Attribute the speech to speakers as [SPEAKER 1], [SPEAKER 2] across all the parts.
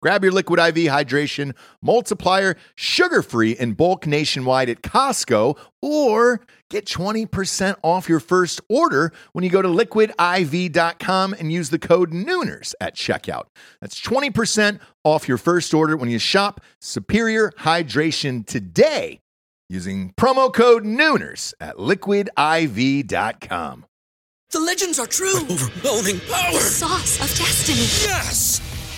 [SPEAKER 1] Grab your Liquid IV hydration multiplier, sugar free in bulk nationwide at Costco, or get 20% off your first order when you go to liquidiv.com and use the code Nooners at checkout. That's 20% off your first order when you shop Superior Hydration today using promo code Nooners at liquidiv.com.
[SPEAKER 2] The legends are true. overwhelming power!
[SPEAKER 3] Sauce of destiny.
[SPEAKER 2] Yes!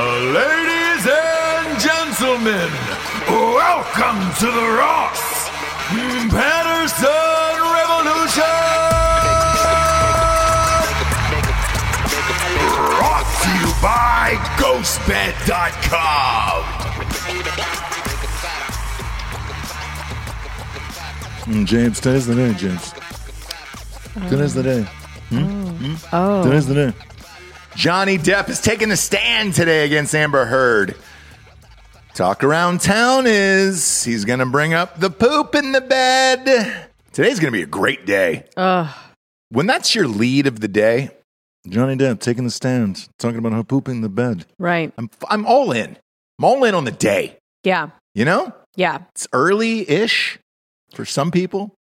[SPEAKER 4] Ladies and gentlemen, welcome to the Ross Patterson Revolution! Brought to you by GhostBed.com!
[SPEAKER 5] James, today's the day, James. Today's the day. Hmm?
[SPEAKER 6] Oh,
[SPEAKER 5] Today's the day.
[SPEAKER 1] Johnny Depp is taking the stand today against Amber Heard. Talk around town is he's going to bring up the poop in the bed. Today's going to be a great day. When that's your lead of the day,
[SPEAKER 5] Johnny Depp taking the stand, talking about her pooping the bed.
[SPEAKER 6] right.
[SPEAKER 1] I'm, I'm all in. I'm all in on the day.
[SPEAKER 6] Yeah,
[SPEAKER 1] You know,
[SPEAKER 6] yeah.
[SPEAKER 1] it's early ish for some people.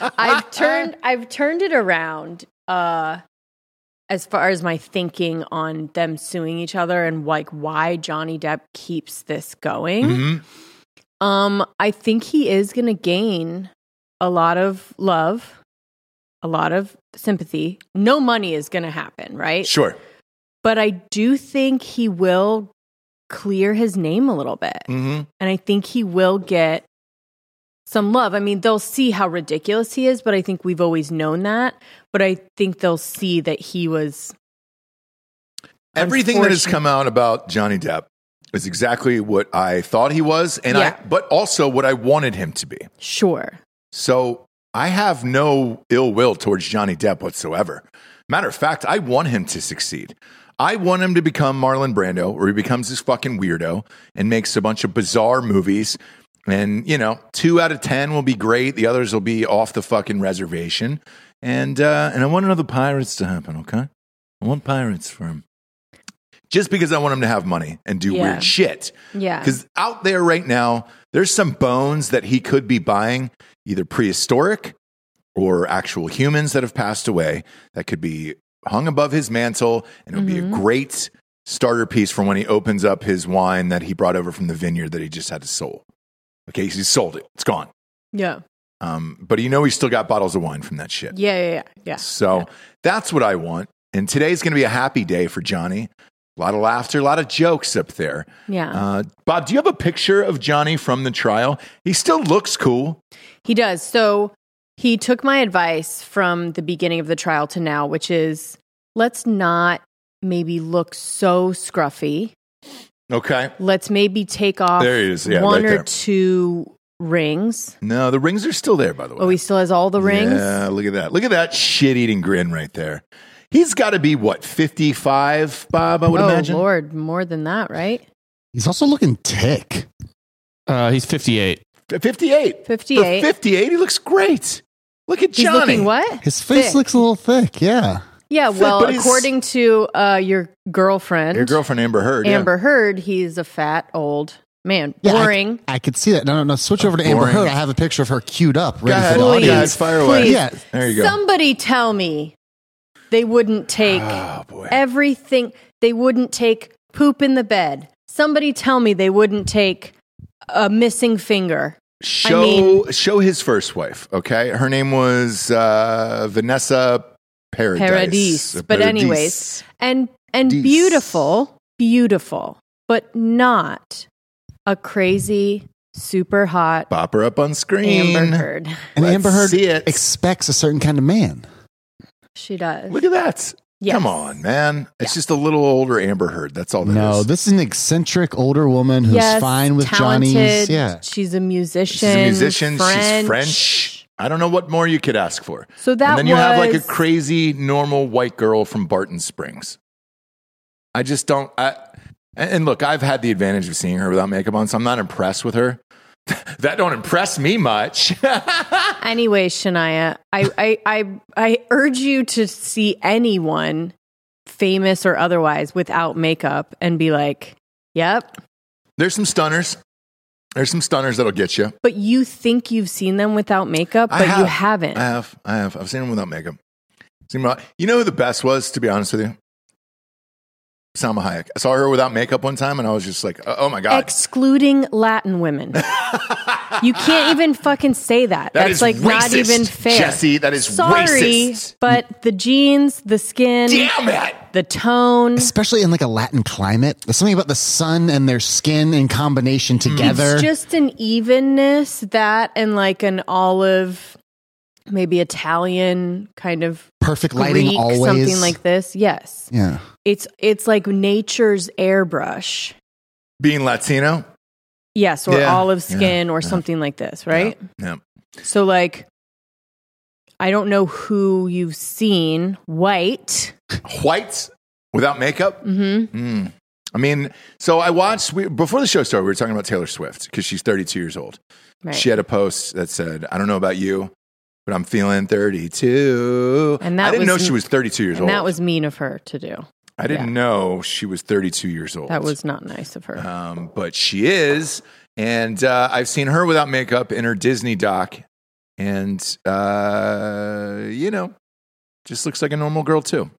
[SPEAKER 7] I've turned I've turned it around uh as far as my thinking on them suing each other and like why Johnny Depp keeps this going.
[SPEAKER 1] Mhm.
[SPEAKER 7] Um I think he is going to gain a lot of love, a lot of sympathy. No money is going to happen, right?
[SPEAKER 1] Sure.
[SPEAKER 7] But I do think he will clear his name a little bit
[SPEAKER 1] Mm-hmm.
[SPEAKER 7] and I think he will get some love. I mean, they'll see how ridiculous he is, but I think we've always known that. But I think they'll see that he was
[SPEAKER 1] Everything that has
[SPEAKER 7] Unfortunate-
[SPEAKER 1] come out about Johnny Depp is exactly what I thought he was, and
[SPEAKER 7] Yeah.
[SPEAKER 1] I, but also what I wanted him to be.
[SPEAKER 7] sure.
[SPEAKER 1] So I have no ill will towards Johnny Depp whatsoever. Matter of fact, I want him to succeed. I want him to become Marlon Brando, where he becomes this fucking weirdo and makes a bunch of bizarre movies And, you know, two out of 10 will be great. The others will be off the fucking reservation. And, uh, and I want another Pirates to happen, okay? I want Pirates for him. Just because I want him to have money and do
[SPEAKER 7] Yeah.
[SPEAKER 1] weird shit.
[SPEAKER 7] Yeah.
[SPEAKER 1] Because out there right now, there's some bones that he could be buying, either prehistoric or actual humans that have passed away, that could be hung above his mantle. And it would
[SPEAKER 7] Mm-hmm.
[SPEAKER 1] be a great starter piece for when he opens up his wine that he brought over from the vineyard that he just had to sold. Okay, he sold it, it's gone.
[SPEAKER 7] Yeah.
[SPEAKER 1] Um, but you know, he's still got bottles of wine from that shit.
[SPEAKER 7] Yeah. Yeah. Yeah. yeah.
[SPEAKER 1] So that's what I want. And today's going to be a happy day for Johnny. A lot of laughter, a lot of jokes up there.
[SPEAKER 7] Yeah.
[SPEAKER 1] Uh, Bob, do you have a picture of Johnny from the trial? He still looks cool.
[SPEAKER 7] He does. So he took my advice from the beginning of the trial to now, which is let's not maybe look so scruffy.
[SPEAKER 1] Okay.
[SPEAKER 7] Let's maybe take off
[SPEAKER 1] There he is. Yeah,
[SPEAKER 7] one
[SPEAKER 1] right
[SPEAKER 7] or
[SPEAKER 1] there.
[SPEAKER 7] two rings.
[SPEAKER 1] No, the rings are still there, by the way.
[SPEAKER 7] Oh, he still has all the rings.
[SPEAKER 1] Yeah, look at that. Look at that shit eating grin right there. He's got to be, what, 55, Bob, I would
[SPEAKER 7] oh
[SPEAKER 1] imagine?
[SPEAKER 7] Lord, more than that, right?
[SPEAKER 3] He's also looking tick.
[SPEAKER 8] Uh, he's 58.
[SPEAKER 1] 58. For
[SPEAKER 7] Fifty-eight.
[SPEAKER 1] 58, he looks great. Look at
[SPEAKER 7] He's
[SPEAKER 1] Johnny.
[SPEAKER 7] looking what?
[SPEAKER 3] His face
[SPEAKER 7] Thick.
[SPEAKER 3] looks a little thick. Yeah.
[SPEAKER 7] Yeah.
[SPEAKER 1] Thick,
[SPEAKER 7] Well,
[SPEAKER 1] but he's-
[SPEAKER 7] according to uh, your girlfriend,
[SPEAKER 1] Your girlfriend, Amber Heard. yeah.
[SPEAKER 7] Amber Heard, he's a fat old man.
[SPEAKER 3] Yeah, I-
[SPEAKER 7] Boring.
[SPEAKER 3] I could see that. No, no, no. Switch over to Amber
[SPEAKER 1] Boring.
[SPEAKER 3] Heard. I have a picture of her queued up.
[SPEAKER 1] Go
[SPEAKER 3] Ready
[SPEAKER 1] ahead.
[SPEAKER 3] for the
[SPEAKER 7] Please.
[SPEAKER 1] Guys,
[SPEAKER 3] audience.
[SPEAKER 1] fire away.
[SPEAKER 7] Please.
[SPEAKER 3] Yeah.
[SPEAKER 1] There you go.
[SPEAKER 7] Somebody tell me they wouldn't take
[SPEAKER 1] oh, boy.
[SPEAKER 7] everything. They wouldn't take poop in the bed. Somebody tell me they wouldn't take a missing finger.
[SPEAKER 1] show
[SPEAKER 7] mean-
[SPEAKER 1] show his first wife okay her name was uh vanessa paradis
[SPEAKER 7] Paradis. But
[SPEAKER 1] Paradis.
[SPEAKER 7] anyways, and and
[SPEAKER 1] Dis.
[SPEAKER 7] beautiful, beautiful, but not a crazy, super hot
[SPEAKER 1] pop her up on screen
[SPEAKER 7] Amber Heard.
[SPEAKER 3] And
[SPEAKER 1] Let's
[SPEAKER 3] Amber Heard
[SPEAKER 1] see it.
[SPEAKER 3] expects a certain kind of man.
[SPEAKER 7] She does.
[SPEAKER 1] look at that
[SPEAKER 7] Yes.
[SPEAKER 1] come on man it's just a little older amber heard that's all that is.
[SPEAKER 3] No, this is an eccentric older woman who's
[SPEAKER 7] Yes,
[SPEAKER 3] fine with
[SPEAKER 7] talented.
[SPEAKER 3] Johnny's. Yeah.
[SPEAKER 7] she's a musician.
[SPEAKER 1] she's a musician she's french i don't know what more you could ask for
[SPEAKER 7] So that
[SPEAKER 1] and then you have like a
[SPEAKER 7] was-
[SPEAKER 1] crazy normal white girl from barton springs i just don't i and and look i've had the advantage of seeing her without makeup on so i'm not impressed with her that don't impress me much
[SPEAKER 7] Anyway, Shania, I, I, I, I urge you to see anyone famous or otherwise without makeup and be like, yep.
[SPEAKER 1] There's some stunners. There's some stunners that'll get you.
[SPEAKER 7] But you think you've seen them without makeup,
[SPEAKER 1] I
[SPEAKER 7] but you
[SPEAKER 1] have.
[SPEAKER 7] haven't.
[SPEAKER 1] I have. I have. I've seen them without makeup. Seen 'em without- you know who the best was, to be honest with you? Salma Hayek. I saw her without makeup one time and I was just like, oh oh my God.
[SPEAKER 7] Excluding Latin women. you can't even fucking say that.
[SPEAKER 1] That
[SPEAKER 7] That's
[SPEAKER 1] is
[SPEAKER 7] like not
[SPEAKER 1] racist,
[SPEAKER 7] even fair.
[SPEAKER 1] Jesse. That is
[SPEAKER 7] Sorry,
[SPEAKER 1] racist.
[SPEAKER 7] but the jeans, the skin,
[SPEAKER 1] Damn it.
[SPEAKER 7] the tone.
[SPEAKER 3] Especially in like a Latin climate. There's something about the sun and their skin in combination together.
[SPEAKER 7] It's just an evenness that and like an olive, maybe Italian kind of
[SPEAKER 3] Perfect lighting
[SPEAKER 7] Greek,
[SPEAKER 3] always.
[SPEAKER 7] something like this. Yes,
[SPEAKER 3] Yeah.
[SPEAKER 7] it's it's like nature's airbrush.
[SPEAKER 1] Being Latino.
[SPEAKER 7] Yes, or
[SPEAKER 1] Yeah.
[SPEAKER 7] olive
[SPEAKER 1] Yeah.
[SPEAKER 7] skin or
[SPEAKER 1] Yeah.
[SPEAKER 7] something like this, right?
[SPEAKER 1] Yeah.
[SPEAKER 7] So like, I don't know who you've seen white.
[SPEAKER 1] yeah. Whites without makeup.
[SPEAKER 7] hmm
[SPEAKER 1] Mm. I mean, so I watched we, before the show started. We were talking about Taylor Swift because she's 32 years old.
[SPEAKER 7] Right.
[SPEAKER 1] She had a post that said, "I don't know about you, but I'm feeling 32."
[SPEAKER 7] And that
[SPEAKER 1] I didn't
[SPEAKER 7] was-
[SPEAKER 1] know she was 32 years
[SPEAKER 7] And
[SPEAKER 1] old.
[SPEAKER 7] that was mean of her to do.
[SPEAKER 1] I didn't know she was 32 years old.
[SPEAKER 7] That was not nice of her.
[SPEAKER 1] um, but she is, and uh, I've seen her without makeup in her Disney doc, and uh, you know, just looks like a normal girl too.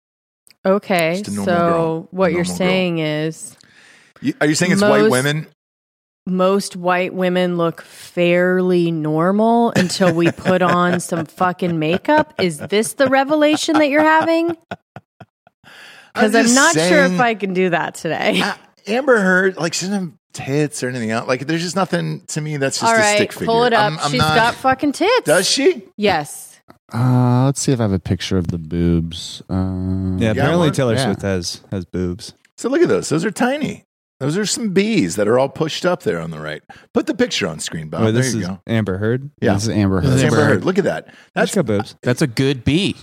[SPEAKER 7] okay,
[SPEAKER 1] just a
[SPEAKER 7] so
[SPEAKER 1] normal girl.
[SPEAKER 7] what
[SPEAKER 1] Normal
[SPEAKER 7] you're
[SPEAKER 1] girl.
[SPEAKER 7] saying is
[SPEAKER 1] You- Are you saying it's white
[SPEAKER 7] Most-
[SPEAKER 1] women?
[SPEAKER 7] most white women look fairly normal until we put on some fucking makeup. Is this the revelation that you're having? Because I'm,
[SPEAKER 1] just
[SPEAKER 7] not sure
[SPEAKER 1] saying-
[SPEAKER 7] if I can do that today.
[SPEAKER 1] Uh, Amber Heard, like she doesn't have tits or anything else. Like there's just nothing to me that's just
[SPEAKER 7] All
[SPEAKER 1] a
[SPEAKER 7] right,
[SPEAKER 1] stick figure.
[SPEAKER 7] pull it up.
[SPEAKER 1] I'm-
[SPEAKER 7] She's
[SPEAKER 1] I'm not-
[SPEAKER 7] got fucking tits.
[SPEAKER 1] Does she?
[SPEAKER 7] Yes.
[SPEAKER 3] Uh, let's see if I have a picture of the boobs. Uh,
[SPEAKER 8] Yeah,
[SPEAKER 1] got
[SPEAKER 8] apparently
[SPEAKER 1] one?
[SPEAKER 8] Taylor
[SPEAKER 3] Yeah.
[SPEAKER 8] Swift has has boobs.
[SPEAKER 1] So look at those. Those are tiny. Those are some bees that are all pushed up there on the right. Put the picture on screen, Bob.
[SPEAKER 8] Wait,
[SPEAKER 1] Oh, there
[SPEAKER 8] this
[SPEAKER 1] you
[SPEAKER 8] is
[SPEAKER 1] go.
[SPEAKER 8] Amber Heard.
[SPEAKER 1] Yeah.
[SPEAKER 3] This is Amber
[SPEAKER 8] This
[SPEAKER 3] Heard.
[SPEAKER 8] is
[SPEAKER 1] That's Amber
[SPEAKER 8] Amber
[SPEAKER 1] Heard.
[SPEAKER 8] Heard.
[SPEAKER 1] Look at that.
[SPEAKER 8] That's
[SPEAKER 1] That's I
[SPEAKER 8] got boobs. That's a good bee.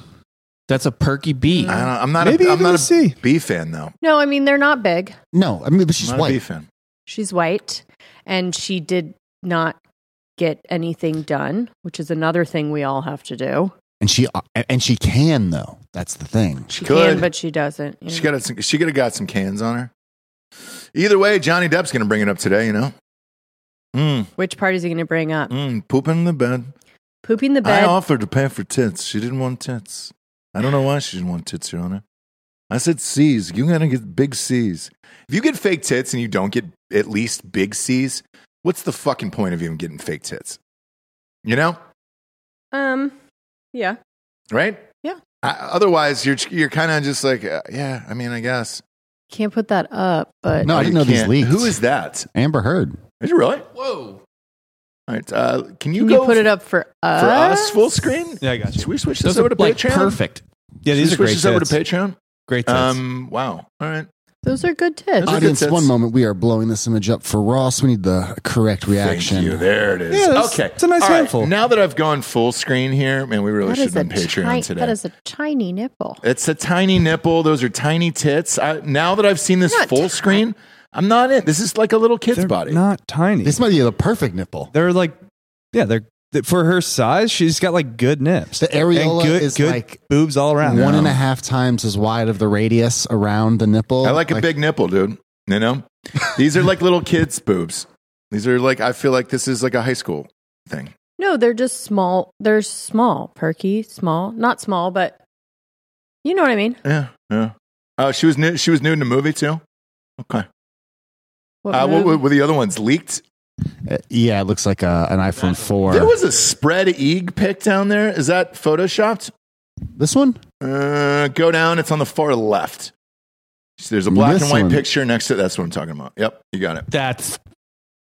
[SPEAKER 8] That's a perky bee.
[SPEAKER 1] don't, I'm not
[SPEAKER 8] Maybe
[SPEAKER 1] a,
[SPEAKER 8] you're
[SPEAKER 1] I'm not
[SPEAKER 8] gonna
[SPEAKER 1] a
[SPEAKER 8] see.
[SPEAKER 1] bee fan though.
[SPEAKER 7] No, I mean, they're not big.
[SPEAKER 3] No, I mean, but she's
[SPEAKER 1] I'm not a bee
[SPEAKER 3] white.
[SPEAKER 1] fan.
[SPEAKER 7] She's white and she did not get anything done, which is another thing we all have to do.
[SPEAKER 3] And she uh, and she can though. That's the thing.
[SPEAKER 7] She
[SPEAKER 1] Could.
[SPEAKER 7] can, but she doesn't. you
[SPEAKER 1] She
[SPEAKER 7] know.
[SPEAKER 1] got some, she could have got some cans on her. Either way, Johnny Depp's going to bring it up today. You know, mm,
[SPEAKER 7] Which part is he going to bring up?
[SPEAKER 1] mm, pooping in the bed.
[SPEAKER 7] Pooping the
[SPEAKER 1] I
[SPEAKER 7] bed.
[SPEAKER 1] offered to pay for tits. She didn't want tits. I don't know why she didn't want tits, Your Honor. I said C's. You gotta get big C's. If you get fake tits and you don't get at least big C's, what's the fucking point of even getting fake tits? You know,
[SPEAKER 7] um, yeah.
[SPEAKER 1] right?
[SPEAKER 7] Yeah.
[SPEAKER 1] I, otherwise, you're you're kind of just like, uh, yeah. I mean, I guess. Oh,
[SPEAKER 7] Can't put that up, but
[SPEAKER 3] No, I didn't
[SPEAKER 1] You
[SPEAKER 3] know these
[SPEAKER 1] can't-
[SPEAKER 3] leaks.
[SPEAKER 1] Who is that?
[SPEAKER 3] Amber Heard?
[SPEAKER 1] Is it really? All
[SPEAKER 8] Whoa.
[SPEAKER 1] right. Uh, can you
[SPEAKER 7] can
[SPEAKER 1] go
[SPEAKER 7] you put it up for us?
[SPEAKER 1] for us full screen?
[SPEAKER 8] Yeah, I got you.
[SPEAKER 1] Should we switch this
[SPEAKER 8] Those
[SPEAKER 1] over
[SPEAKER 8] are
[SPEAKER 1] to
[SPEAKER 8] like
[SPEAKER 1] Patreon?
[SPEAKER 8] perfect. Yeah,
[SPEAKER 1] Should
[SPEAKER 8] these
[SPEAKER 1] we
[SPEAKER 8] are great.
[SPEAKER 1] switch this over to
[SPEAKER 8] tits.
[SPEAKER 1] Patreon.
[SPEAKER 8] Great tits.
[SPEAKER 1] Um. Wow. All right.
[SPEAKER 7] Those are good tips.
[SPEAKER 1] Those are good
[SPEAKER 3] Audience,
[SPEAKER 1] tits.
[SPEAKER 3] one moment. We are blowing this image up for Ross. We need the correct reaction.
[SPEAKER 1] Thank you. There it is.
[SPEAKER 8] Yeah, that's-
[SPEAKER 1] okay.
[SPEAKER 8] it's a nice
[SPEAKER 1] All right.
[SPEAKER 8] handful.
[SPEAKER 1] Now that I've gone full screen here, man, we really
[SPEAKER 7] That
[SPEAKER 1] should
[SPEAKER 7] is,
[SPEAKER 1] have
[SPEAKER 7] a
[SPEAKER 1] been Patreon
[SPEAKER 7] tiny,
[SPEAKER 1] today.
[SPEAKER 7] that is a tiny nipple.
[SPEAKER 1] it's a tiny nipple. Those are tiny tits. I, now that I've seen this
[SPEAKER 7] Not
[SPEAKER 1] full
[SPEAKER 7] ti-
[SPEAKER 1] screen, I'm not in. This is like a little kid's
[SPEAKER 9] They're
[SPEAKER 1] body.
[SPEAKER 9] not tiny.
[SPEAKER 3] This might be the perfect nipple.
[SPEAKER 9] they're like, yeah, they're th- for her size. She's got like good nips.
[SPEAKER 3] The areola
[SPEAKER 9] And good,
[SPEAKER 3] is
[SPEAKER 9] good
[SPEAKER 3] like
[SPEAKER 9] boobs all around.
[SPEAKER 3] one and a half times as wide of the radius around the nipple.
[SPEAKER 1] I like a big nipple, dude. You know, these are like little kids' boobs. These are like I feel like this is like a high school thing.
[SPEAKER 7] No, they're just small. They're small, perky, small. Not small, but you know what I mean.
[SPEAKER 1] Yeah, yeah. Oh, she was new. She was new in the movie too. Okay.
[SPEAKER 7] What
[SPEAKER 1] Uh, what
[SPEAKER 7] move?
[SPEAKER 1] were- were the other ones leaked?
[SPEAKER 3] Uh, yeah, it looks like a, an iPhone four.
[SPEAKER 1] There was a spread eeg pic down there. Is that photoshopped?
[SPEAKER 3] this one.
[SPEAKER 1] Uh, go down. It's on the far left. So there's a black
[SPEAKER 3] This
[SPEAKER 1] and white
[SPEAKER 3] one.
[SPEAKER 1] picture next to it. That's what I'm talking about. Yep, you got it.
[SPEAKER 8] That's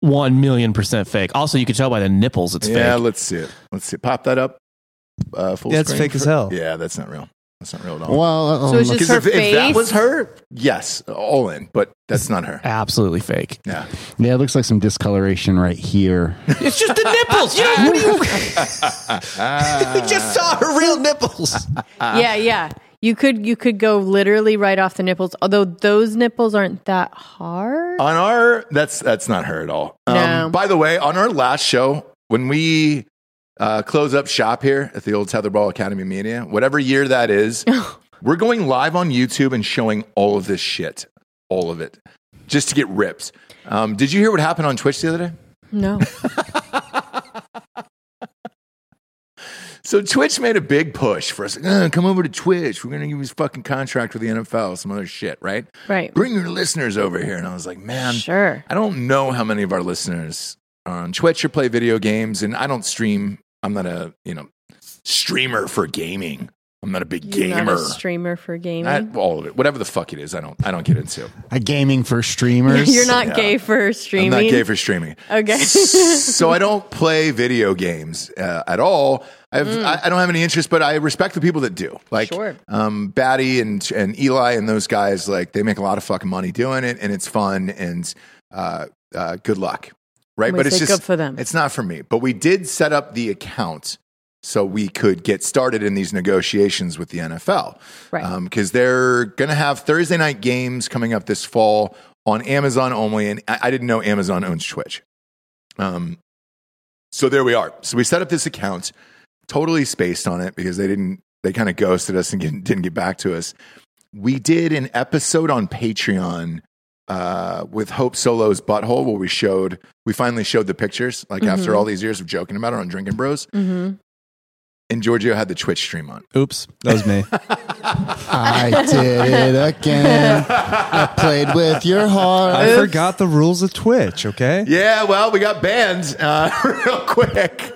[SPEAKER 8] one million percent fake. Also, you can tell by the nipples it's
[SPEAKER 1] yeah,
[SPEAKER 8] fake.
[SPEAKER 1] let's see it. Let's see. Pop that up. Uh, full
[SPEAKER 9] That's
[SPEAKER 1] screen
[SPEAKER 9] fake as hell.
[SPEAKER 1] Yeah, that's not real. That's not real at all.
[SPEAKER 3] Well, uh,
[SPEAKER 7] So it's
[SPEAKER 3] look-
[SPEAKER 7] just
[SPEAKER 1] 'Cause
[SPEAKER 7] her
[SPEAKER 1] if, if that
[SPEAKER 7] face?
[SPEAKER 1] was her, yes, all in. But that's not her.
[SPEAKER 8] Absolutely fake.
[SPEAKER 1] Yeah.
[SPEAKER 3] yeah, it looks like some discoloration right here.
[SPEAKER 8] It's just the nipples. You know, what do you? we just saw her real nipples.
[SPEAKER 1] Ah.
[SPEAKER 7] yeah, yeah. You could you could go literally right off the nipples. Although those nipples aren't that hard.
[SPEAKER 1] On our that's that's not her at all. Um,
[SPEAKER 7] No.
[SPEAKER 1] By the way, on our last show, when we uh, close up shop here at the old Tetherball Academy Media, whatever year that is, we're going live on YouTube and showing all of this shit, all of it, just to get ripped. Um, did you hear what happened on Twitch the other day?
[SPEAKER 7] No.
[SPEAKER 1] So Twitch made a big push for us. like, "Uh, come over to Twitch. We're gonna give you this fucking contract with the NFL, some other shit, right?
[SPEAKER 7] Right.
[SPEAKER 1] Bring your listeners over here. And I was like, man,
[SPEAKER 7] Sure.
[SPEAKER 1] I don't know how many of our listeners are on Twitch or play video games, and I don't stream. I'm not a you know streamer for gaming. I'm not a big
[SPEAKER 7] You're not
[SPEAKER 1] gamer.
[SPEAKER 7] a streamer for gaming.
[SPEAKER 1] I- all of it, whatever the fuck it is, I don't. I don't get into.
[SPEAKER 3] A gaming for streamers.
[SPEAKER 7] You're not gay for
[SPEAKER 1] I'm
[SPEAKER 7] streaming.
[SPEAKER 1] not gay for streaming.
[SPEAKER 7] Okay.
[SPEAKER 1] so I don't play video games uh, at all. I've, I, I don't have any interest, but I respect the people that do. Like
[SPEAKER 7] Mm. Sure.
[SPEAKER 1] um, Batty and and Eli and those guys, like they make a lot of fucking money doing it, and it's fun. And uh, uh, good luck, right?
[SPEAKER 7] We
[SPEAKER 1] but it's
[SPEAKER 7] say
[SPEAKER 1] just
[SPEAKER 7] good for them.
[SPEAKER 1] It's not for me. But we did set up the account so we could get started in these negotiations with the NFL.
[SPEAKER 7] Right.
[SPEAKER 1] Because Um, they're going to have Thursday night games coming up this fall on Amazon only. And I, I didn't know Amazon owns Twitch. Um, so there we are. So we set up this account, totally spaced on it because they didn't, they kind of ghosted us and didn't didn't get back to us. We did an episode on Patreon uh, with Hope Solo's butthole where we showed, we finally showed the pictures, like after all these years of joking about it on Drinking Bros.
[SPEAKER 7] hmm
[SPEAKER 1] And Giorgio had the Twitch stream on.
[SPEAKER 9] Oops, that was me.
[SPEAKER 3] I did it again. I played with your heart.
[SPEAKER 9] I forgot the rules of Twitch. Okay,
[SPEAKER 1] Yeah, well, we got banned uh, real quick.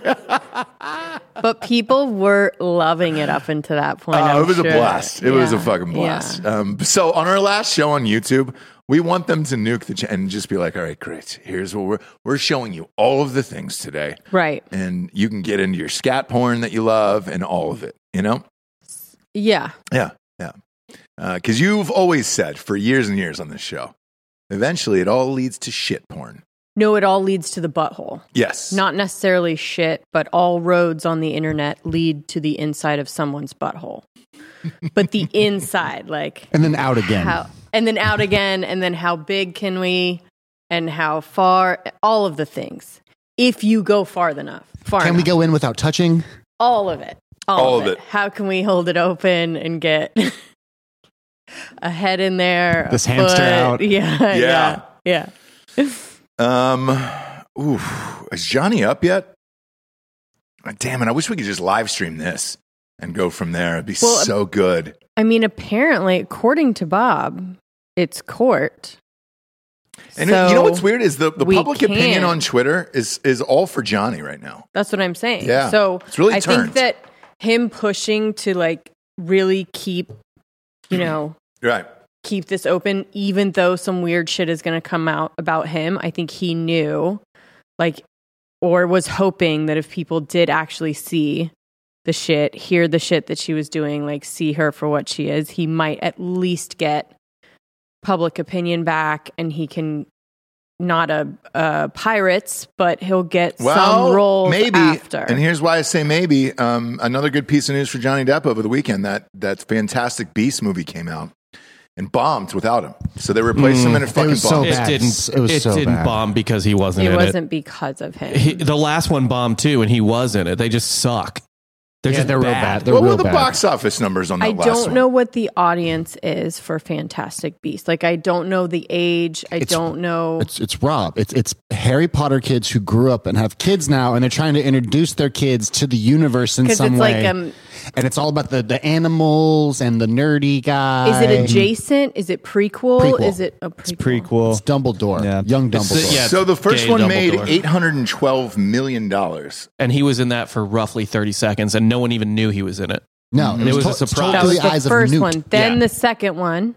[SPEAKER 7] But people were loving it up until that point.
[SPEAKER 1] Uh,
[SPEAKER 7] I'm
[SPEAKER 1] it was a
[SPEAKER 7] sure.
[SPEAKER 1] blast. It was a
[SPEAKER 7] Yeah.
[SPEAKER 1] fucking
[SPEAKER 7] Yeah.
[SPEAKER 1] blast. Um, so on our last show on YouTube, we want them to nuke the ch- and just be like, "All right, great. Here's what we're we're showing you all of the things today,
[SPEAKER 7] Right.
[SPEAKER 1] and you can get into your scat porn that you love and all of it. You know,
[SPEAKER 7] Yeah.
[SPEAKER 1] yeah, yeah. Because you've always said for years and years on this show, eventually it all leads to shit porn.
[SPEAKER 7] No, it all leads to the butthole.
[SPEAKER 1] Yes,
[SPEAKER 7] Not necessarily shit, but all roads on the internet lead to the inside of someone's butthole. But the inside, like
[SPEAKER 3] And then out again.
[SPEAKER 7] how, and then out again, and then how big can we, and how far, all of the things. if you go far enough. Far
[SPEAKER 3] Can we
[SPEAKER 7] enough.
[SPEAKER 3] go in without touching?
[SPEAKER 7] All of it. All, of, it. How can we hold it open and get a head in there? a
[SPEAKER 3] This hamster
[SPEAKER 7] foot?
[SPEAKER 3] out.
[SPEAKER 7] Yeah.
[SPEAKER 1] Yeah.
[SPEAKER 7] Yeah. Yeah.
[SPEAKER 1] Um, oof, is Johnny up yet? Ah, Damn it! I wish we could just live stream this and go from there. It'd be
[SPEAKER 7] Well, uh,
[SPEAKER 1] so good.
[SPEAKER 7] I mean, apparently, according to Bob, it's court.
[SPEAKER 1] And you know
[SPEAKER 7] So
[SPEAKER 1] what's weird is the, the
[SPEAKER 7] we
[SPEAKER 1] public opinion
[SPEAKER 7] can.
[SPEAKER 1] on Twitter is is all for Johnny right now.
[SPEAKER 7] That's what I'm saying.
[SPEAKER 1] Yeah.
[SPEAKER 7] So
[SPEAKER 1] It's really
[SPEAKER 7] I
[SPEAKER 1] turned.
[SPEAKER 7] think that him pushing to like really keep, you know,
[SPEAKER 1] Right.
[SPEAKER 7] keep this open, even though some weird shit is going to come out about him. I think he knew, like, or was hoping that if people did actually see the shit, hear the shit that she was doing, like, see her for what she is, he might at least get public opinion back and he can. Not a uh, pirates, but he'll get some roles
[SPEAKER 1] maybe.
[SPEAKER 7] after.
[SPEAKER 1] And here's why I say maybe. Um, another good piece of news for Johnny Depp over the weekend that that Fantastic Beast movie came out and bombed without him. So they replaced him and it fucking
[SPEAKER 3] Mm, was so
[SPEAKER 1] bombed.
[SPEAKER 3] bad.
[SPEAKER 8] It didn't.
[SPEAKER 3] It
[SPEAKER 8] It,
[SPEAKER 3] was so
[SPEAKER 8] didn't
[SPEAKER 3] bad.
[SPEAKER 8] bomb because he wasn't
[SPEAKER 7] it
[SPEAKER 8] in
[SPEAKER 7] wasn't because of him.
[SPEAKER 8] it. He, the last one bombed too, and he was in it. They just suck. They're
[SPEAKER 3] Yeah,
[SPEAKER 8] just
[SPEAKER 3] they're real bad.
[SPEAKER 8] bad.
[SPEAKER 3] They're
[SPEAKER 1] what
[SPEAKER 3] real
[SPEAKER 1] were the
[SPEAKER 3] bad.
[SPEAKER 1] box office numbers on that
[SPEAKER 7] I
[SPEAKER 1] last
[SPEAKER 7] don't
[SPEAKER 1] one?
[SPEAKER 7] know what the audience is for Fantastic Beasts. Like, I don't know the age. I
[SPEAKER 3] It's-
[SPEAKER 7] don't know.
[SPEAKER 3] It's it's Rob. It's it's Harry Potter kids who grew up and have kids now, and they're trying to introduce their kids to the universe in
[SPEAKER 7] Because
[SPEAKER 3] some
[SPEAKER 7] it's
[SPEAKER 3] way.
[SPEAKER 7] like, um,
[SPEAKER 3] and it's all about the the animals and the nerdy guy.
[SPEAKER 7] is it adjacent? Is it prequel?
[SPEAKER 3] Prequel.
[SPEAKER 7] Is it a prequel?
[SPEAKER 3] It's
[SPEAKER 9] prequel.
[SPEAKER 3] Dumbledore,
[SPEAKER 9] Yeah.
[SPEAKER 3] young
[SPEAKER 8] It's the-
[SPEAKER 3] Dumbledore.
[SPEAKER 8] yeah.
[SPEAKER 1] So the first
[SPEAKER 8] Gay
[SPEAKER 1] one made
[SPEAKER 8] Dumbledore.
[SPEAKER 1] eight hundred and twelve million dollars.
[SPEAKER 8] And he was in that for roughly thirty seconds, and no one even knew he was in it.
[SPEAKER 3] No,
[SPEAKER 8] It was
[SPEAKER 3] to-
[SPEAKER 8] a
[SPEAKER 3] it's
[SPEAKER 8] surprise.
[SPEAKER 3] told
[SPEAKER 7] That
[SPEAKER 3] through
[SPEAKER 7] was
[SPEAKER 3] the eyes
[SPEAKER 7] the
[SPEAKER 3] of
[SPEAKER 7] first
[SPEAKER 3] Newt.
[SPEAKER 7] one. Then
[SPEAKER 8] Yeah.
[SPEAKER 7] the second one.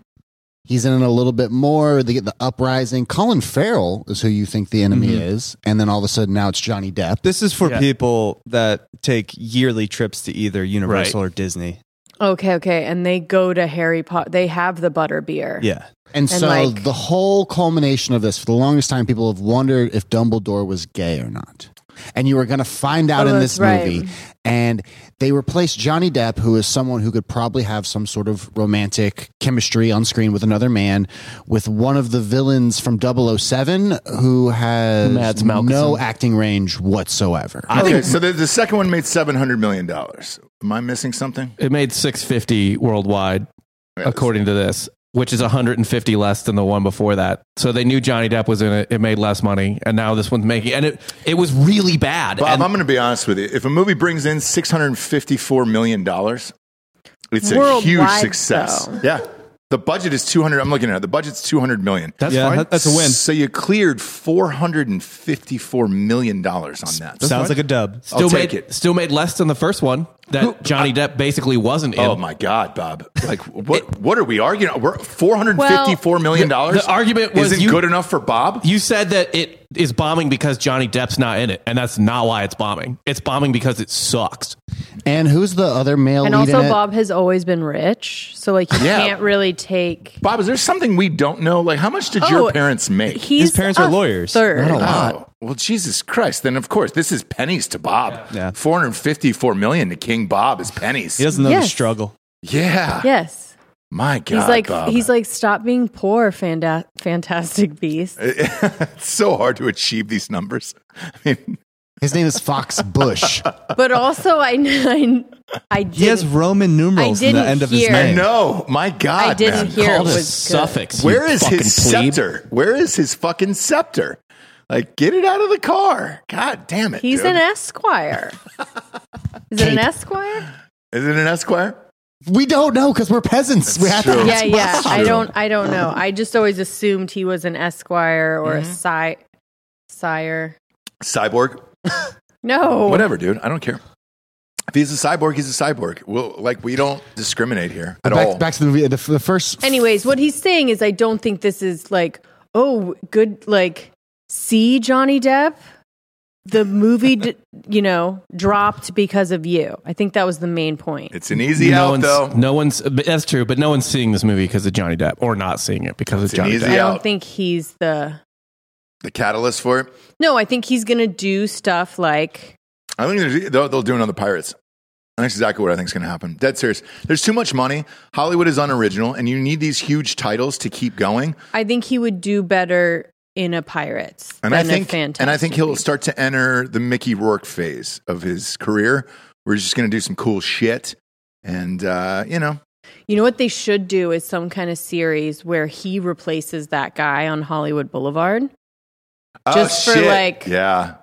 [SPEAKER 3] He's in it a little bit more. They get the uprising. Colin Farrell is who you think the enemy
[SPEAKER 7] Mm-hmm.
[SPEAKER 3] is, and then all of a sudden now it's Johnny Depp.
[SPEAKER 9] This is for
[SPEAKER 8] Yeah.
[SPEAKER 9] people that take yearly trips to either Universal or Disney.
[SPEAKER 7] Okay, okay. And they go to Harry Potter. They have the butter beer.
[SPEAKER 9] Yeah.
[SPEAKER 3] And, so
[SPEAKER 7] like-
[SPEAKER 3] the whole culmination of this, for the longest time, people have wondered if Dumbledore was gay or not. And you were going to find out
[SPEAKER 7] Oh,
[SPEAKER 3] in
[SPEAKER 7] that's
[SPEAKER 3] this
[SPEAKER 7] right.
[SPEAKER 3] movie. And they replaced Johnny Depp, who is someone who could probably have some sort of romantic chemistry on screen with another man, with one of the villains from 007 who has
[SPEAKER 8] Mads Mikkelsen.
[SPEAKER 3] no acting range whatsoever.
[SPEAKER 1] Okay, so the, the second one made seven hundred million dollars. Am I missing something?
[SPEAKER 8] It made six fifty worldwide, according to this, which is one hundred and fifty less than the one before that. So they knew Johnny Depp was in it. It made less money, and now this one's making. And it it was really bad.
[SPEAKER 1] Bob,
[SPEAKER 8] and
[SPEAKER 1] I'm going to be honest with you. If a movie brings in six hundred fifty-four million dollars, it's a huge
[SPEAKER 7] Worldwide,
[SPEAKER 1] success.
[SPEAKER 7] though.
[SPEAKER 1] Yeah, the budget is two hundred. I'm looking at it. The budget's two hundred million.
[SPEAKER 8] that's
[SPEAKER 9] yeah,
[SPEAKER 8] fine.
[SPEAKER 9] that- that's a win.
[SPEAKER 1] So you cleared four hundred and fifty-four million dollars on that.
[SPEAKER 9] Sounds like a dub.
[SPEAKER 1] I'll
[SPEAKER 8] still
[SPEAKER 1] take
[SPEAKER 8] made
[SPEAKER 1] it.
[SPEAKER 8] still made less than the first one that Johnny Depp basically wasn't in.
[SPEAKER 1] Oh my God, Bob! Like what? What are we arguing? We're four hundred fifty-four million dollars.
[SPEAKER 8] the- the argument was
[SPEAKER 1] isn't
[SPEAKER 8] you-
[SPEAKER 1] good enough for Bob.
[SPEAKER 8] You said that it is bombing because Johnny Depp's not in it, and that's not why it's bombing. It's bombing because it sucks.
[SPEAKER 3] and who's the other male
[SPEAKER 7] And
[SPEAKER 3] lead
[SPEAKER 7] also,
[SPEAKER 3] in it?
[SPEAKER 7] Bob has always been rich. So, like, you
[SPEAKER 1] Yeah.
[SPEAKER 7] can't really take.
[SPEAKER 1] Bob, is there something we don't know? Like, how much did
[SPEAKER 7] Oh,
[SPEAKER 1] your parents make?
[SPEAKER 7] He's
[SPEAKER 9] parents are
[SPEAKER 7] a
[SPEAKER 9] lawyers.
[SPEAKER 7] Third.
[SPEAKER 1] Oh, well, Jesus Christ! Then of course, this is pennies to Bob.
[SPEAKER 9] Yeah.
[SPEAKER 1] Four hundred fifty-four million to King Bob is pennies.
[SPEAKER 9] He doesn't know the
[SPEAKER 7] Yes.
[SPEAKER 9] struggle.
[SPEAKER 1] Yeah.
[SPEAKER 7] Yes.
[SPEAKER 1] My God,
[SPEAKER 7] he's like
[SPEAKER 1] Bob.
[SPEAKER 7] he's like stop being poor fanda- fantastic beast
[SPEAKER 1] it's so hard to achieve these numbers. I mean,
[SPEAKER 3] His name is Fox Bush.
[SPEAKER 7] but also i i, I did
[SPEAKER 9] He has Roman numerals
[SPEAKER 7] I
[SPEAKER 9] in the
[SPEAKER 7] didn't
[SPEAKER 9] end of
[SPEAKER 7] hear-
[SPEAKER 9] his name.
[SPEAKER 1] no, my God,
[SPEAKER 7] I didn't
[SPEAKER 1] man.
[SPEAKER 7] hear it
[SPEAKER 8] Called a
[SPEAKER 7] was good.
[SPEAKER 8] suffix. you
[SPEAKER 1] Where is
[SPEAKER 8] fucking
[SPEAKER 1] his
[SPEAKER 8] plebe.
[SPEAKER 1] scepter? Where is his fucking scepter? Like, get it out of the car. God damn it.
[SPEAKER 7] he's
[SPEAKER 1] dude.
[SPEAKER 7] an esquire is it an esquire
[SPEAKER 1] Is it an Esquire?
[SPEAKER 3] we don't know because we're peasants. we have
[SPEAKER 1] true.
[SPEAKER 3] to
[SPEAKER 7] yeah
[SPEAKER 3] ask
[SPEAKER 7] yeah
[SPEAKER 3] Bob.
[SPEAKER 7] i don't i don't know i just always assumed he was an esquire or a sire sire
[SPEAKER 1] Cyborg?
[SPEAKER 7] no
[SPEAKER 1] Whatever, dude. I don't care. If he's a cyborg, he's a cyborg. Well, like, we don't discriminate here at all.
[SPEAKER 3] Back, back to the movie. The, the first
[SPEAKER 7] anyways what he's saying is i don't think this is like oh good like see johnny depp the movie d- you know dropped because of you i think that was the main point
[SPEAKER 1] It's an easy
[SPEAKER 8] no
[SPEAKER 1] out,
[SPEAKER 8] one's,
[SPEAKER 1] though.
[SPEAKER 8] No one's. but That's true, but no one's seeing this movie because of Johnny Depp, or not seeing it because of
[SPEAKER 1] an
[SPEAKER 8] Johnny
[SPEAKER 1] easy
[SPEAKER 8] Depp.
[SPEAKER 7] i
[SPEAKER 1] Yeah.
[SPEAKER 7] don't think he's the
[SPEAKER 1] The catalyst for it.
[SPEAKER 7] no i think he's gonna do stuff like
[SPEAKER 1] I think there's- they'll, they'll do it on the Pirates. That's exactly what I think is going to happen. Dead serious. There's too much money. Hollywood is unoriginal, and you need these huge titles to keep going.
[SPEAKER 7] i think he would do better in a Pirates
[SPEAKER 1] And I
[SPEAKER 7] than
[SPEAKER 1] think
[SPEAKER 7] a Fantastic.
[SPEAKER 1] and I think he'll
[SPEAKER 7] Beasts.
[SPEAKER 1] start to enter the Mickey Rourke phase of his career, where he's just going to do some cool shit, and uh, you know,
[SPEAKER 7] You know what they should do is some kind of series where he replaces that guy on Hollywood Boulevard Just
[SPEAKER 1] Oh,
[SPEAKER 7] for,
[SPEAKER 1] shit.
[SPEAKER 7] like-
[SPEAKER 1] yeah,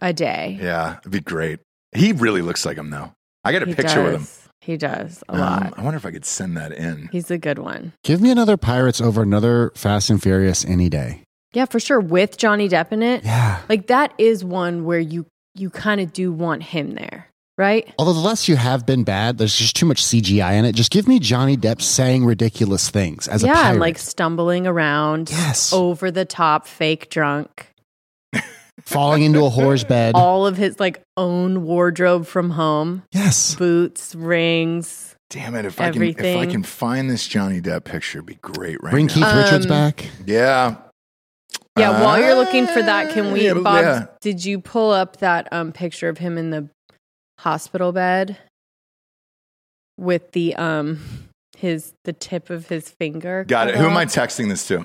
[SPEAKER 7] a day.
[SPEAKER 1] yeah, it'd be great. He really looks like him though. I got a
[SPEAKER 7] He
[SPEAKER 1] picture with him.
[SPEAKER 7] does. He does a
[SPEAKER 1] Um,
[SPEAKER 7] lot.
[SPEAKER 1] I wonder if I could send that in.
[SPEAKER 7] He's a good one.
[SPEAKER 3] Give me another Pirates over another Fast and Furious any day.
[SPEAKER 7] Yeah, for sure. With Johnny Depp in it.
[SPEAKER 3] Yeah.
[SPEAKER 7] Like that is one where you you kind of do want him there, right?
[SPEAKER 3] Although the less you have been bad, there's just too much CGI in it. Just give me Johnny Depp saying ridiculous things as
[SPEAKER 7] yeah,
[SPEAKER 3] a pirate.
[SPEAKER 7] and like oh. stumbling around,
[SPEAKER 3] Yes.
[SPEAKER 7] over the top, fake drunk.
[SPEAKER 3] falling into a whore's bed.
[SPEAKER 7] All of his like own wardrobe from home,
[SPEAKER 3] yes.
[SPEAKER 7] boots, rings.
[SPEAKER 1] Damn it! If I can, if I
[SPEAKER 7] Everything.
[SPEAKER 1] can find this Johnny Depp picture, it'd be great right
[SPEAKER 3] Bring
[SPEAKER 1] now.
[SPEAKER 3] Keith Richards
[SPEAKER 7] Um,
[SPEAKER 3] back.
[SPEAKER 1] Yeah.
[SPEAKER 7] Yeah, while you're
[SPEAKER 1] Uh,
[SPEAKER 7] looking for that, can we,
[SPEAKER 1] yeah, but-
[SPEAKER 7] Bob?
[SPEAKER 1] yeah.
[SPEAKER 7] Did you pull up that um, picture of him in the hospital bed with the um his the tip of his finger? Uh-huh.
[SPEAKER 1] Got it.
[SPEAKER 7] cut
[SPEAKER 1] Who am I
[SPEAKER 7] off?
[SPEAKER 1] texting this to?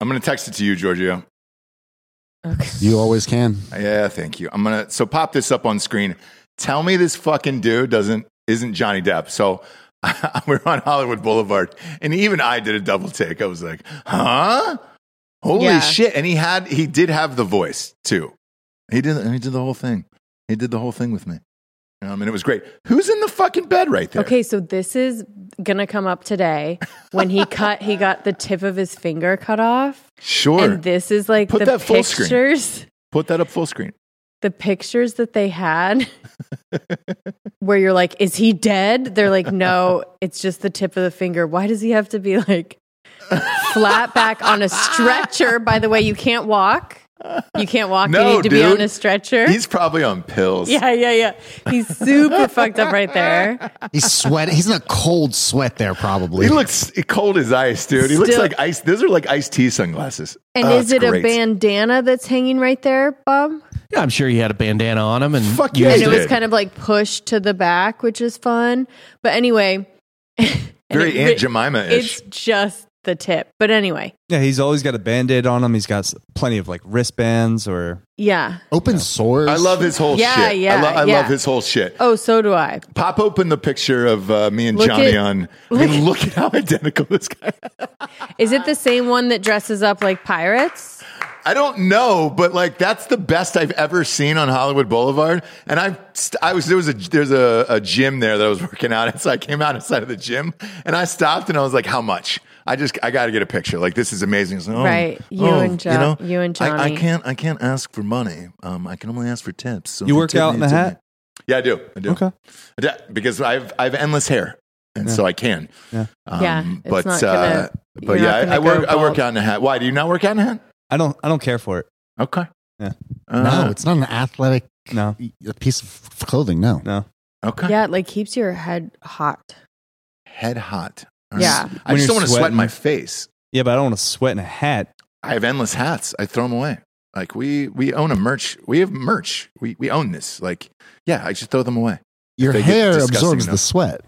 [SPEAKER 1] I'm gonna text it to you, Giorgio.
[SPEAKER 7] okay.
[SPEAKER 3] You always can.
[SPEAKER 1] Yeah, thank you. I'm gonna so pop this up on screen. Tell me this fucking dude doesn't isn't Johnny Depp. So we're on Hollywood Boulevard, and even I did a double take. I was like, huh? Holy
[SPEAKER 7] Yeah.
[SPEAKER 1] shit! And he had he did have the voice too. He did he did the whole thing. He did the whole thing with me. Um, and it was great. Who's in the fucking bed right there?
[SPEAKER 7] Okay, so this is gonna come up today when he cut. He got the tip of his finger cut off,
[SPEAKER 1] sure.
[SPEAKER 7] and this is like
[SPEAKER 1] Put
[SPEAKER 7] the
[SPEAKER 1] that full screen.
[SPEAKER 7] pictures.
[SPEAKER 1] Put that up full screen.
[SPEAKER 7] The pictures that they had, where you're like, "Is he dead?" They're like, "No, it's just the tip of the finger." Why does he have to be like flat back on a stretcher? By the way, you can't walk. You can't walk.
[SPEAKER 1] No,
[SPEAKER 7] you need to be
[SPEAKER 1] dude.
[SPEAKER 7] on a stretcher.
[SPEAKER 1] He's probably on pills.
[SPEAKER 7] yeah, yeah, yeah. He's super fucked up right there.
[SPEAKER 3] He's sweating. He's in a cold sweat there, probably.
[SPEAKER 1] He looks cold as ice, dude. He looks
[SPEAKER 7] Still-
[SPEAKER 1] like ice. Those are like iced tea sunglasses.
[SPEAKER 7] And
[SPEAKER 1] Oh,
[SPEAKER 7] is it
[SPEAKER 1] it's
[SPEAKER 7] a
[SPEAKER 1] great.
[SPEAKER 7] bandana that's hanging right there, Bob?
[SPEAKER 8] Yeah, I'm sure he had a bandana on him and
[SPEAKER 1] Fuck
[SPEAKER 8] used
[SPEAKER 1] yeah,
[SPEAKER 7] and
[SPEAKER 1] he
[SPEAKER 7] it
[SPEAKER 8] it.
[SPEAKER 1] did.
[SPEAKER 7] was kind of like pushed to the back, which is fun. But anyway, and
[SPEAKER 1] Very
[SPEAKER 7] it
[SPEAKER 1] Aunt
[SPEAKER 7] re-
[SPEAKER 1] Jemima ish.
[SPEAKER 7] It's just the tip. But anyway,
[SPEAKER 9] Yeah, he's always got a band aid on him. He's got s- plenty of like wristbands or.
[SPEAKER 7] yeah.
[SPEAKER 3] Open sores.
[SPEAKER 1] I love his whole
[SPEAKER 7] Yeah,
[SPEAKER 1] shit. I,
[SPEAKER 7] yeah,
[SPEAKER 1] lo- I
[SPEAKER 7] yeah.
[SPEAKER 1] love his whole shit.
[SPEAKER 7] Oh, so do I.
[SPEAKER 1] Pop open the picture of uh, me and
[SPEAKER 7] Look
[SPEAKER 1] Johnny
[SPEAKER 7] at-
[SPEAKER 1] on. I mean,
[SPEAKER 7] look-
[SPEAKER 1] look at how identical this guy.
[SPEAKER 7] Is it the same one that dresses up like pirates?
[SPEAKER 1] I don't know, but like that's the best I've ever seen on Hollywood Boulevard. And I, st- I was there was a there's a, a gym there that I was working out at, so I came out outside of the gym and I stopped and I was like, how much? I just I got to get a picture. Like this is amazing. It's like, oh,
[SPEAKER 7] Right. You
[SPEAKER 1] oh,
[SPEAKER 7] and Jo- you and
[SPEAKER 1] I- I,
[SPEAKER 7] Johnny.
[SPEAKER 1] can't I can't ask for money. Um, I can only ask for tips. So
[SPEAKER 9] You
[SPEAKER 1] if
[SPEAKER 9] work
[SPEAKER 1] tip
[SPEAKER 9] out
[SPEAKER 1] me,
[SPEAKER 9] in the
[SPEAKER 1] tip me.
[SPEAKER 9] hat?
[SPEAKER 1] Yeah, I do. I do.
[SPEAKER 9] Okay.
[SPEAKER 1] I do, because I've I've endless hair, and so I can.
[SPEAKER 9] Yeah.
[SPEAKER 1] Um,
[SPEAKER 7] Yeah, it's
[SPEAKER 1] But
[SPEAKER 7] not gonna-
[SPEAKER 1] uh,
[SPEAKER 7] you're
[SPEAKER 1] but
[SPEAKER 7] not
[SPEAKER 1] yeah, I,
[SPEAKER 7] gonna
[SPEAKER 1] I work
[SPEAKER 7] go
[SPEAKER 1] I work
[SPEAKER 7] bald.
[SPEAKER 1] out in a hat. Why do you not work out in a hat?
[SPEAKER 9] I don't. I don't care for it.
[SPEAKER 1] Okay.
[SPEAKER 9] Yeah.
[SPEAKER 3] No,
[SPEAKER 1] Uh,
[SPEAKER 3] it's not an athletic
[SPEAKER 9] No.
[SPEAKER 3] piece of clothing. No.
[SPEAKER 9] No.
[SPEAKER 1] okay.
[SPEAKER 7] Yeah, it like keeps your head hot.
[SPEAKER 1] Head hot.
[SPEAKER 7] Yeah.
[SPEAKER 1] I
[SPEAKER 9] When
[SPEAKER 1] just
[SPEAKER 9] you're
[SPEAKER 1] don't want to sweat
[SPEAKER 9] sweating.
[SPEAKER 1] my face.
[SPEAKER 9] Yeah, but I don't want to sweat in a hat.
[SPEAKER 1] I have endless hats. I throw them away. Like we we own a merch. We have merch. We we own this. Like yeah, I just throw them away.
[SPEAKER 3] Your
[SPEAKER 1] They get
[SPEAKER 3] hair
[SPEAKER 1] disgusting
[SPEAKER 3] absorbs the
[SPEAKER 1] enough.
[SPEAKER 3] sweat.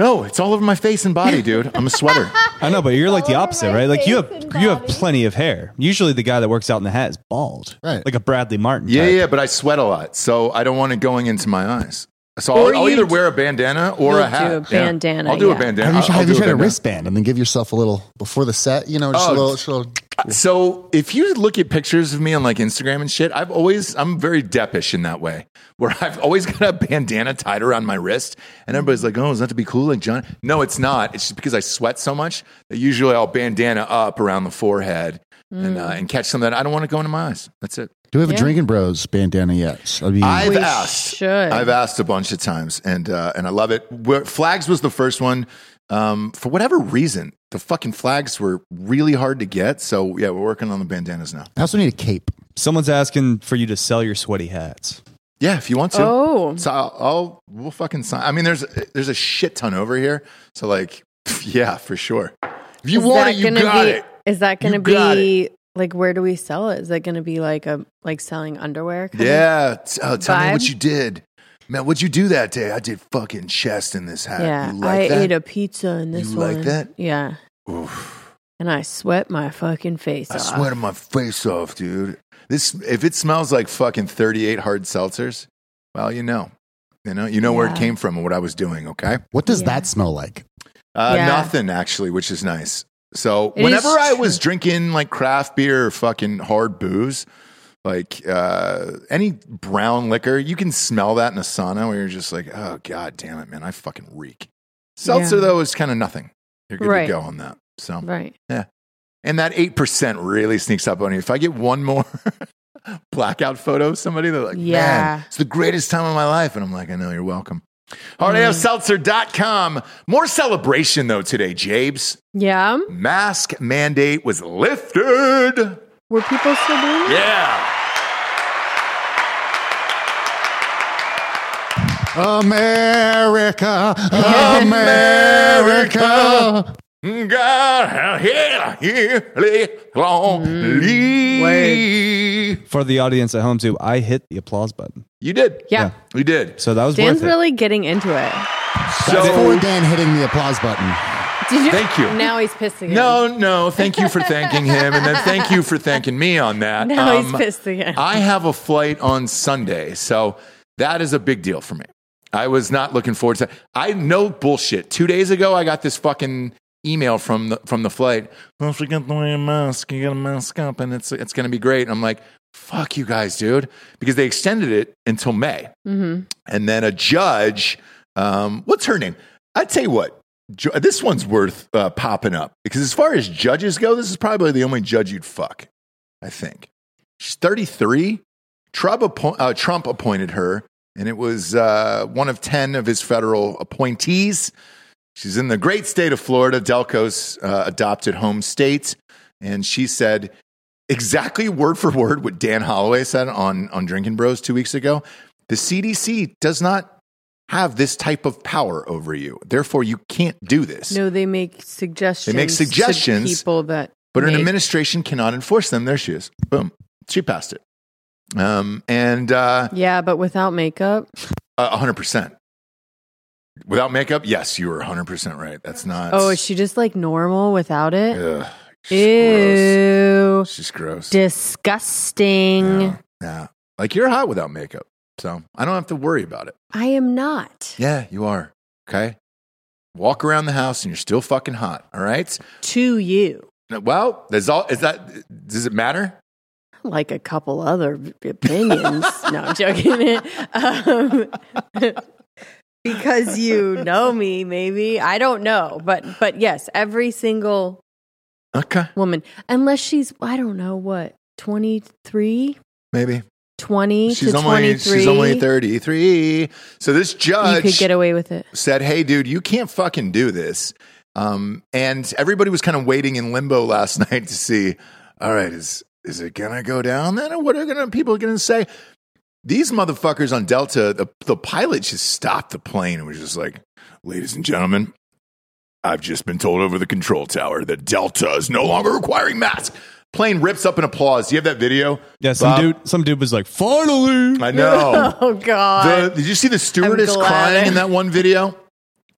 [SPEAKER 1] No, it's all over my face and body, dude. I'm a sweater.
[SPEAKER 9] I know, but you're like the
[SPEAKER 7] Oh,
[SPEAKER 9] opposite, right? Like you have you have plenty of hair. Usually, the guy that works out in the hat is bald,
[SPEAKER 3] Right.
[SPEAKER 9] Like a Bradley Martin.
[SPEAKER 1] yeah,
[SPEAKER 9] type.
[SPEAKER 1] yeah, but I sweat a lot, so I don't want it going into my eyes. So I'll,
[SPEAKER 7] Or
[SPEAKER 1] I'll
[SPEAKER 7] you
[SPEAKER 1] either
[SPEAKER 7] d-
[SPEAKER 1] wear a bandana or
[SPEAKER 7] You'll
[SPEAKER 1] a hat.
[SPEAKER 7] do a
[SPEAKER 1] Yeah.
[SPEAKER 7] bandana,
[SPEAKER 1] I'll do a
[SPEAKER 7] yeah.
[SPEAKER 1] bandana.
[SPEAKER 3] have you,
[SPEAKER 1] I'll-
[SPEAKER 3] have
[SPEAKER 1] I'll
[SPEAKER 3] you
[SPEAKER 1] do
[SPEAKER 3] tried a
[SPEAKER 1] bandana.
[SPEAKER 3] wristband and then give yourself a little before the set? You know, just
[SPEAKER 1] Oh,
[SPEAKER 3] a little. just a little-
[SPEAKER 1] So if you look at pictures of me on like Instagram and shit, I've always I'm very deppish in that way, where I've always got a bandana tied around my wrist, and everybody's like, "Oh, is that to be cool, like John?" No, it's not. It's just because I sweat so much that usually I'll bandana up around the forehead and uh, and catch some that I don't want to go into my eyes. That's it.
[SPEAKER 3] Do we have
[SPEAKER 7] Yeah.
[SPEAKER 3] a Drinking Bros bandana yet? I mean,
[SPEAKER 1] I've
[SPEAKER 7] We
[SPEAKER 1] asked.
[SPEAKER 7] should.
[SPEAKER 1] I've asked a bunch of times, and uh, and I love it. Where, flags was the first one. Um, for whatever reason, the fucking flags were really hard to get. So yeah, we're working on the bandanas now.
[SPEAKER 3] I also need a cape.
[SPEAKER 9] Someone's asking for you to sell your sweaty hats.
[SPEAKER 1] Yeah, if you want to.
[SPEAKER 7] Oh,
[SPEAKER 1] So I'll, I'll we'll fucking sign. I mean, there's there's a shit ton over here. So like, yeah, for sure. If you
[SPEAKER 7] Is
[SPEAKER 1] want
[SPEAKER 7] that
[SPEAKER 1] it, you
[SPEAKER 7] gonna
[SPEAKER 1] got
[SPEAKER 7] be,
[SPEAKER 1] it.
[SPEAKER 7] Is that going to
[SPEAKER 1] You got
[SPEAKER 7] be like where do we sell it? Is that going to be like a like selling underwear? kind of-
[SPEAKER 1] Yeah. T- oh, tell me what
[SPEAKER 7] vibe?
[SPEAKER 1] you did, man. What'd you do that day? I did fucking chest in this hat.
[SPEAKER 7] yeah.
[SPEAKER 1] You like
[SPEAKER 7] I
[SPEAKER 1] that?
[SPEAKER 7] ate a pizza in this
[SPEAKER 1] You
[SPEAKER 7] one.
[SPEAKER 1] like that?
[SPEAKER 7] Yeah,
[SPEAKER 1] Oof.
[SPEAKER 7] and I sweat my fucking face
[SPEAKER 1] I
[SPEAKER 7] off.
[SPEAKER 1] sweat my face off, dude. This if it smells like fucking 38 hard seltzers, well, you know. You know, you know where it
[SPEAKER 7] Yeah.
[SPEAKER 1] came from and what I was doing, okay?
[SPEAKER 3] What does that smell like?
[SPEAKER 1] Uh,
[SPEAKER 7] Yeah.
[SPEAKER 1] Nothing actually, which is nice. So
[SPEAKER 7] It is
[SPEAKER 1] whenever I was drinking like craft beer or fucking hard booze, like uh, any brown liquor, you can smell that in a sauna where you're just like, oh god damn it, man, I fucking reek. Seltzer
[SPEAKER 7] Yeah.
[SPEAKER 1] though is kind of nothing. You're good
[SPEAKER 7] Right.
[SPEAKER 1] to go on that. So
[SPEAKER 7] Right.
[SPEAKER 1] and that eight percent really sneaks up on you. If I get one more blackout photo of somebody, they're like,
[SPEAKER 7] Yeah.
[SPEAKER 1] man, it's the greatest time of my life. And I'm like, I know, you're welcome. HardAFSeltzer.com. More celebration though today, Jabes.
[SPEAKER 7] Yeah.
[SPEAKER 1] Mask mandate was lifted.
[SPEAKER 7] Were people still doing it?
[SPEAKER 1] Yeah.
[SPEAKER 3] America, America.
[SPEAKER 1] God, yeah, yeah,
[SPEAKER 7] Mm,
[SPEAKER 1] lonely.
[SPEAKER 9] For the audience at home too, I hit the applause button,
[SPEAKER 1] You did.
[SPEAKER 7] Yeah.
[SPEAKER 9] Yeah.
[SPEAKER 1] You did.
[SPEAKER 9] so that was
[SPEAKER 7] Dan's
[SPEAKER 9] worth it.
[SPEAKER 7] really getting into it.
[SPEAKER 3] That's
[SPEAKER 1] So
[SPEAKER 3] for Dan hitting the applause button.
[SPEAKER 7] Did you?
[SPEAKER 1] Thank you.
[SPEAKER 7] Now he's pissed again.
[SPEAKER 1] No, no. Thank you for thanking him, and then thank you for thanking me on that.
[SPEAKER 7] Now he's
[SPEAKER 1] Um,
[SPEAKER 7] pissed again.
[SPEAKER 1] I have a flight on Sunday, so that is a big deal for me. I was not looking forward to. I no bullshit. Two days ago, I got this fucking email from the from the flight. Don't forget to wear a mask. You got to mask up, and it's it's going to be great. And I'm like, fuck you guys, dude, because they extended it until May,
[SPEAKER 7] mm-hmm.
[SPEAKER 1] and then a judge. Um, what's her name? I tell you what. ju- This one's worth uh, popping up because, as far as judges go, this is probably the only judge you'd fuck. I think she's 33. Trump, appo- uh, Trump appointed her, and it was uh, one of 10 of his federal appointees. She's in the great state of Florida, Delco's uh, adopted home state. And she said exactly word for word what Dan Holloway said on, on Drinking Bros two weeks ago. The CDC does not have this type of power over you. Therefore, you can't do this.
[SPEAKER 7] No, they make suggestions. to
[SPEAKER 1] suggestions,
[SPEAKER 7] people that.
[SPEAKER 1] But an
[SPEAKER 7] make-
[SPEAKER 1] administration cannot enforce them. There she is. Boom. She passed it. Um, and uh,
[SPEAKER 7] Yeah, but without makeup.
[SPEAKER 1] uh, 100%. Without makeup, yes, you were 100% right. That's not.
[SPEAKER 7] Oh, is she just like normal without it?
[SPEAKER 1] Ugh, she's
[SPEAKER 7] Ew.
[SPEAKER 1] gross. She's gross.
[SPEAKER 7] Disgusting.
[SPEAKER 1] Yeah, yeah. Like you're hot without makeup. So I don't have to worry about it.
[SPEAKER 7] I am not.
[SPEAKER 1] Yeah, you are. Okay. Walk around the house and you're still fucking hot. All right.
[SPEAKER 7] To you.
[SPEAKER 1] Well, is all is that does it matter?
[SPEAKER 7] Like a couple other opinions. no, I'm joking. um, because you know me, maybe. I don't know. But but yes, every single
[SPEAKER 1] Okay.
[SPEAKER 7] woman. Unless she's I don't know what, 23?
[SPEAKER 1] Maybe.
[SPEAKER 7] 20
[SPEAKER 1] She's
[SPEAKER 7] to
[SPEAKER 1] only
[SPEAKER 7] 23.
[SPEAKER 1] she's only 33. So this
[SPEAKER 7] You
[SPEAKER 1] judge
[SPEAKER 7] could get away with it.
[SPEAKER 1] said, "Hey, dude, you can't fucking do this." Um, and everybody was kind of waiting in limbo last night to see. All right, is is it gonna go down then, or what are gonna people gonna say? These motherfuckers on Delta, the the pilot just stopped the plane and was just like, "Ladies and gentlemen, I've just been told over the control tower that Delta is no longer requiring masks." Plane rips up in applause. Do you have that video?
[SPEAKER 9] yeah. Some
[SPEAKER 1] Bob?
[SPEAKER 9] dude, some dude was like, finally.
[SPEAKER 1] I know.
[SPEAKER 7] Oh God!
[SPEAKER 1] The, did you see the stewardess
[SPEAKER 7] glad
[SPEAKER 1] crying
[SPEAKER 7] I-
[SPEAKER 1] in that one video?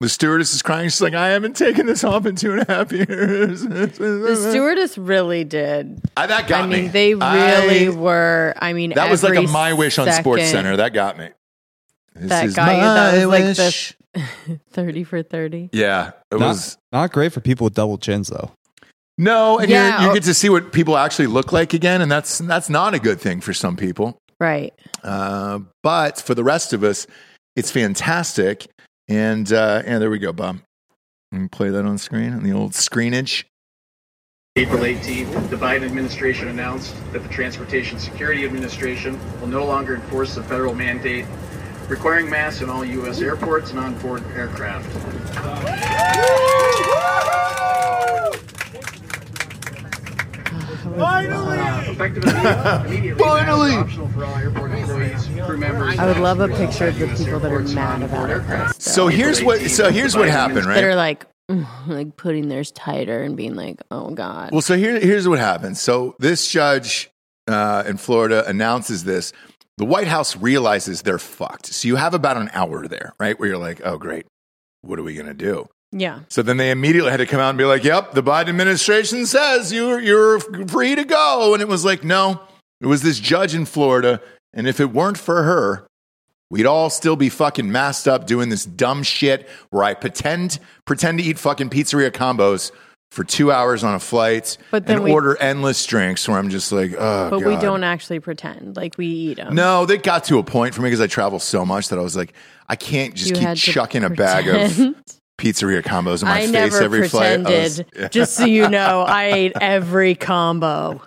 [SPEAKER 1] The stewardess is crying. She's like, I haven't taken this off in two and a half years.
[SPEAKER 7] The, stewardess really did.
[SPEAKER 1] I, that got
[SPEAKER 7] I
[SPEAKER 1] me.
[SPEAKER 7] mean, they
[SPEAKER 1] I-
[SPEAKER 7] really were. I mean,
[SPEAKER 1] that was like a
[SPEAKER 7] every
[SPEAKER 1] my wish on Sports
[SPEAKER 7] second
[SPEAKER 1] Center. That got me. This
[SPEAKER 7] That
[SPEAKER 1] is
[SPEAKER 7] got you. That
[SPEAKER 1] my
[SPEAKER 7] was like the-
[SPEAKER 1] wish.
[SPEAKER 7] Thirty for thirty.
[SPEAKER 1] Yeah, it
[SPEAKER 9] Not,
[SPEAKER 1] was.
[SPEAKER 9] not great for people with double chins though.
[SPEAKER 1] No, and
[SPEAKER 7] Yeah,
[SPEAKER 1] you're, you
[SPEAKER 7] oh-
[SPEAKER 1] get to see what people actually look like again, and that's that's not a good thing for some people.
[SPEAKER 7] Right.
[SPEAKER 1] Uh, but for the rest of us, it's fantastic. And uh, and there we go, Bob. Let me play that on screen on the old screenage.
[SPEAKER 10] April 18th, the Biden administration announced that the Transportation Security Administration will no longer enforce the federal mandate requiring masks in all U.S. airports and onboard aircraft. Uh, effective immediately, immediately
[SPEAKER 1] Finally!
[SPEAKER 10] masks are optional for all airport employees, crew members.
[SPEAKER 7] I would love a
[SPEAKER 10] passengers
[SPEAKER 7] picture of
[SPEAKER 10] at
[SPEAKER 7] the
[SPEAKER 10] US
[SPEAKER 7] people that are
[SPEAKER 10] airports and
[SPEAKER 7] mad about
[SPEAKER 10] onboard
[SPEAKER 7] it.
[SPEAKER 10] aircraft.
[SPEAKER 1] So here's what so here's what happened,
[SPEAKER 7] That are
[SPEAKER 1] right?
[SPEAKER 7] like, "Mm," like putting theirs tighter and being like, "Oh God."
[SPEAKER 1] Well, so here, here's what happened. So this judge uh, in Florida announces this. The White House realizes they're fucked. So you have about an hour there, right? Where you're like, oh great, what are we gonna do?
[SPEAKER 7] Yeah.
[SPEAKER 1] So then they immediately had to come out and be like, "Yep, the Biden administration says you're you're free to go," and it was like, "No, it was this judge in Florida, and if it weren't for her." We'd all still be fucking masked up doing this dumb shit where I pretend pretend to eat fucking pizzeria combos for two hours on a flight
[SPEAKER 7] But then
[SPEAKER 1] and
[SPEAKER 7] we-
[SPEAKER 1] order endless drinks where I'm just like, oh,
[SPEAKER 7] but we
[SPEAKER 1] God."
[SPEAKER 7] don't actually pretend like we eat them.
[SPEAKER 1] No, they got to a point for me because I travel so much that I was like, I can't just
[SPEAKER 7] You
[SPEAKER 1] keep
[SPEAKER 7] had to
[SPEAKER 1] chucking a bag of
[SPEAKER 7] pretend.
[SPEAKER 1] pizzeria combos in my
[SPEAKER 7] I
[SPEAKER 1] face
[SPEAKER 7] never
[SPEAKER 1] every
[SPEAKER 7] pretended.
[SPEAKER 1] flight. I was-
[SPEAKER 7] Just so you know, I ate every combo.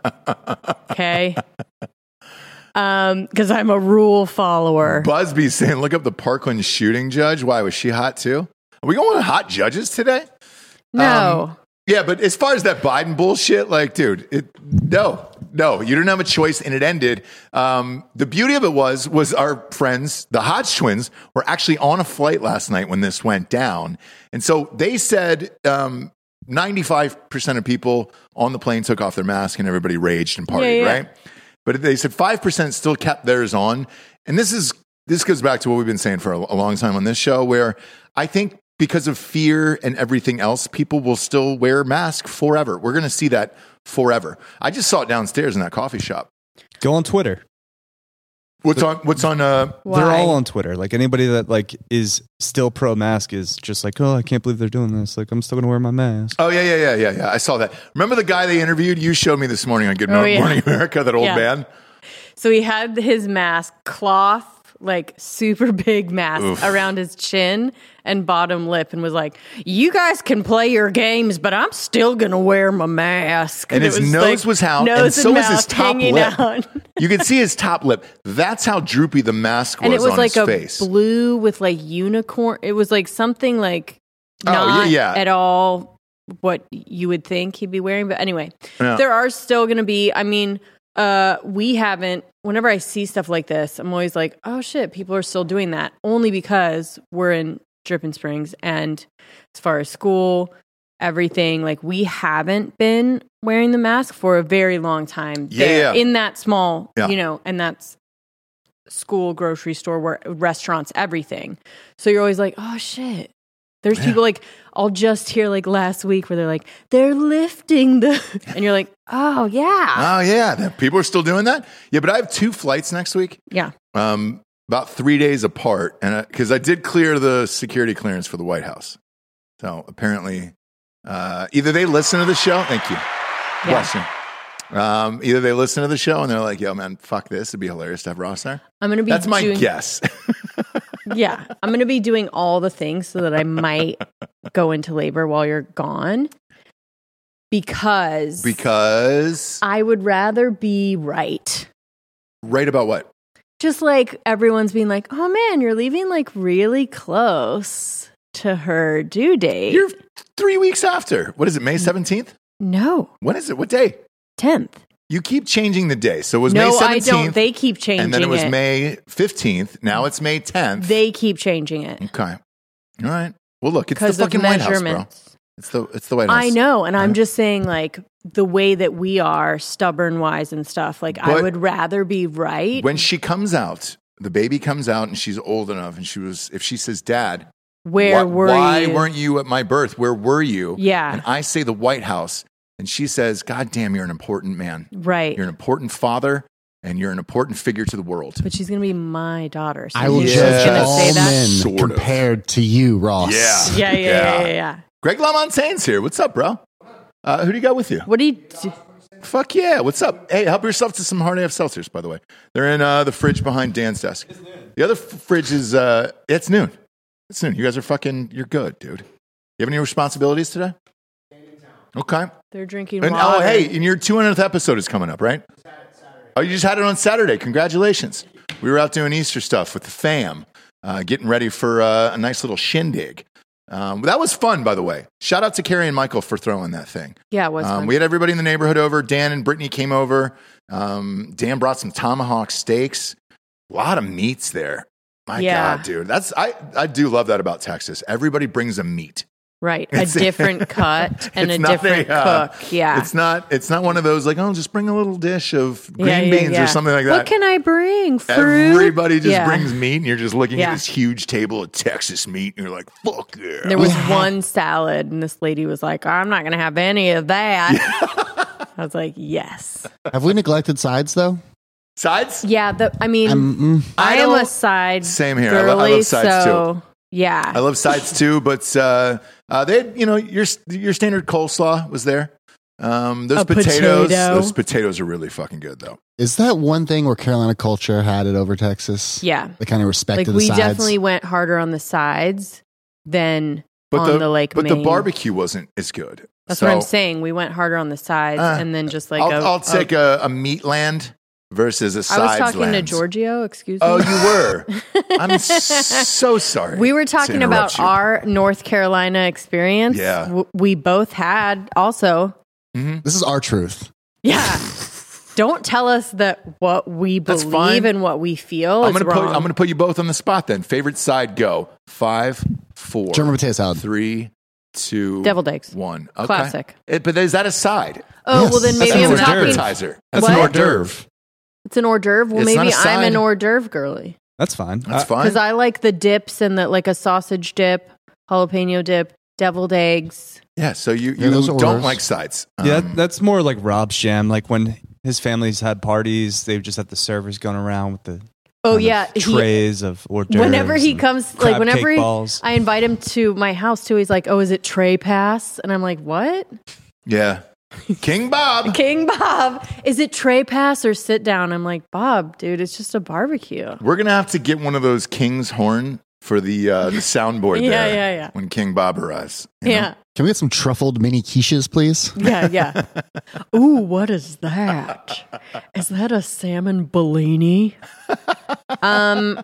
[SPEAKER 7] Okay. Um, because I'm a rule follower.
[SPEAKER 1] Busby saying, look up the Parkland shooting judge. Why was she hot too? Are we going with hot judges today?
[SPEAKER 7] No.
[SPEAKER 1] yeah, but as far as that Biden bullshit, like, dude, it, no, no, you didn't have a choice, and it ended. Um, the beauty of it was, was our friends, the Hodge twins, were actually on a flight last night when this went down, and so they said um, ninety-five percent of people on the plane took off their mask, and everybody raged and partied,
[SPEAKER 4] Yeah, yeah.
[SPEAKER 1] right? But they said five percent still kept theirs on, and this is this goes back to what we've been saying for a, a long time on this show, where I think because of fear and everything else, people will still wear masks forever. We're going to see that forever. I just saw it downstairs in that coffee shop.
[SPEAKER 9] Go on Twitter.
[SPEAKER 1] What's on? What's on? Uh,
[SPEAKER 9] They're all on Twitter. Like anybody that like is still pro mask is just like, oh, I can't believe they're doing this. Like I'm still gonna wear my mask.
[SPEAKER 1] Oh yeah, yeah, yeah, yeah, yeah. I saw that. Remember the guy they interviewed? You showed me this morning on Good
[SPEAKER 7] Oh,
[SPEAKER 1] Morning,
[SPEAKER 7] yeah.
[SPEAKER 1] Morning America. That old
[SPEAKER 7] Yeah.
[SPEAKER 1] man.
[SPEAKER 7] So he had his mask, cloth, like super big mask
[SPEAKER 1] Oof.
[SPEAKER 7] around his chin and bottom lip, and was like, "You guys can play your games, but I'm still gonna wear my mask."
[SPEAKER 1] And his
[SPEAKER 7] it
[SPEAKER 1] nose was out,
[SPEAKER 7] nose
[SPEAKER 1] and so was his
[SPEAKER 7] mouth
[SPEAKER 1] top
[SPEAKER 7] hanging
[SPEAKER 1] lip.
[SPEAKER 7] out.
[SPEAKER 1] You could see his top lip. That's how droopy the mask was,
[SPEAKER 7] and it was
[SPEAKER 1] on
[SPEAKER 7] like
[SPEAKER 1] his
[SPEAKER 7] a
[SPEAKER 1] face.
[SPEAKER 7] blue with like unicorn. It was like something like
[SPEAKER 1] Oh, yeah,
[SPEAKER 7] not
[SPEAKER 1] yeah.
[SPEAKER 7] at all what you would think he'd be wearing. But anyway,
[SPEAKER 11] Yeah.
[SPEAKER 7] there are still going to be. I mean, uh, we haven't. Whenever I see stuff like this, I'm always like, oh shit, people are still doing that. Only because we're in Dripping Springs, and as far as school. Everything like we haven't been wearing the mask for a very long time.
[SPEAKER 11] Yeah,
[SPEAKER 7] there
[SPEAKER 11] yeah.
[SPEAKER 7] in that small,
[SPEAKER 11] Yeah.
[SPEAKER 7] you know, and that's school, grocery store, where restaurants, everything. So you're always like, oh shit. There's people like I'll just hear like last week where they're like they're lifting the and you're like oh yeah
[SPEAKER 1] Oh yeah, that, people are still doing that. Yeah, but I have two flights next week,
[SPEAKER 7] yeah
[SPEAKER 1] um, about three days apart, and because I, did clear the security clearance for the White House, so apparently uh, either they listen to the show. Thank you. Bless you. Um, either they listen to the show and they're like, "Yo, man, fuck this! It'd be hilarious to have Ross there."
[SPEAKER 7] I'm gonna be
[SPEAKER 1] That's my
[SPEAKER 7] doing-
[SPEAKER 1] guess.
[SPEAKER 7] yeah I'm gonna be doing all the things so that I might go into labor while you're gone because
[SPEAKER 1] because
[SPEAKER 7] I would rather be right
[SPEAKER 1] right about what?
[SPEAKER 7] just like everyone's being like, oh man, you're leaving like really close to her due date.
[SPEAKER 1] You're three weeks after. What is it? May seventeenth.
[SPEAKER 7] No.
[SPEAKER 1] When is it? What day?
[SPEAKER 7] Tenth.
[SPEAKER 1] You keep changing the day. So it was
[SPEAKER 7] no,
[SPEAKER 1] May
[SPEAKER 7] I
[SPEAKER 1] seventeenth.
[SPEAKER 7] don't. They keep changing
[SPEAKER 1] And then it was
[SPEAKER 7] it.
[SPEAKER 1] May 15th. Now it's May 10th.
[SPEAKER 7] They keep changing it.
[SPEAKER 1] okay. All right. Well, look, it's the
[SPEAKER 7] 'Cause of
[SPEAKER 1] fucking White House, bro.
[SPEAKER 7] measurements.
[SPEAKER 1] It's the it's the White House.
[SPEAKER 7] I know, and I'm just saying, like the way that we are stubborn wise and stuff. Like I
[SPEAKER 1] But-
[SPEAKER 7] would rather be right.
[SPEAKER 1] When she comes out, the baby comes out, and she's old enough, and she was. If she says, "Dad,
[SPEAKER 7] Where
[SPEAKER 1] why,
[SPEAKER 7] were
[SPEAKER 1] why
[SPEAKER 7] you?"
[SPEAKER 1] weren't you at my birth? Where were you?"
[SPEAKER 7] Yeah.
[SPEAKER 1] And I say the White House, and she says, "God damn, you're an important man.
[SPEAKER 7] right,
[SPEAKER 1] You're an important father, and you're an important figure to the world."
[SPEAKER 7] but she's gonna be my daughter. So
[SPEAKER 3] I will
[SPEAKER 7] she's
[SPEAKER 3] judge
[SPEAKER 7] gonna
[SPEAKER 3] all
[SPEAKER 7] say
[SPEAKER 3] men
[SPEAKER 7] that.
[SPEAKER 1] Sort of.
[SPEAKER 3] compared to you, Ross.
[SPEAKER 7] Yeah, yeah, yeah, yeah, yeah.
[SPEAKER 1] Greg LaMontagne's here. What's up, bro? Uh, who do you got with you?
[SPEAKER 7] What do you? Do?
[SPEAKER 1] Fuck yeah! What's up? Hey, help yourself to some hard AF seltzers. By the way, they're in uh, the fridge behind Dan's desk. The other f- fridge is uh, it's noon. It's noon. You guys are fucking. You're good, dude. You have any responsibilities today? Okay.
[SPEAKER 7] They're drinking
[SPEAKER 1] And
[SPEAKER 7] water.
[SPEAKER 1] oh, hey, and your 200th episode is coming up, right? Oh, you just had it on Saturday. Congratulations! We were out doing Easter stuff with the fam, uh, getting ready for uh, a nice little shindig. Um, that was fun, by the way. Shout out to Carrie and Michael for throwing that thing.
[SPEAKER 7] Yeah, it was
[SPEAKER 1] Um,
[SPEAKER 7] fun.
[SPEAKER 1] we had everybody in the neighborhood over. Dan and Brittany came over. Um, Dan brought some tomahawk steaks. A lot of meats there. My
[SPEAKER 7] Yeah.
[SPEAKER 1] God, dude, that's I. I do love that about Texas. Everybody brings a meat.
[SPEAKER 7] Right. A
[SPEAKER 1] It's-
[SPEAKER 7] different cut and a
[SPEAKER 1] It's not
[SPEAKER 7] different
[SPEAKER 1] uh,
[SPEAKER 7] cook. Yeah.
[SPEAKER 1] It's not it's not one of those like, oh, just bring a little dish of green
[SPEAKER 7] Yeah, yeah,
[SPEAKER 1] beans
[SPEAKER 7] yeah.
[SPEAKER 1] or something like that.
[SPEAKER 7] What can I bring? Fruit?
[SPEAKER 1] Everybody just
[SPEAKER 7] Yeah.
[SPEAKER 1] brings meat and you're just looking
[SPEAKER 7] Yeah.
[SPEAKER 1] at this huge table of Texas meat and you're like, fuck yeah.
[SPEAKER 7] There was one salad, and this lady was like, I'm not going to have any of that. I was like, yes.
[SPEAKER 3] Have we neglected sides though?
[SPEAKER 1] Sides?
[SPEAKER 7] Yeah. The, I mean,
[SPEAKER 3] Mm.
[SPEAKER 7] I, am
[SPEAKER 1] don't-
[SPEAKER 7] a side.
[SPEAKER 1] Same here. I lo- I love
[SPEAKER 7] girly,
[SPEAKER 1] sides,
[SPEAKER 7] so,
[SPEAKER 1] too.
[SPEAKER 7] Yeah.
[SPEAKER 1] I love sides too, but uh, uh, they had, you know, your your standard coleslaw was there. Um, those
[SPEAKER 7] A
[SPEAKER 1] potatoes,
[SPEAKER 7] potato.
[SPEAKER 1] those potatoes are really fucking good though.
[SPEAKER 3] Is that one thing where Carolina culture had it over Texas?
[SPEAKER 7] Yeah.
[SPEAKER 3] They kind of respected
[SPEAKER 7] like,
[SPEAKER 3] the
[SPEAKER 7] we
[SPEAKER 3] sides.
[SPEAKER 7] definitely went harder on the sides than
[SPEAKER 1] But
[SPEAKER 7] on the, like
[SPEAKER 1] but the
[SPEAKER 7] main-
[SPEAKER 1] barbecue wasn't as good.
[SPEAKER 7] That's
[SPEAKER 1] So
[SPEAKER 7] what I'm saying. We went harder on the sides
[SPEAKER 1] Uh,
[SPEAKER 7] and then just like
[SPEAKER 1] I'll,
[SPEAKER 7] a-
[SPEAKER 1] I'll take a, a meatland versus a
[SPEAKER 7] I
[SPEAKER 1] sides
[SPEAKER 7] was talking to
[SPEAKER 1] land.
[SPEAKER 7] Giorgio, excuse me.
[SPEAKER 1] Oh, you were. I'm s- so sorry.
[SPEAKER 7] We were
[SPEAKER 1] to
[SPEAKER 7] talking
[SPEAKER 1] interrupt
[SPEAKER 7] about
[SPEAKER 1] you.
[SPEAKER 7] our North Carolina experience.
[SPEAKER 1] Yeah.
[SPEAKER 7] W- we both had also.
[SPEAKER 3] This is our truth.
[SPEAKER 7] Yeah. Don't tell us that what we
[SPEAKER 1] That's
[SPEAKER 7] believe
[SPEAKER 1] fine.
[SPEAKER 7] and what we feel
[SPEAKER 1] I'm
[SPEAKER 7] is
[SPEAKER 1] gonna
[SPEAKER 7] wrong.
[SPEAKER 1] put I'm gonna put you both on the spot then. Favorite side go. Five, four,
[SPEAKER 3] German potato salad.
[SPEAKER 1] three, two,
[SPEAKER 7] Deviled eggs.
[SPEAKER 1] one. Okay.
[SPEAKER 7] Classic.
[SPEAKER 1] It, but is that a side?
[SPEAKER 7] Oh, well, then
[SPEAKER 1] That's
[SPEAKER 7] maybe
[SPEAKER 1] an
[SPEAKER 7] I'm
[SPEAKER 1] hors
[SPEAKER 7] talking.
[SPEAKER 1] appetizer. That's
[SPEAKER 7] That's
[SPEAKER 1] an hors
[SPEAKER 7] What?
[SPEAKER 1] d'oeuvre.
[SPEAKER 7] It's an hors d'oeuvre. Well,
[SPEAKER 1] It's not
[SPEAKER 7] maybe
[SPEAKER 1] a
[SPEAKER 7] I'm an
[SPEAKER 1] side.
[SPEAKER 7] hors d'oeuvre girly
[SPEAKER 9] That's fine.
[SPEAKER 1] That's
[SPEAKER 9] Uh, I-
[SPEAKER 1] fine.
[SPEAKER 7] because I like the dips and the like a sausage dip, jalapeno dip, deviled eggs.
[SPEAKER 1] yeah. So you
[SPEAKER 3] Yeah,
[SPEAKER 1] you
[SPEAKER 3] those are
[SPEAKER 1] don't
[SPEAKER 3] hors.
[SPEAKER 1] like sides.
[SPEAKER 9] Yeah,
[SPEAKER 1] Um,
[SPEAKER 9] that's more like Rob's jam. Like when his family's had parties, they've just had the servers going around with the
[SPEAKER 7] Oh
[SPEAKER 9] kind of
[SPEAKER 7] yeah, he-
[SPEAKER 9] trays of hors d'oeuvres.
[SPEAKER 7] Whenever he
[SPEAKER 9] and
[SPEAKER 7] comes,
[SPEAKER 9] crab
[SPEAKER 7] like whenever he,
[SPEAKER 9] cake balls.
[SPEAKER 7] I invite him to my house too, he's like, "Oh, is it Trey Pass?" And I'm like, "What?
[SPEAKER 1] yeah. King Bob.
[SPEAKER 7] King Bob? Is it Trey Pass or sit down?" I'm like, "Bob, dude, it's just a barbecue."
[SPEAKER 1] We're gonna have to get one of those King's horn for the uh, the soundboard.
[SPEAKER 7] Yeah,
[SPEAKER 1] there
[SPEAKER 7] yeah, yeah.
[SPEAKER 1] When King Bob arrives. you know?
[SPEAKER 7] Yeah,
[SPEAKER 3] Can we get some truffled mini quiches, please?
[SPEAKER 7] yeah, yeah. Ooh, what is that? Is that a salmon bellini? Um.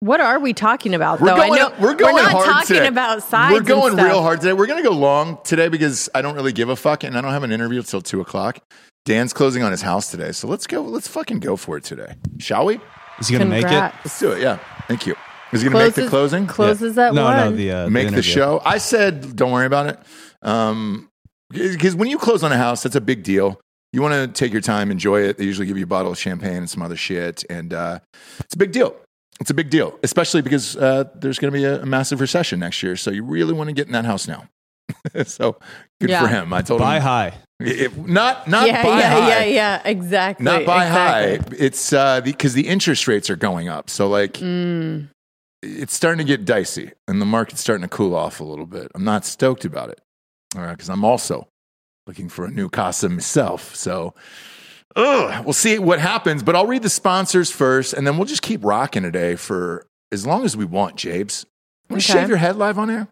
[SPEAKER 7] What are we talking about?
[SPEAKER 1] We're
[SPEAKER 7] though
[SPEAKER 1] going,
[SPEAKER 7] I know
[SPEAKER 1] we're going
[SPEAKER 7] not
[SPEAKER 1] hard
[SPEAKER 7] talking
[SPEAKER 1] today.
[SPEAKER 7] about sides.
[SPEAKER 1] We're
[SPEAKER 7] and
[SPEAKER 1] going
[SPEAKER 7] stuff.
[SPEAKER 1] real hard today. We're going to go long today because I don't really give a fuck, and I don't have an interview until two o'clock. Dan's closing on his house today, so let's go. Let's fucking go for it today, shall we?
[SPEAKER 9] is he going to make it?
[SPEAKER 7] Congrats.
[SPEAKER 1] Let's do it. Yeah. Thank you. Is he going to make the closing?
[SPEAKER 7] Closes at
[SPEAKER 9] No,
[SPEAKER 7] one.
[SPEAKER 9] no, the uh,
[SPEAKER 1] make the,
[SPEAKER 9] interview.
[SPEAKER 1] show. I said, don't worry about it. Um, because when you close on a house, that's a big deal. You want to take your time, enjoy it. They usually give you a bottle of champagne and some other shit, and uh, it's a big deal. It's a big deal, especially because uh, there's going to be a, a massive recession next year. So you really want to get in that house now. so good
[SPEAKER 7] Yeah.
[SPEAKER 1] for him. I told
[SPEAKER 9] Buy
[SPEAKER 1] him
[SPEAKER 9] high.
[SPEAKER 1] If- not not
[SPEAKER 7] yeah,
[SPEAKER 1] buy
[SPEAKER 7] yeah,
[SPEAKER 1] high,
[SPEAKER 7] yeah, yeah, exactly.
[SPEAKER 1] not buy
[SPEAKER 7] exactly.
[SPEAKER 1] high. It's uh, because the interest rates are going up. So like
[SPEAKER 7] Mm,
[SPEAKER 1] it's starting to get dicey and the market's starting to cool off a little bit. I'm not stoked about it because I'm also looking for a new casa myself. So ugh, we'll see what happens, but I'll read the sponsors first and then we'll just keep rocking today for as long as we want, Jabes. Want to
[SPEAKER 7] Okay.
[SPEAKER 1] shave your head live on air?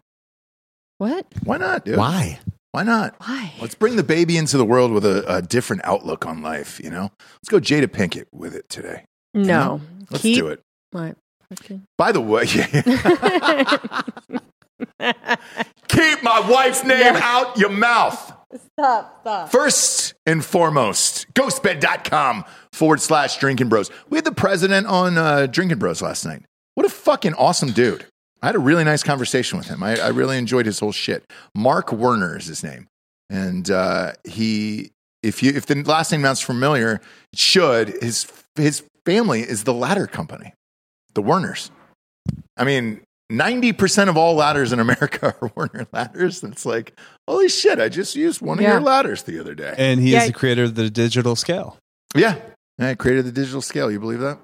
[SPEAKER 7] what?
[SPEAKER 1] Why not, dude?
[SPEAKER 3] Why?
[SPEAKER 1] Why not?
[SPEAKER 7] Why?
[SPEAKER 1] Let's bring the baby into the world with a, a different outlook on life, you know? Let's go Jada Pinkett with it today.
[SPEAKER 7] No.
[SPEAKER 1] Let's
[SPEAKER 7] Keep-
[SPEAKER 1] do it.
[SPEAKER 7] What? Okay.
[SPEAKER 1] By the way, keep my wife's name out your mouth.
[SPEAKER 7] Stop, stop.
[SPEAKER 1] First and foremost, ghostbed.com forward slash drinking bros. We had the president on uh, Drinking Bros last night. What a fucking awesome dude. I had a really nice conversation with him. I, I really enjoyed his whole shit. Mark Werner is his name. And uh, he, if, you, if the last name sounds familiar, it should. His, his family is the ladder company, the Werners. I mean, 90% of all ladders in America are Werner ladders. And it's like, holy shit, I just used one
[SPEAKER 7] Yeah.
[SPEAKER 1] of your ladders the other day.
[SPEAKER 9] And he
[SPEAKER 7] Yeah.
[SPEAKER 9] is the creator of the digital scale.
[SPEAKER 1] Yeah. And I created the digital scale. You believe that?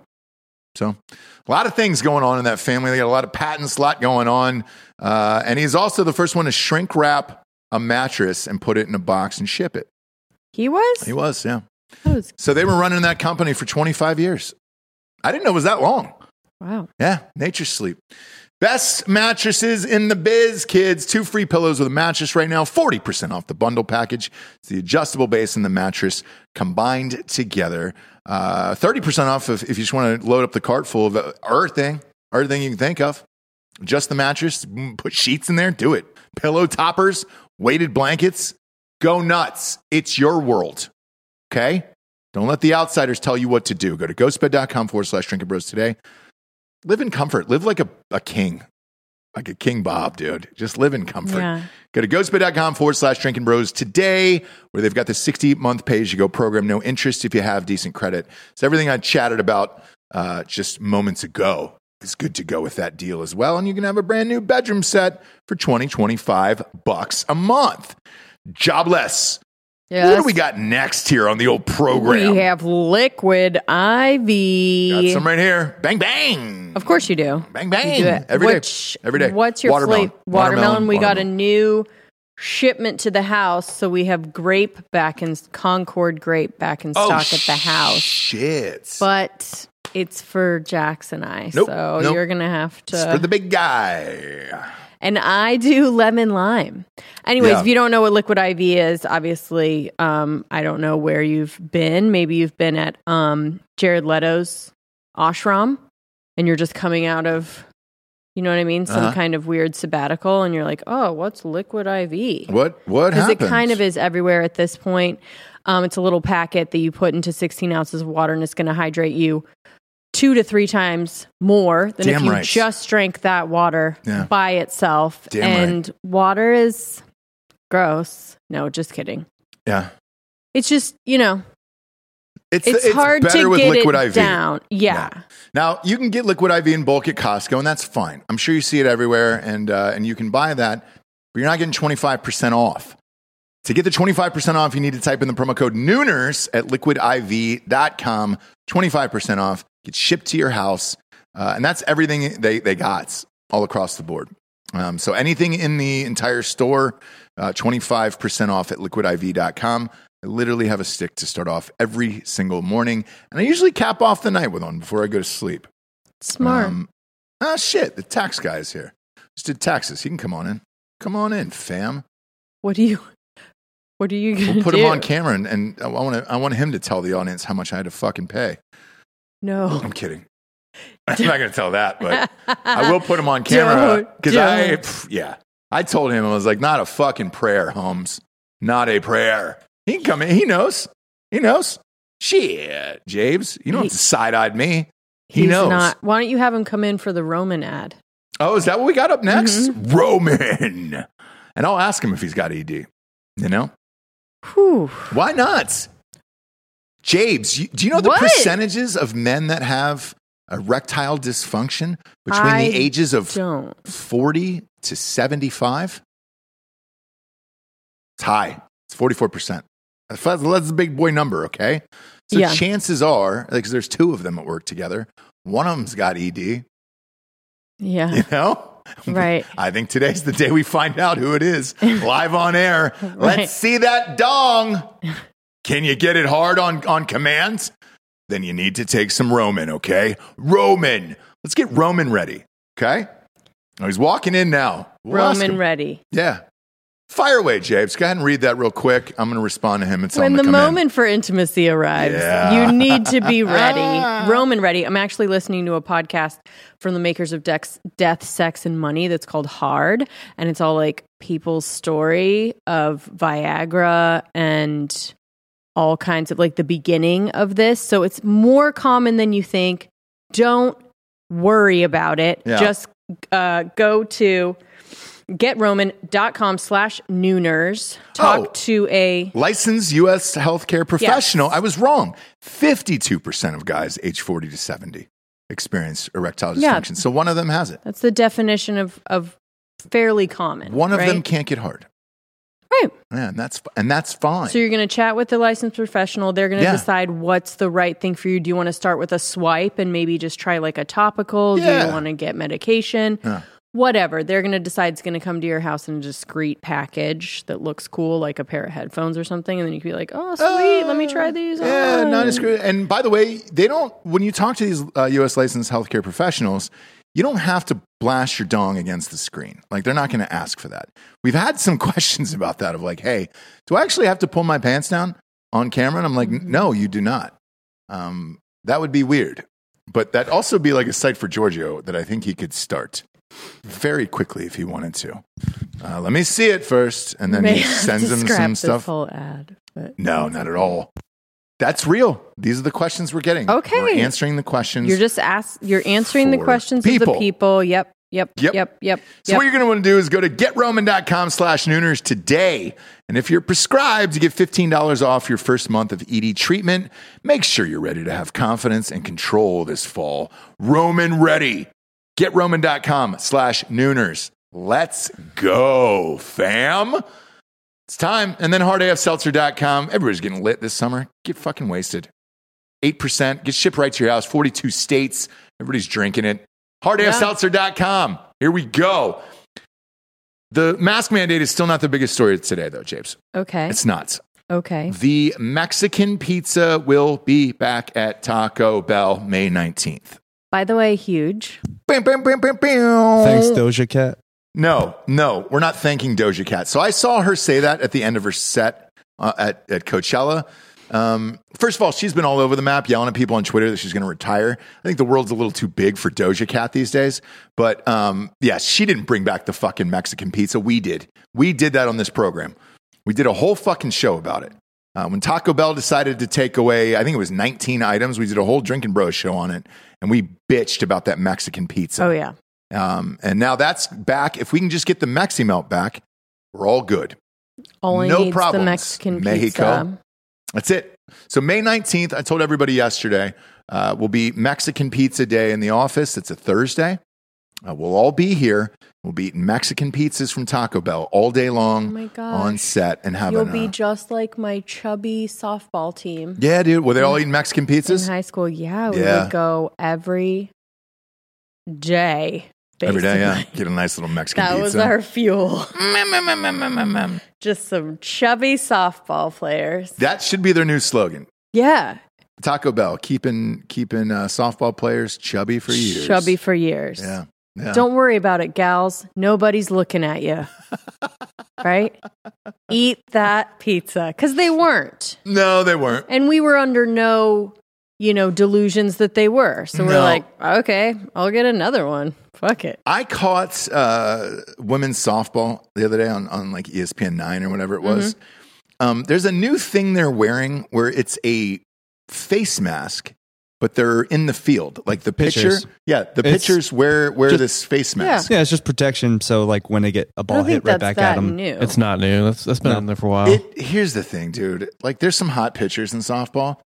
[SPEAKER 1] So, a lot of things going on in that family. They got a lot of patents, a lot going on. Uh, and he's also the first one to shrink wrap a mattress and put it in a box and ship it.
[SPEAKER 7] He was?
[SPEAKER 1] He was, yeah.
[SPEAKER 7] That was-
[SPEAKER 1] So, they were running that company for 25 years. I didn't know it was that long.
[SPEAKER 7] wow.
[SPEAKER 1] Yeah, nature sleep. Best mattresses in the biz, kids. Two free pillows with a mattress right now, 40% off the bundle package. It's the adjustable base and the mattress combined together. Uh, 30% off if, if you just want to load up the cart full of uh, everything, everything you can think of. Just the mattress, mm, put sheets in there, do it. Pillow toppers, weighted blankets, go nuts. It's your world. Okay? Don't let the outsiders tell you what to do. Go to ghostbed.com forward slash drinking bros today live in comfort live like a, a king like a King Bob, dude. Just live in comfort.
[SPEAKER 7] Yeah.
[SPEAKER 1] Go to ghostbed.com forward slash drinking bros today, where they've got the 60 month page to go program. No interest if you have decent credit. It's everything I chatted about uh, just moments ago. It's good to go with that deal as well. And you can have a brand new bedroom set for 20, 25 bucks a month. Jobless.
[SPEAKER 7] Yes.
[SPEAKER 1] What do we got next here on the old program?
[SPEAKER 7] We have liquid ivy.
[SPEAKER 1] Got some right here. Bang, bang.
[SPEAKER 7] Of course you do.
[SPEAKER 1] Bang
[SPEAKER 7] You do
[SPEAKER 1] bang
[SPEAKER 7] it.
[SPEAKER 1] every day,
[SPEAKER 7] Which-
[SPEAKER 1] every day.
[SPEAKER 7] What's your
[SPEAKER 1] Watermelon.
[SPEAKER 7] flavor? Watermelon.
[SPEAKER 1] Watermelon,
[SPEAKER 7] We got a
[SPEAKER 1] watermelon.
[SPEAKER 7] new shipment to the house, so we have grape back in Concord grape back in
[SPEAKER 1] Oh,
[SPEAKER 7] stock at the house.
[SPEAKER 1] Shit.
[SPEAKER 7] But it's for Jax and I,
[SPEAKER 1] Nope,
[SPEAKER 7] so
[SPEAKER 1] nope.
[SPEAKER 7] you're gonna have to.
[SPEAKER 1] It's for the big guy.
[SPEAKER 7] and I do lemon lime. Anyways,
[SPEAKER 1] Yeah.
[SPEAKER 7] if you don't know what liquid IV is, obviously, um, I don't know where you've been. Maybe you've been at um, Jared Leto's ashram, and you're just coming out of, you know what I mean, some
[SPEAKER 1] Uh-huh.
[SPEAKER 7] kind of weird sabbatical, and you're like, oh, what's liquid IV?
[SPEAKER 1] What what
[SPEAKER 7] Because it
[SPEAKER 1] happened?
[SPEAKER 7] kind of is everywhere at this point. Um, it's a little packet that you put into 16 ounces of water, and it's going to hydrate you two to three times more than
[SPEAKER 1] Damn
[SPEAKER 7] if you
[SPEAKER 1] right.
[SPEAKER 7] just drank that water
[SPEAKER 1] Yeah.
[SPEAKER 7] by itself.
[SPEAKER 1] Damn right.
[SPEAKER 7] and water is gross. No, just kidding.
[SPEAKER 1] yeah.
[SPEAKER 7] It's just you know,
[SPEAKER 1] It's,
[SPEAKER 7] it's, hard
[SPEAKER 1] better
[SPEAKER 7] to
[SPEAKER 1] with
[SPEAKER 7] get
[SPEAKER 1] liquid
[SPEAKER 7] it
[SPEAKER 1] IV.
[SPEAKER 7] down. Yeah,
[SPEAKER 1] Now you can get liquid IV in bulk at Costco, and that's fine. I'm sure you see it everywhere, and uh, and you can buy that, but you're not getting 25 percent off. To get the 25% off, you need to type in the promo code Nooners at liquidiv.com. 25% off, get shipped to your house. Uh, and that's everything they, they got all across the board. Um, so anything in the entire store, uh, 25% off at liquidiv.com. I literally have a stick to start off every single morning. And I usually cap off the night with one before I go to sleep.
[SPEAKER 7] smart.
[SPEAKER 1] Um, ah, shit, the tax guy is here. Just did taxes. He can come on in. Come on in, fam.
[SPEAKER 7] what do you? What do you? Gonna
[SPEAKER 1] We'll put
[SPEAKER 7] do?
[SPEAKER 1] him on camera, and, and I want to. I want him to tell the audience how much I had to fucking pay.
[SPEAKER 7] No,
[SPEAKER 1] I'm kidding. I'm not going to tell that, but I will put him on camera
[SPEAKER 4] Don't,
[SPEAKER 1] because I,
[SPEAKER 4] don't.
[SPEAKER 1] pff, yeah, I told him I was like, not a fucking prayer, Holmes, not a prayer. He can come in. He knows. He knows. Shit, James, you don't have to side-eyed me. He
[SPEAKER 7] he's
[SPEAKER 1] knows.
[SPEAKER 7] not. Why don't you have him come in for the Roman ad?
[SPEAKER 1] Oh, is that what we got up next?
[SPEAKER 4] Mm-hmm.
[SPEAKER 1] Roman. And I'll ask him if he's got ED. You know? Why not? James, you, do you know the
[SPEAKER 4] What?
[SPEAKER 1] percentages of men that have erectile dysfunction between
[SPEAKER 4] I
[SPEAKER 1] the ages of
[SPEAKER 7] don't.
[SPEAKER 1] 40 to 75? It's high. It's 44%. That's, that's a big boy number, okay? So
[SPEAKER 4] Yeah.
[SPEAKER 1] chances are, because there's two of them at work together, one of them's got ED,
[SPEAKER 7] Yeah.
[SPEAKER 1] you know?
[SPEAKER 7] Right.
[SPEAKER 1] I think today's the day we find out who it is live on air.
[SPEAKER 4] Right.
[SPEAKER 1] Let's see that dong. Can you get it hard on, on command? Then you need to take some Roman, okay? Roman. Let's get Roman ready, okay? Oh, he's walking in now. We'll ask
[SPEAKER 7] Roman
[SPEAKER 1] him.
[SPEAKER 7] ready.
[SPEAKER 1] Yeah. Fire away, James. Go ahead and read that real quick. I'm going to respond to him and tell
[SPEAKER 7] when
[SPEAKER 1] him to come
[SPEAKER 7] the moment for intimacy arrives,
[SPEAKER 1] Yeah. Ah.
[SPEAKER 7] you need to be ready, Roman ready. I'm actually listening to a podcast from the makers of Dex, Death, Sex, and Money that's called Hard, and it's all like people's story of Viagra and all kinds of like the beginning of this. So it's more common than you think. Don't worry about it.
[SPEAKER 4] Yeah.
[SPEAKER 7] Just uh, go to getroman.com slash nooners. Talk
[SPEAKER 1] Oh.
[SPEAKER 7] to a
[SPEAKER 1] in. Licensed U.S. healthcare professional. I was wrong. 52% of guys age 40 to 70 experience erectile dysfunction.
[SPEAKER 7] Yeah.
[SPEAKER 1] So one of them has it.
[SPEAKER 7] That's the definition of of fairly common.
[SPEAKER 1] One of
[SPEAKER 7] right?
[SPEAKER 1] them can't get hard.
[SPEAKER 7] Right.
[SPEAKER 1] Yeah, and that's and that's fine.
[SPEAKER 7] So you're going to chat with the licensed professional. They're going to
[SPEAKER 1] Yeah.
[SPEAKER 7] decide what's the right thing for you. Do you want to start with a swipe and maybe just try like a topical? Do
[SPEAKER 4] Yeah.
[SPEAKER 7] you want to get medication?
[SPEAKER 4] Yeah.
[SPEAKER 7] Whatever. They're going to decide it's going to come to your house in a discreet package that looks cool, like a pair of headphones or something. And then you can be like, oh, sweet, let me try these.
[SPEAKER 1] Uh, yeah,
[SPEAKER 7] on.
[SPEAKER 1] not as good. And by the way, they don't. When you talk to these uh, U.S. licensed healthcare professionals, you don't have to blast your dong against the screen. Like they're not going to ask for that. We've had some questions about that. Of like, hey, do I actually have to pull my pants down on camera? And I'm like, no, you do not. Um, that would be weird. But that'd also be like a site for Giorgio that I think he could start very quickly if he wanted to. Uh, let me see it first, and then
[SPEAKER 7] May
[SPEAKER 1] he
[SPEAKER 7] have
[SPEAKER 1] sends
[SPEAKER 7] to
[SPEAKER 1] him
[SPEAKER 7] scrap
[SPEAKER 1] some
[SPEAKER 7] this
[SPEAKER 1] stuff.
[SPEAKER 7] whole ad, but-
[SPEAKER 1] No, not at all. That's real. These are the questions we're getting.
[SPEAKER 7] Okay.
[SPEAKER 1] We're answering the questions.
[SPEAKER 7] You're just ask. You're answering the
[SPEAKER 1] for
[SPEAKER 7] questions of
[SPEAKER 1] people.
[SPEAKER 7] the people. Yep. Yep.
[SPEAKER 1] Yep.
[SPEAKER 7] Yep. Yep.
[SPEAKER 1] So what you're going to want to do is go to getroman.com slash nooners today. And if you're prescribed, you get $15 off your first month of ED treatment. Make sure you're ready to have confidence and control this fall. Roman ready. Getroman.com slash nooners. Let's go, fam. It's time. And then hardafseltzer.com. Everybody's getting lit this summer. Get fucking wasted. 8%. Get shipped right to your house. 42 states. Everybody's drinking it. Hardafseltzer.com. Here we go. The mask mandate is still not the biggest story today, though, Japes.
[SPEAKER 7] Okay.
[SPEAKER 1] It's nuts.
[SPEAKER 7] Okay.
[SPEAKER 1] The Mexican pizza will be back at Taco Bell May 19th.
[SPEAKER 7] By the way, huge. Oh.
[SPEAKER 1] Oh,
[SPEAKER 9] Thanks, Doja Cat.
[SPEAKER 1] No, no, we're not thanking Doja Cat. So I saw her say that at the end of her set uh, at, at Coachella. Um, first of all, she's been all over the map yelling at people on Twitter that she's going to retire. I think the world's a little too big for Doja Cat these days. But um, yeah, she didn't bring back the fucking Mexican pizza. We did. We did that on this program. We did a whole fucking show about it. Uh, when Taco Bell decided to take away, I think it was 19 items, we did a whole Drinking Bros show on it. And we bitched about that Mexican pizza.
[SPEAKER 7] Oh yeah.
[SPEAKER 1] Um, and now that's back. If we can just get the Mexi Melt back, we're all good.
[SPEAKER 7] Only
[SPEAKER 1] no
[SPEAKER 7] needs
[SPEAKER 1] problems.
[SPEAKER 7] the Mexican
[SPEAKER 1] Mexico.
[SPEAKER 7] pizza.
[SPEAKER 1] That's it. So May 19th, I told everybody yesterday, uh, will be Mexican Pizza Day in the office. It's a Thursday. Uh, we'll all be here. We'll be eating Mexican pizzas from Taco Bell all day
[SPEAKER 7] Oh
[SPEAKER 1] long
[SPEAKER 7] my gosh.
[SPEAKER 1] on set and having.
[SPEAKER 7] You'll be
[SPEAKER 1] uh,
[SPEAKER 7] just like my chubby softball team.
[SPEAKER 1] yeah, dude. Were they all eating Mexican pizzas?
[SPEAKER 7] Mm. In high school, yeah, we
[SPEAKER 1] Yeah.
[SPEAKER 7] would go every day.
[SPEAKER 1] Every day, yeah.
[SPEAKER 7] basically.
[SPEAKER 1] Get a nice little Mexican
[SPEAKER 7] That
[SPEAKER 1] pizza. Mm,
[SPEAKER 7] was our fuel. Just some chubby softball players.
[SPEAKER 1] that should be their new slogan.
[SPEAKER 7] Yeah.
[SPEAKER 1] Taco Bell keeping keeping uh, softball players chubby for years.
[SPEAKER 7] Chubby for years.
[SPEAKER 1] Yeah. yeah.
[SPEAKER 7] Don't worry about it, gals. Nobody's looking at you. right? Eat that pizza. Because they weren't.
[SPEAKER 1] No, they weren't.
[SPEAKER 7] And we were under no, you know, delusions that they were. So we're
[SPEAKER 1] No.
[SPEAKER 7] like, okay, I'll get another one. Fuck it.
[SPEAKER 1] I caught uh, women's softball the other day on, on like E ESPN nine or whatever it was.
[SPEAKER 7] Mm-hmm.
[SPEAKER 1] Um, there's a new thing they're wearing where it's a face mask, but they're in the field. Like the pitcher,
[SPEAKER 9] Pitchers.
[SPEAKER 1] yeah, the
[SPEAKER 9] It's
[SPEAKER 1] pitchers wear wear
[SPEAKER 9] just-
[SPEAKER 1] this face mask.
[SPEAKER 9] Yeah, it's just protection. So like when they get a ball
[SPEAKER 7] don't
[SPEAKER 9] hit
[SPEAKER 7] think
[SPEAKER 9] right
[SPEAKER 7] that's
[SPEAKER 9] back
[SPEAKER 7] that
[SPEAKER 9] at them,
[SPEAKER 7] new.
[SPEAKER 8] It's not new. That's that's been
[SPEAKER 9] No.
[SPEAKER 8] on there for a while.
[SPEAKER 1] It, here's the thing, dude. Like there's some hot pitchers in softball.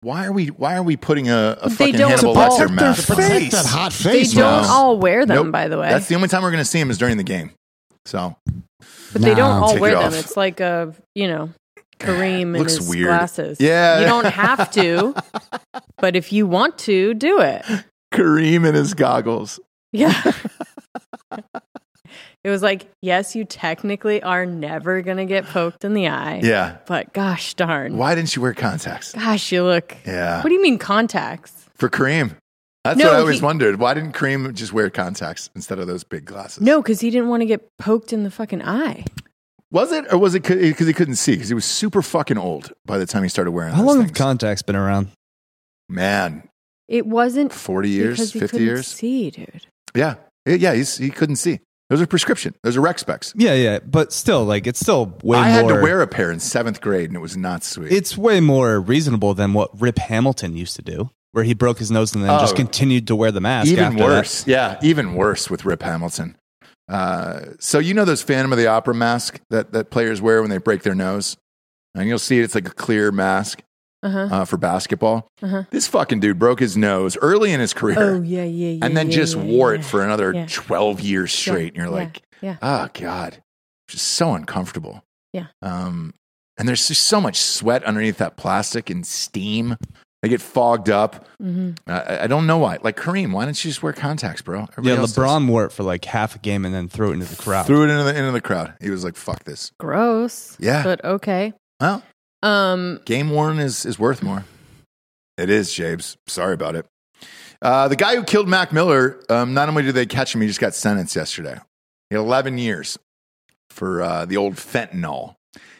[SPEAKER 1] Why are we Why are we putting a, a
[SPEAKER 7] They
[SPEAKER 1] fucking
[SPEAKER 7] don't
[SPEAKER 1] Hannibal
[SPEAKER 7] all-
[SPEAKER 1] Lecter
[SPEAKER 7] Protect
[SPEAKER 3] their
[SPEAKER 1] mask? on?
[SPEAKER 3] face. Protect that hot
[SPEAKER 7] They
[SPEAKER 3] face
[SPEAKER 7] don't
[SPEAKER 1] mask.
[SPEAKER 7] all wear them,
[SPEAKER 1] Nope.
[SPEAKER 7] by the way.
[SPEAKER 1] That's the only time we're going to see him is during the game. So
[SPEAKER 7] but they don't
[SPEAKER 3] Nah.
[SPEAKER 7] all
[SPEAKER 1] Take
[SPEAKER 7] wear
[SPEAKER 1] it
[SPEAKER 7] them.
[SPEAKER 1] off.
[SPEAKER 7] It's like a, you know, Kareem and
[SPEAKER 1] Looks
[SPEAKER 7] his
[SPEAKER 1] weird.
[SPEAKER 7] glasses.
[SPEAKER 1] Yeah.
[SPEAKER 7] You don't have to, but if you want to, do it.
[SPEAKER 1] Kareem in his goggles.
[SPEAKER 7] Yeah. it was like, yes, you technically are never going to get poked in the eye.
[SPEAKER 1] Yeah.
[SPEAKER 7] But gosh darn.
[SPEAKER 1] Why didn't you wear contacts?
[SPEAKER 7] Gosh, you look.
[SPEAKER 1] Yeah.
[SPEAKER 7] What do you mean contacts?
[SPEAKER 1] For Kareem. That's
[SPEAKER 7] No,
[SPEAKER 1] what I always
[SPEAKER 7] he-
[SPEAKER 1] wondered. Why didn't Kareem just wear contacts instead of those big glasses?
[SPEAKER 7] No, because he didn't want to get poked in the fucking eye.
[SPEAKER 1] Was it or was it because he couldn't see? Because he was super fucking old by the time he started wearing
[SPEAKER 9] how
[SPEAKER 1] those
[SPEAKER 9] long have
[SPEAKER 1] things.
[SPEAKER 9] contacts been around?
[SPEAKER 1] Man,
[SPEAKER 7] It wasn't
[SPEAKER 1] 40
[SPEAKER 7] because
[SPEAKER 1] years,
[SPEAKER 7] he
[SPEAKER 1] 50
[SPEAKER 7] couldn't
[SPEAKER 1] years?
[SPEAKER 7] See, dude.
[SPEAKER 1] Yeah. Yeah, he's, he couldn't see. Those are prescription. Those are rec specs.
[SPEAKER 9] Yeah, yeah, but still, like it's still way.
[SPEAKER 1] I
[SPEAKER 9] more,
[SPEAKER 1] had to wear a pair in seventh grade and it was not sweet.
[SPEAKER 9] It's way more reasonable than what Rip Hamilton used to do, where he broke his nose and then
[SPEAKER 1] Oh.
[SPEAKER 9] just continued to wear the mask.
[SPEAKER 1] even
[SPEAKER 9] after
[SPEAKER 1] worse.
[SPEAKER 9] That.
[SPEAKER 1] Yeah, even worse with Rip Hamilton. Uh, so you know those Phantom of the Opera mask that, that players wear when they break their nose? And you'll see it's like a clear mask
[SPEAKER 7] Uh-huh.
[SPEAKER 1] uh, for basketball.
[SPEAKER 7] Uh-huh.
[SPEAKER 1] This fucking dude broke his nose early in his career.
[SPEAKER 7] Oh, yeah, yeah, yeah.
[SPEAKER 1] and then
[SPEAKER 7] yeah,
[SPEAKER 1] just
[SPEAKER 7] yeah,
[SPEAKER 1] wore
[SPEAKER 7] yeah.
[SPEAKER 1] it for another
[SPEAKER 7] Yeah.
[SPEAKER 1] 12 years
[SPEAKER 7] Yeah,
[SPEAKER 1] straight. And you're
[SPEAKER 7] yeah,
[SPEAKER 1] like,
[SPEAKER 7] yeah.
[SPEAKER 1] oh, God, just so uncomfortable.
[SPEAKER 7] Yeah.
[SPEAKER 1] Um, and there's just so much sweat underneath that plastic and steam. They get fogged up.
[SPEAKER 7] Mhm.
[SPEAKER 1] I- I, I don't know why. Like, Kareem, why didn't you just wear contacts, bro?
[SPEAKER 9] Yeah,
[SPEAKER 1] Everybody else does.
[SPEAKER 9] LeBron wore it for like half a game and then threw it into the crowd.
[SPEAKER 1] threw it into the, into the crowd. He was like, fuck this.
[SPEAKER 7] Gross.
[SPEAKER 1] Yeah.
[SPEAKER 7] But okay.
[SPEAKER 1] Well,
[SPEAKER 7] Um,
[SPEAKER 1] Game worn is, is worth more. It is, Jabes. Sorry about it. Uh, the guy who killed Mac Miller, um, not only did they catch him, he just got sentenced yesterday. He had 11 years for uh, the old fentanyl.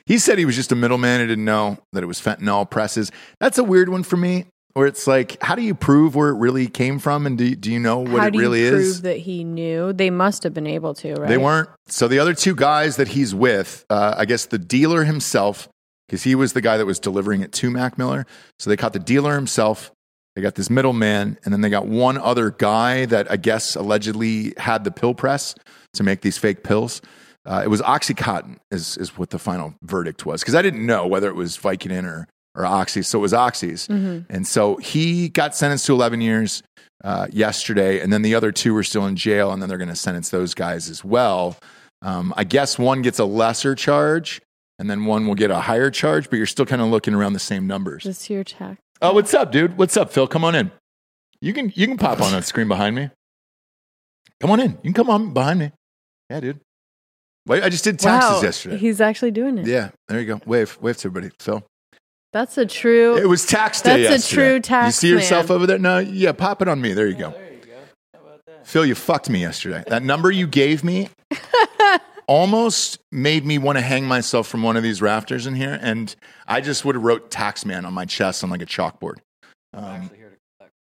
[SPEAKER 1] He said he was just a middleman and didn't know that it was fentanyl presses. That's a weird one for me, where it's like, how do you prove where it really came from? And do, do you know what
[SPEAKER 7] how
[SPEAKER 1] it
[SPEAKER 7] do
[SPEAKER 1] really
[SPEAKER 7] you prove
[SPEAKER 1] is?
[SPEAKER 7] that he knew? They must have been able to, right?
[SPEAKER 1] They weren't. So the other two guys that he's with, uh, I guess the dealer himself, because he was the guy that was delivering it to Mac Miller. So they caught the dealer himself They got this middleman, and then they got one other guy that I guess allegedly had the pill press to make these fake pills. Uh, it was OxyContin, is, is what the final verdict was. Because I didn't know whether it was Vicodin or, or Oxy. So it was Oxy's.
[SPEAKER 4] Mhm.
[SPEAKER 1] And so he got sentenced to 11 years uh, yesterday. And then the other two are still in jail. And then they're going to sentence those guys as well. Um, I guess one gets a lesser charge and then one will get a higher charge, but you're still kind of looking around the same numbers.
[SPEAKER 7] This year tax.
[SPEAKER 1] Oh, what's up, dude? What's up, Phil? Come on in. You can you can pop on that screen behind me. Come on in. You can come on behind me. Yeah, dude. Wait, I just did taxes
[SPEAKER 7] Wow,
[SPEAKER 1] yesterday.
[SPEAKER 7] He's actually doing it.
[SPEAKER 1] yeah, there you go. Wave, wave to everybody, Phil.
[SPEAKER 7] That's a true.
[SPEAKER 1] It was tax day.
[SPEAKER 7] That's
[SPEAKER 1] yesterday.
[SPEAKER 7] a true tax.
[SPEAKER 1] You see yourself
[SPEAKER 7] man.
[SPEAKER 1] over there? No, yeah, pop it on me. There you go. there you go. Phil, you fucked me yesterday. That number you gave me almost made me want to hang myself from one of these rafters in here, and I just would have wrote tax man on my chest on like a chalkboard. Um,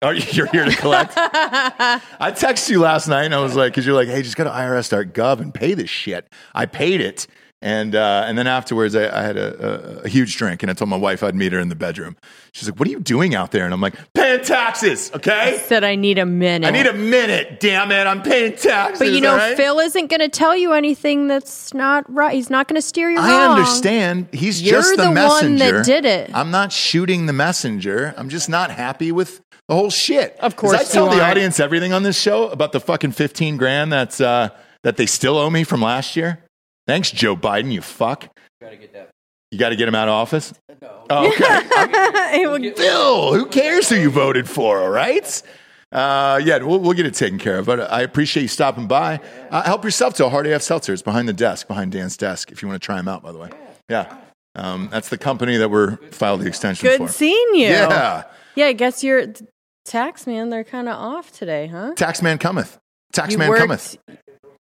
[SPEAKER 1] are you, you're here to collect? I texted you last night and I was like, because you're like, hey, just go to IRS.gov and pay this shit. I paid it. And, uh, and then afterwards, I, I had a, a, a huge drink and I told my wife I'd meet her in the bedroom. She's like, what are you doing out there? And I'm like, paying taxes, okay?
[SPEAKER 7] Said I need a minute.
[SPEAKER 1] I need a minute, damn it. I'm paying taxes.
[SPEAKER 7] But you know,
[SPEAKER 1] all right?
[SPEAKER 7] Phil isn't going to tell you anything that's not right. He's not going to steer you
[SPEAKER 1] I
[SPEAKER 7] wrong.
[SPEAKER 1] understand. He's
[SPEAKER 7] You're
[SPEAKER 1] just the,
[SPEAKER 7] the one
[SPEAKER 1] messenger.
[SPEAKER 7] that did it.
[SPEAKER 1] I'm not shooting the messenger. I'm just not happy with the whole shit. Of
[SPEAKER 7] course
[SPEAKER 1] I
[SPEAKER 7] you
[SPEAKER 1] tell the
[SPEAKER 7] aren't.
[SPEAKER 1] audience everything on this show about the fucking 15 grand that's uh, that they still owe me from last year. Thanks, Joe Biden. You fuck. You got to get him out of office. Oh, okay. Bill, who cares who you voted for? All right. Uh, yeah, we'll, we'll get it taken care of. But I appreciate you stopping by. Uh, help yourself to a hard AF seltzer. It's behind the desk, behind Dan's desk. If you want to try them out, by the way. Yeah. Um, that's the company that we're filed the extension for.
[SPEAKER 7] Good seeing you.
[SPEAKER 1] Yeah.
[SPEAKER 7] Yeah, I guess you're tax man. They're kind of off today, huh?
[SPEAKER 1] Taxman cometh.
[SPEAKER 7] You
[SPEAKER 1] Taxman
[SPEAKER 7] worked-
[SPEAKER 1] cometh.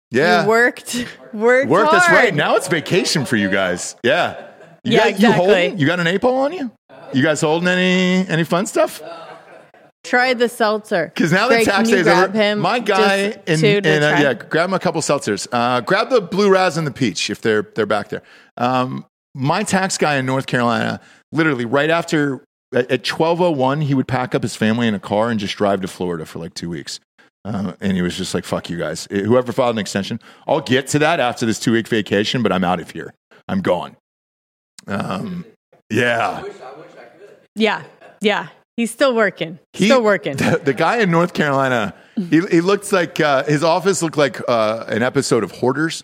[SPEAKER 1] Yeah.
[SPEAKER 7] You worked, worked,
[SPEAKER 1] Work.
[SPEAKER 7] hard.
[SPEAKER 1] That's right. Now it's vacation for you guys. Yeah. You
[SPEAKER 7] Yeah,
[SPEAKER 1] got, You,
[SPEAKER 7] exactly.
[SPEAKER 1] holding, you got an eight ball on you? You guys holding any any fun stuff?
[SPEAKER 7] Try the seltzer.
[SPEAKER 1] Because now the
[SPEAKER 7] Greg,
[SPEAKER 1] tax
[SPEAKER 7] can you
[SPEAKER 1] days
[SPEAKER 7] grab
[SPEAKER 1] over.
[SPEAKER 7] Him
[SPEAKER 1] My guy
[SPEAKER 7] just
[SPEAKER 1] in,
[SPEAKER 7] to- to
[SPEAKER 1] in, uh,
[SPEAKER 7] try?
[SPEAKER 1] yeah, grab him a couple seltzers. Uh, grab the blue raz and the peach if they're they're back there. Um, my tax guy in North Carolina, literally right after at at 1201, he would pack up his family in a car and just drive to Florida for like two weeks. Uh, and he was just like, fuck you guys. Eh, Whoever filed an extension, I'll get to that after this two week vacation, but I'm out of here. I'm gone. Um, yeah.
[SPEAKER 7] Yeah, yeah. He's still working.
[SPEAKER 1] He-
[SPEAKER 7] still working.
[SPEAKER 1] The, the guy in North Carolina, he, he looks like uh, his office looked like uh, an episode of Hoarders,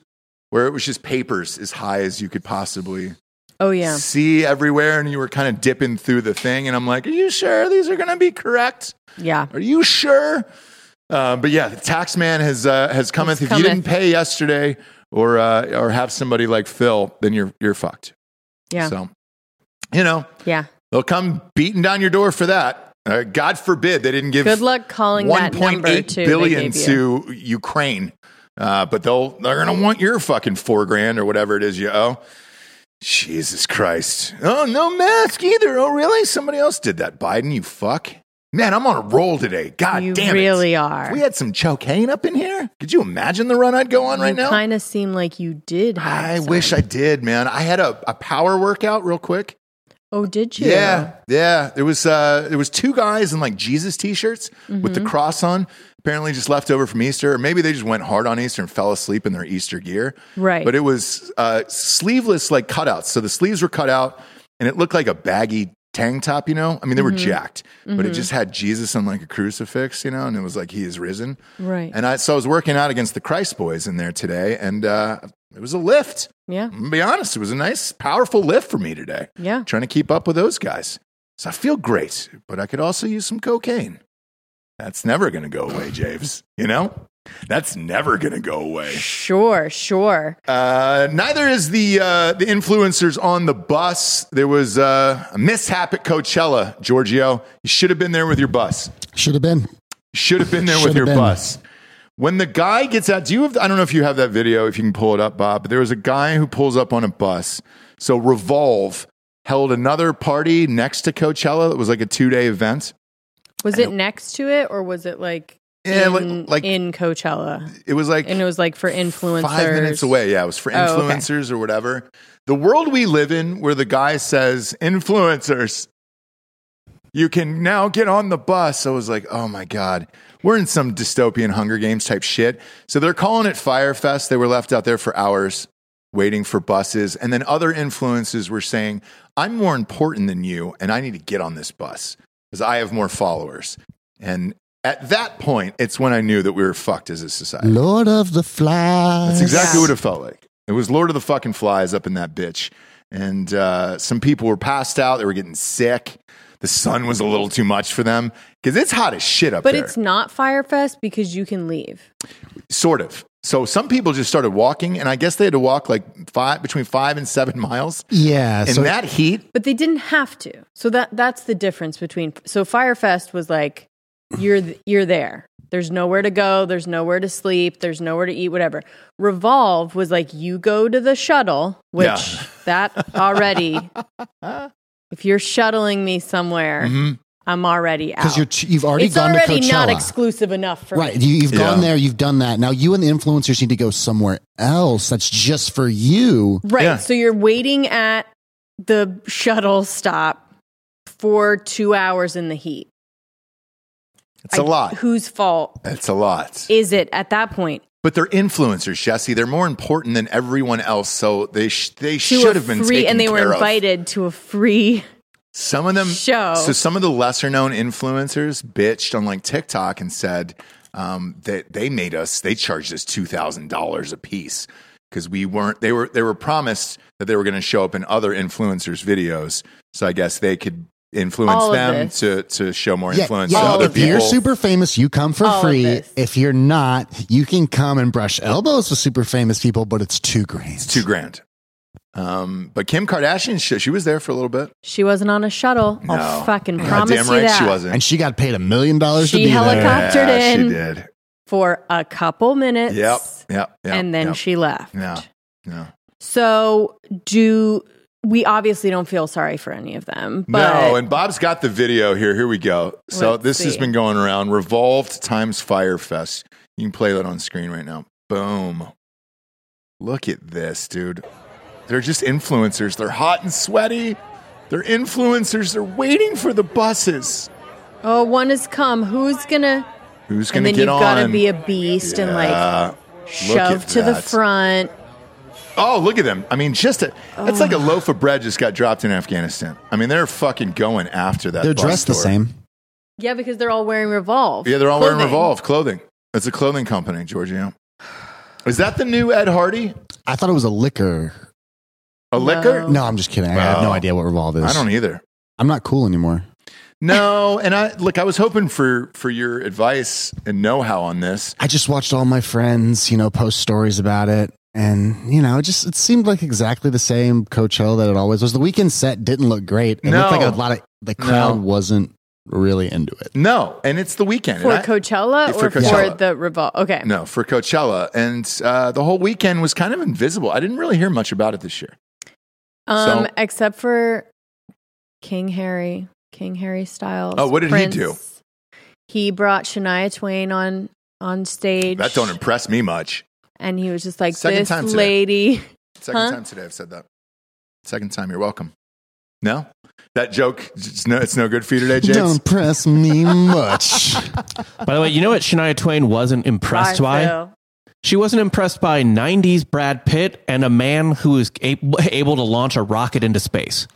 [SPEAKER 1] where it was just papers as high as you could possibly
[SPEAKER 7] Oh yeah.
[SPEAKER 1] see everywhere, and you were kind of dipping through the thing. And I'm like, "Are you sure these are going to be correct?
[SPEAKER 7] Yeah.
[SPEAKER 1] Are you sure?" Uh, but yeah, the tax man has uh, has cometh. If you didn't pay yesterday, or uh, or have somebody like Phil, then you're you're fucked.
[SPEAKER 7] Yeah.
[SPEAKER 1] So, you know,
[SPEAKER 7] Yeah.
[SPEAKER 1] they'll come beating down your door for that. Uh, God forbid they didn't give.
[SPEAKER 7] Good luck calling that number, too,
[SPEAKER 1] 1.8
[SPEAKER 7] they
[SPEAKER 1] billion
[SPEAKER 7] gave you.
[SPEAKER 1] to Ukraine, uh, but they'll they're gonna want your fucking four grand or whatever it is you owe. Jesus Christ! Oh, no mask either. Oh, really? Somebody else did that. Biden, you fuck. Man, I'm on a roll today. God
[SPEAKER 7] You
[SPEAKER 1] ah, damn it.
[SPEAKER 7] really are.
[SPEAKER 1] If we had some cocaine up in here. Could you imagine the run I'd go on right
[SPEAKER 7] you
[SPEAKER 1] now?
[SPEAKER 7] kind of seem like you did. Have
[SPEAKER 1] I wish I did, man. I had a, a power workout real quick.
[SPEAKER 7] Oh, did you?
[SPEAKER 1] Yeah, yeah. There was uh, there was two guys in like Jesus t-shirts with the
[SPEAKER 4] Mm-hmm.
[SPEAKER 7] Mhm.
[SPEAKER 1] cross on. Apparently, just left over from Easter, or maybe they just went hard on Easter and fell asleep in their Easter gear.
[SPEAKER 4] Right.
[SPEAKER 1] But it was uh, sleeveless, like cutouts. So the sleeves were cut out, and it looked like a baggy tank top. You know, I mean, they were
[SPEAKER 4] Mhm.
[SPEAKER 1] jacked, but it
[SPEAKER 4] Mhm.
[SPEAKER 1] just had Jesus on like a crucifix. You know, and it was like He is risen.
[SPEAKER 4] Right.
[SPEAKER 1] And I so I was working out against the Christ Boys in there today, and uh, it was a lift.
[SPEAKER 7] Yeah.
[SPEAKER 1] I'm gonna be honest, it was a nice, powerful lift for me today.
[SPEAKER 7] Yeah.
[SPEAKER 1] Trying to keep up with those guys. So I feel great, but I could also use some cocaine. That's never gonna go away, Javes. You know? That's never gonna go away.
[SPEAKER 7] Sure, sure.
[SPEAKER 1] Uh, neither is the uh, the influencers on the bus. There was uh, a mishap at Coachella, Giorgio. You should have been there with your bus.
[SPEAKER 3] Should have been.
[SPEAKER 1] Should have been there
[SPEAKER 3] Should
[SPEAKER 1] with
[SPEAKER 3] have
[SPEAKER 1] your
[SPEAKER 3] been.
[SPEAKER 1] bus. When the guy gets out, do you have? I don't know if you have that video. If you can pull it up, Bob. But there was a guy who pulls up on a bus. So Revolve held another party next to Coachella. It was like a two day event.
[SPEAKER 7] Was it next to it, or was it like
[SPEAKER 1] Yeah, like-
[SPEAKER 7] in,
[SPEAKER 1] like-
[SPEAKER 7] in Coachella?
[SPEAKER 1] It was like
[SPEAKER 7] and it was like for influencers.
[SPEAKER 1] Five minutes away. Yeah, it was for
[SPEAKER 7] Oh, okay.
[SPEAKER 1] influencers or whatever. The world we live in, where the guy says influencers, you can now get on the bus. I was like, oh my God, we're in some dystopian Hunger Games type shit. So they're calling it Firefest. They were left out there for hours waiting for buses. And then other influences were saying, I'm more important than you, and I need to get on this bus because I have more followers. And at that point, it's when I knew that we were fucked as a society.
[SPEAKER 3] Lord of the Flies.
[SPEAKER 7] Oh,
[SPEAKER 1] That's exactly what it felt like. It was Lord of the fucking Flies up in that bitch. And uh, some people were passed out. They were getting sick. The sun was a little too much for them because it's hot as shit up
[SPEAKER 7] but
[SPEAKER 1] there.
[SPEAKER 7] it's not Firefest because you can leave.
[SPEAKER 1] sort of. So some people just started walking, and I guess they had to walk like five between five and seven miles.
[SPEAKER 3] Yeah.
[SPEAKER 1] In
[SPEAKER 3] so-
[SPEAKER 1] that heat,
[SPEAKER 7] But they didn't have to. So that that's the difference between so Firefest was like you're th- you're there. There's nowhere to go, there's nowhere to sleep, there's nowhere to eat whatever. Revolve was like you go to the shuttle, which
[SPEAKER 1] Yeah.
[SPEAKER 7] that already if you're shuttling me somewhere,
[SPEAKER 3] Mhm.
[SPEAKER 7] I'm already out.
[SPEAKER 3] Because you're t- you've already
[SPEAKER 7] it's
[SPEAKER 3] gone
[SPEAKER 7] already
[SPEAKER 3] to Coachella.
[SPEAKER 7] not exclusive enough for
[SPEAKER 3] right.
[SPEAKER 7] me.
[SPEAKER 3] You, you've gone
[SPEAKER 1] Yeah.
[SPEAKER 3] there. You've done that. Now you and the influencers need to go somewhere else. That's just for you.
[SPEAKER 7] Right.
[SPEAKER 1] Yeah.
[SPEAKER 7] So you're waiting at the shuttle stop for two hours in the heat.
[SPEAKER 1] it's a
[SPEAKER 7] I-
[SPEAKER 1] lot.
[SPEAKER 7] Whose fault
[SPEAKER 1] It's a lot.
[SPEAKER 7] is it at that point?
[SPEAKER 1] But they're influencers, Jesse. They're more important than everyone else, so they sh- they
[SPEAKER 7] To
[SPEAKER 1] should
[SPEAKER 7] a
[SPEAKER 1] have been
[SPEAKER 7] free,
[SPEAKER 1] taken
[SPEAKER 7] and they
[SPEAKER 1] care
[SPEAKER 7] were
[SPEAKER 1] of.
[SPEAKER 7] invited to a free.
[SPEAKER 1] Some of them
[SPEAKER 7] show.
[SPEAKER 1] So some of the lesser known influencers bitched on like TikTok and said um, that they made us. They charged us two thousand dollars a piece because we weren't. They were they were promised that they were going to show up in other influencers' videos. So I guess they could influence
[SPEAKER 7] All of
[SPEAKER 1] them
[SPEAKER 7] this.
[SPEAKER 1] to to show more
[SPEAKER 3] Yeah,
[SPEAKER 1] influence
[SPEAKER 3] yeah,
[SPEAKER 1] to other
[SPEAKER 3] if you're
[SPEAKER 1] people.
[SPEAKER 3] super famous, you come for
[SPEAKER 7] All of
[SPEAKER 3] free.
[SPEAKER 7] this.
[SPEAKER 3] If you're not, you can come and brush elbows with super famous people, but it's two grand.
[SPEAKER 1] it's two grand. Um, but Kim Kardashian, she, she was there for a little bit.
[SPEAKER 7] She wasn't on a shuttle. I'll
[SPEAKER 1] No.
[SPEAKER 7] fucking
[SPEAKER 1] God
[SPEAKER 7] promise
[SPEAKER 1] damn
[SPEAKER 7] you
[SPEAKER 1] right
[SPEAKER 7] that.
[SPEAKER 1] she wasn't.
[SPEAKER 3] and she got paid a million dollars to
[SPEAKER 7] She
[SPEAKER 3] be there.
[SPEAKER 7] helicoptered
[SPEAKER 1] Yeah,
[SPEAKER 7] in
[SPEAKER 1] She did.
[SPEAKER 7] for a couple minutes.
[SPEAKER 1] Yep. Yep. yep
[SPEAKER 7] and then
[SPEAKER 1] yep.
[SPEAKER 7] she left.
[SPEAKER 1] Yeah. Yeah.
[SPEAKER 7] So do we obviously don't feel sorry for any of them? But
[SPEAKER 1] No, and Bob's got the video here. Here we go. So
[SPEAKER 7] Let's
[SPEAKER 1] this has
[SPEAKER 7] see.
[SPEAKER 1] been going around. Revolved times Firefest. You can play that on screen right now. Boom. Look at this, dude. They're just influencers. They're hot and sweaty. They're influencers. They're waiting for the buses.
[SPEAKER 7] oh, one has come. Who's gonna?
[SPEAKER 1] Who's going
[SPEAKER 7] And
[SPEAKER 1] to
[SPEAKER 7] then
[SPEAKER 1] get on?
[SPEAKER 7] you've got to be a beast and like
[SPEAKER 1] Yeah. Look at
[SPEAKER 7] shove to the
[SPEAKER 1] that.
[SPEAKER 7] front.
[SPEAKER 1] Oh, look at them. I mean, just a, it's like a loaf of bread just got dropped in Afghanistan. I mean, they're fucking going after that.
[SPEAKER 3] They're
[SPEAKER 1] bus
[SPEAKER 3] dressed the
[SPEAKER 1] door.
[SPEAKER 3] same.
[SPEAKER 7] Yeah, because they're all wearing revolve.
[SPEAKER 1] Yeah, they're all wearing
[SPEAKER 7] clothing.
[SPEAKER 1] Revolve clothing. It's a clothing company, Giorgio. Is that the new Ed Hardy?
[SPEAKER 3] I thought it was a liquor.
[SPEAKER 1] A liquor?
[SPEAKER 3] No, I'm just kidding. I have
[SPEAKER 1] Oh.
[SPEAKER 3] no idea what Revolve is.
[SPEAKER 1] I don't e- either.
[SPEAKER 3] I'm not cool anymore.
[SPEAKER 1] No, and I look. I was hoping for for your advice and know how on this.
[SPEAKER 3] I just watched all my friends, you know, post stories about it. And, you know, it just it seemed like exactly the same Coachella that it always was. The weekend set didn't look great. It looked
[SPEAKER 1] No.
[SPEAKER 3] like a lot of the crowd wasn't really into it.
[SPEAKER 1] No, and it's the weekend
[SPEAKER 7] for
[SPEAKER 1] and I-
[SPEAKER 7] Coachella
[SPEAKER 1] For
[SPEAKER 7] or for
[SPEAKER 1] Coachella.
[SPEAKER 7] the revolve. Okay,
[SPEAKER 1] No, for Coachella, and uh, the whole weekend was kind of invisible. I didn't really hear much about it this year.
[SPEAKER 7] um,
[SPEAKER 1] So-
[SPEAKER 7] except for King Harry, King Harry Styles.
[SPEAKER 1] Oh, what did he
[SPEAKER 7] Prince.
[SPEAKER 1] do?
[SPEAKER 7] He brought Shania Twain on on stage.
[SPEAKER 1] That don't impress me much.
[SPEAKER 7] and he was just like
[SPEAKER 1] Second
[SPEAKER 7] this
[SPEAKER 1] time today.
[SPEAKER 7] lady.
[SPEAKER 1] Second
[SPEAKER 7] Huh?
[SPEAKER 1] time today I've said that. Second time. You're welcome. No, that joke. It's no, it's no good for you today, James.
[SPEAKER 3] Don't press me much.
[SPEAKER 8] By the way, you know what Shania Twain wasn't impressed
[SPEAKER 7] Bye,
[SPEAKER 8] by?
[SPEAKER 7] Phil.
[SPEAKER 8] She wasn't impressed by 90s Brad Pitt and a man who is able, able to launch a rocket into space.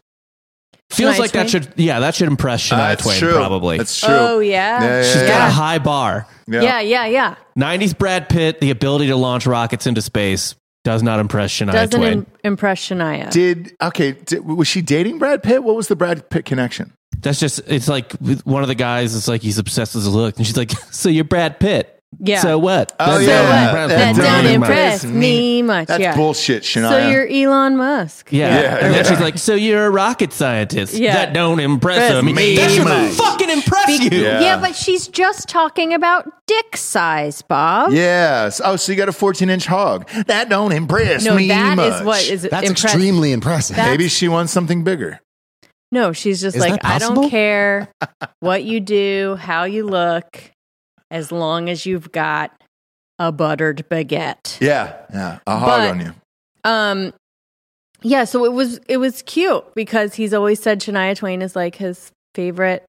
[SPEAKER 8] Feels
[SPEAKER 7] Shania
[SPEAKER 8] like that
[SPEAKER 7] Twain?
[SPEAKER 8] should, yeah, that should impress Shania
[SPEAKER 1] Uh, it's
[SPEAKER 8] Twain
[SPEAKER 1] true.
[SPEAKER 8] probably.
[SPEAKER 1] That's
[SPEAKER 8] She's
[SPEAKER 1] true.
[SPEAKER 7] Oh yeah.
[SPEAKER 1] Yeah, yeah,
[SPEAKER 8] got
[SPEAKER 1] yeah.
[SPEAKER 8] a high bar.
[SPEAKER 1] Yeah.
[SPEAKER 7] yeah, yeah, yeah.
[SPEAKER 8] 90s Brad Pitt, the ability to launch rockets into space does not impress Shania
[SPEAKER 7] Doesn't
[SPEAKER 8] Twain.
[SPEAKER 7] im- impress Shania.
[SPEAKER 1] Did okay? Did, was she dating Brad Pitt? What was the Brad Pitt connection?
[SPEAKER 8] That's just, it's like with one of the guys, it's like he's obsessed with his look. And she's like, So you're Brad Pitt.
[SPEAKER 7] yeah.
[SPEAKER 8] So what?
[SPEAKER 1] Oh,
[SPEAKER 8] That's
[SPEAKER 1] yeah.
[SPEAKER 8] not
[SPEAKER 1] That
[SPEAKER 8] Brad
[SPEAKER 7] that
[SPEAKER 8] Pitt.
[SPEAKER 1] don't
[SPEAKER 7] don't
[SPEAKER 1] impress
[SPEAKER 7] impress
[SPEAKER 1] me.
[SPEAKER 7] me much.
[SPEAKER 1] That's
[SPEAKER 7] yeah.
[SPEAKER 1] bullshit, Shania.
[SPEAKER 7] So you're Elon Musk.
[SPEAKER 8] Yeah.
[SPEAKER 1] Yeah,
[SPEAKER 8] and
[SPEAKER 1] yeah.
[SPEAKER 8] then she's like, "So you're a rocket scientist?
[SPEAKER 7] Yeah.
[SPEAKER 8] That don't impress
[SPEAKER 7] Impress
[SPEAKER 8] him.
[SPEAKER 1] me
[SPEAKER 8] That should
[SPEAKER 1] much.
[SPEAKER 8] fucking impress you."
[SPEAKER 1] Yeah.
[SPEAKER 7] Yeah. but she's just talking about dick size, Bob.
[SPEAKER 1] yes. Oh, so you got a 14 inch hog? That don't impress
[SPEAKER 7] No,
[SPEAKER 1] me
[SPEAKER 7] that
[SPEAKER 1] much.
[SPEAKER 7] is what is
[SPEAKER 3] That's
[SPEAKER 7] impress-
[SPEAKER 3] extremely impressive.
[SPEAKER 7] That-
[SPEAKER 1] Maybe she wants something bigger.
[SPEAKER 7] No, she's just
[SPEAKER 3] Is
[SPEAKER 7] like,
[SPEAKER 3] that
[SPEAKER 7] I don't
[SPEAKER 3] possible?
[SPEAKER 7] care what you do, how you look, as long as you've got a buttered baguette.
[SPEAKER 1] Yeah, yeah. A hog
[SPEAKER 7] But-
[SPEAKER 1] on you.
[SPEAKER 7] Um, yeah. So it was it was cute because he's always said Shania Twain is like his favorite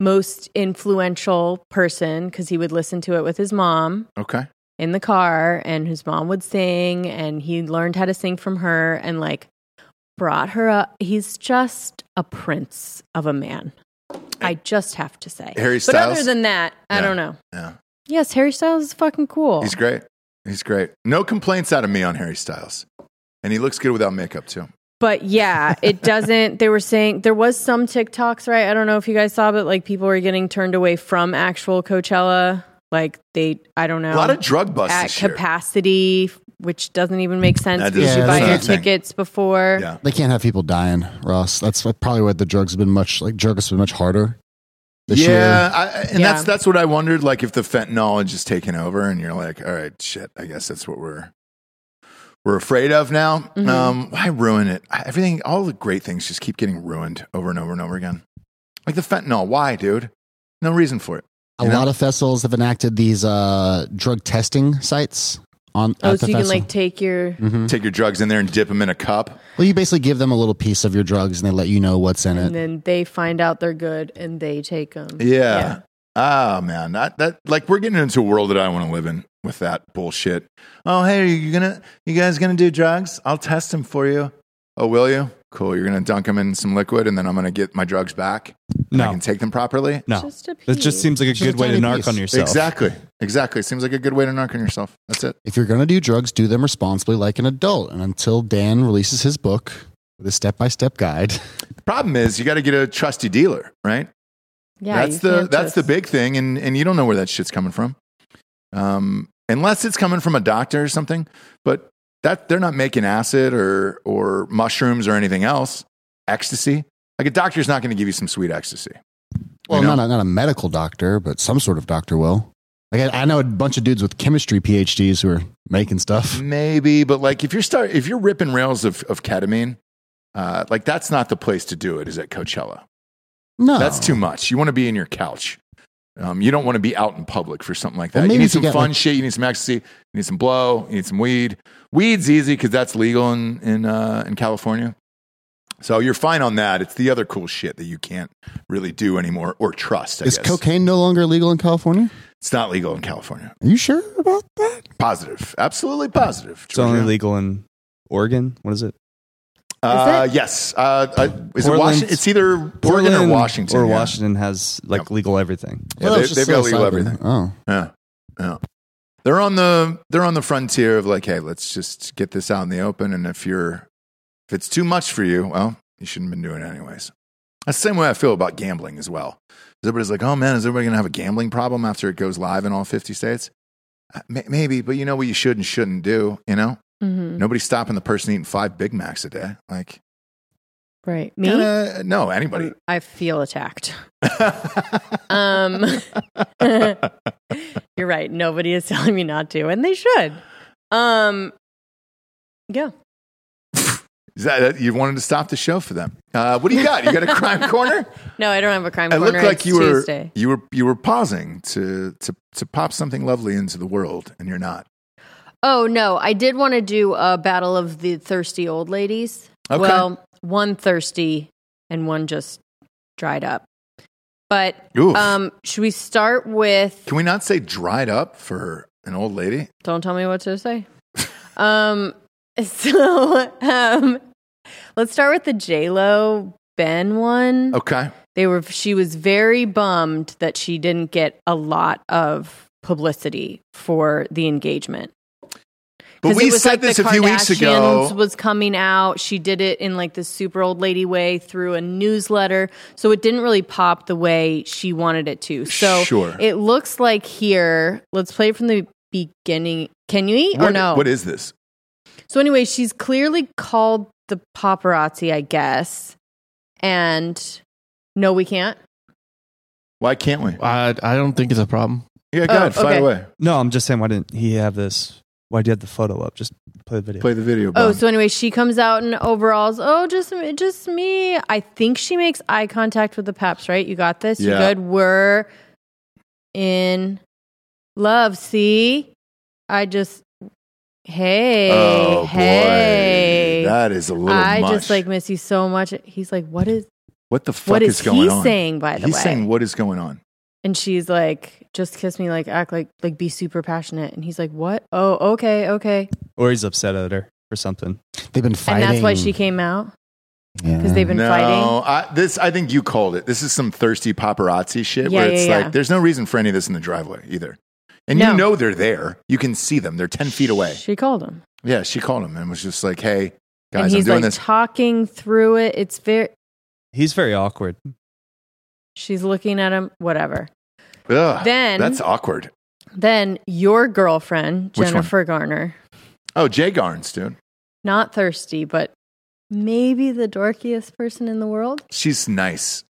[SPEAKER 7] most influential person because he would listen to it with his mom
[SPEAKER 1] Okay.
[SPEAKER 7] in the car and his mom would sing and he learned how to sing from her and like brought her up he's just a prince of a man i just have to say
[SPEAKER 1] Harry
[SPEAKER 7] but other
[SPEAKER 1] Styles?
[SPEAKER 7] than that i
[SPEAKER 1] Yeah.
[SPEAKER 7] don't know
[SPEAKER 1] Yeah.
[SPEAKER 7] yes harry styles is fucking cool
[SPEAKER 1] He's great. He's great. No complaints out of me on Harry Styles. And he looks good without makeup, too.
[SPEAKER 7] but yeah it doesn't they were saying there was some tiktoks right i don't know if you guys saw but like people were getting turned away from actual coachella like they i don't know
[SPEAKER 1] A lot of drug busts
[SPEAKER 7] at
[SPEAKER 1] this year.
[SPEAKER 7] capacity which doesn't even make sense
[SPEAKER 3] That
[SPEAKER 7] because
[SPEAKER 3] doesn't-
[SPEAKER 7] you
[SPEAKER 3] Yeah,
[SPEAKER 7] buy
[SPEAKER 3] that's
[SPEAKER 7] your
[SPEAKER 3] not a thing.
[SPEAKER 7] tickets before
[SPEAKER 3] They can't have people dying, Ross. That's what- probably where the drugs have been much like drugs have been much harder this
[SPEAKER 1] yeah,
[SPEAKER 3] year.
[SPEAKER 1] I, and
[SPEAKER 7] Yeah.
[SPEAKER 1] that's that's what I wondered. Like if the fentanyl is just taken over, and you're like, all right, shit, I guess that's what we're we're afraid of now.
[SPEAKER 7] Mhm.
[SPEAKER 1] Um, why ruin it? I- Everything, all the great things just keep getting ruined over and over and over again. Like the fentanyl, why, dude? No reason for it.
[SPEAKER 3] a lot of festivals have enacted these uh, drug testing sites on.
[SPEAKER 7] Oh,
[SPEAKER 3] at
[SPEAKER 7] so
[SPEAKER 3] the
[SPEAKER 7] you can
[SPEAKER 3] festival. Mm-hmm.
[SPEAKER 7] like take your
[SPEAKER 1] Take your drugs in there and dip them in a cup.
[SPEAKER 3] Well, you basically give them a little piece of your drugs, and they let you know what's in
[SPEAKER 7] and
[SPEAKER 3] it.
[SPEAKER 7] then they find out they're good and they take them.
[SPEAKER 1] Yeah. Ah man, that that like we're getting into a world that I want to live in with that bullshit. Oh hey, are you gonna you guys gonna do drugs? I'll test them for you. Oh, will you? Cool. You're gonna dunk them in some liquid, and then I'm gonna get my drugs back. No, I can take them properly.
[SPEAKER 9] No, that just seems like a good way to narc on yourself.
[SPEAKER 1] Exactly. Exactly. Seems like a good way to narc on yourself. That's it.
[SPEAKER 3] If you're going to do drugs, do them responsibly, like an adult. And until Dan releases his book with a step-by-step guide,
[SPEAKER 1] Problem is, you got to get a trusty dealer, right?
[SPEAKER 7] Yeah,
[SPEAKER 1] that's
[SPEAKER 7] you
[SPEAKER 1] the
[SPEAKER 7] can't
[SPEAKER 1] that's
[SPEAKER 7] just-
[SPEAKER 1] the big thing, and and you don't know where that shit's coming from, um, unless it's coming from a doctor or something. But that they're not making acid or or mushrooms or anything else. Ecstasy, like a doctor's not going to give you some sweet ecstasy.
[SPEAKER 3] well, not a, not a medical doctor, but some sort of doctor will. Like I, I know a bunch of dudes with chemistry PhDs who are making stuff.
[SPEAKER 1] Maybe, but like if you're start if you're ripping rails of of ketamine, uh, like that's not the place to do it. Is at Coachella.
[SPEAKER 3] No,
[SPEAKER 1] That's too much. You want to be in your couch. Um, you don't want to be out in public for something like that.
[SPEAKER 3] Well, maybe
[SPEAKER 1] you need
[SPEAKER 3] if you
[SPEAKER 1] some
[SPEAKER 3] got,
[SPEAKER 1] fun
[SPEAKER 3] like-
[SPEAKER 1] shit. You need some ecstasy. You need some blow. You need some weed. Weed's easy because that's legal in in, uh, in California. So you're fine on that. It's the other cool shit that you can't really do anymore or trust. I
[SPEAKER 3] Is
[SPEAKER 1] guess
[SPEAKER 3] cocaine no longer legal in California?
[SPEAKER 1] it's not legal in California.
[SPEAKER 3] Are you sure about that?
[SPEAKER 1] Positive, absolutely positive.
[SPEAKER 9] It's only
[SPEAKER 1] Georgia.
[SPEAKER 9] legal in Oregon. What is it?
[SPEAKER 1] Uh, yes. Uh, uh, is it
[SPEAKER 9] Portland-
[SPEAKER 1] Washington? It's either Oregon or
[SPEAKER 9] Portland
[SPEAKER 1] Washington.
[SPEAKER 9] Or
[SPEAKER 1] yeah.
[SPEAKER 9] Washington has like legal everything.
[SPEAKER 1] Yeah, they, they've got legal everything.
[SPEAKER 3] Oh,
[SPEAKER 1] Yeah, yeah. They're on the they're on the frontier of like, hey, let's just get this out in the open, and if you're if it's too much for you, well, you shouldn't have been doing it anyways. That's the same way I feel about gambling as well. 'Cause Everybody's like, oh man, is everybody gonna have a gambling problem after it goes live in all fifty states? Uh, may- Maybe, but you know what you should and shouldn't do. You know,
[SPEAKER 7] Mhm.
[SPEAKER 1] nobody's stopping the person eating five Big Macs a day. Like,
[SPEAKER 7] Right. Me?
[SPEAKER 1] kinda- no, anybody.
[SPEAKER 7] I feel attacked. um You're right. Nobody is telling me not to, and they should. Um Yeah.
[SPEAKER 1] Is that, that- you wanted to stop the show for them? Uh, what do you got? You got a crime corner?
[SPEAKER 7] No, I don't have a crime
[SPEAKER 1] It
[SPEAKER 7] corner.
[SPEAKER 1] looked like
[SPEAKER 7] It's
[SPEAKER 1] you were
[SPEAKER 7] Tuesday.
[SPEAKER 1] you were you were pausing to to to pop something lovely into the world, and you're not.
[SPEAKER 7] Oh no, I did want to do a battle of the thirsty old ladies.
[SPEAKER 1] Okay.
[SPEAKER 7] Well, one thirsty and one just dried up. But
[SPEAKER 1] Oof.
[SPEAKER 7] um should we start with
[SPEAKER 1] Can we not say dried up for an old lady?
[SPEAKER 7] Don't tell me what to say. um, so um, let's start with the J Lo Ben one.
[SPEAKER 1] Okay.
[SPEAKER 7] They were. She was very bummed that she didn't get a lot of publicity for the engagement.
[SPEAKER 1] But
[SPEAKER 7] 'Cause
[SPEAKER 1] we
[SPEAKER 7] it was
[SPEAKER 1] said
[SPEAKER 7] like the
[SPEAKER 1] this a few weeks
[SPEAKER 7] Kardashians
[SPEAKER 1] ago.
[SPEAKER 7] Was coming out. She did it in like this super old lady way through a newsletter, so it didn't really pop the way she wanted it to. So
[SPEAKER 1] Sure.
[SPEAKER 7] it looks like here. Let's play it from the beginning. Can you eat or
[SPEAKER 1] What-
[SPEAKER 7] no?
[SPEAKER 1] What is this?
[SPEAKER 7] So anyway, she's clearly called the paparazzi, I guess. And no, we can't.
[SPEAKER 1] Why can't we?
[SPEAKER 8] I, I don't think it's a problem.
[SPEAKER 1] Yeah,
[SPEAKER 7] go Oh, ahead, fire okay. away.
[SPEAKER 9] No, I'm just saying, why didn't he have this? Why did you have the photo up? Just play the video.
[SPEAKER 1] Play the video.
[SPEAKER 7] Oh, so anyway, she comes out in overalls. Oh, just me- just me. I think she makes eye contact with the paps, right? You got this. You
[SPEAKER 1] Yeah.
[SPEAKER 7] good? We're in love. See, I just hey
[SPEAKER 1] Oh, boy.
[SPEAKER 7] hey.
[SPEAKER 1] That is a little
[SPEAKER 7] I
[SPEAKER 1] much.
[SPEAKER 7] just like miss you so much. He's like, what is
[SPEAKER 1] What the fuck
[SPEAKER 7] What is
[SPEAKER 1] is going
[SPEAKER 7] he
[SPEAKER 1] on?
[SPEAKER 7] saying, by the
[SPEAKER 1] He's
[SPEAKER 7] way?
[SPEAKER 1] saying what is going on?
[SPEAKER 7] And she's like, just kiss me, like act like like be super passionate. And he's like, what? Oh, okay, okay.
[SPEAKER 9] or he's upset at her or something.
[SPEAKER 3] They've been
[SPEAKER 1] fighting.
[SPEAKER 7] And that's why she came out. 'Cause they've been
[SPEAKER 1] no,
[SPEAKER 7] fighting?
[SPEAKER 1] I, this I think you called it. This is some thirsty paparazzi shit
[SPEAKER 7] Yeah,
[SPEAKER 1] where it's
[SPEAKER 7] yeah, yeah.
[SPEAKER 1] like there's no reason for any of this in the driveway either. And
[SPEAKER 7] No.
[SPEAKER 1] you know they're there. You can see them. They're ten feet away.
[SPEAKER 7] She called him,
[SPEAKER 1] yeah, she called him and was just like, "Hey, guys,
[SPEAKER 7] and
[SPEAKER 1] I'm
[SPEAKER 7] he's
[SPEAKER 1] doing
[SPEAKER 7] like
[SPEAKER 1] this."
[SPEAKER 7] talking through it. It's very.
[SPEAKER 9] He's very awkward.
[SPEAKER 7] She's looking at him. Whatever.
[SPEAKER 1] Ugh,
[SPEAKER 7] Then-
[SPEAKER 1] that's awkward.
[SPEAKER 7] Then your girlfriend
[SPEAKER 1] Which one?
[SPEAKER 7] Jennifer Garner,
[SPEAKER 1] Oh, Jay Garns, dude.
[SPEAKER 7] not thirsty, but maybe the dorkiest person in the world.
[SPEAKER 1] She's nice.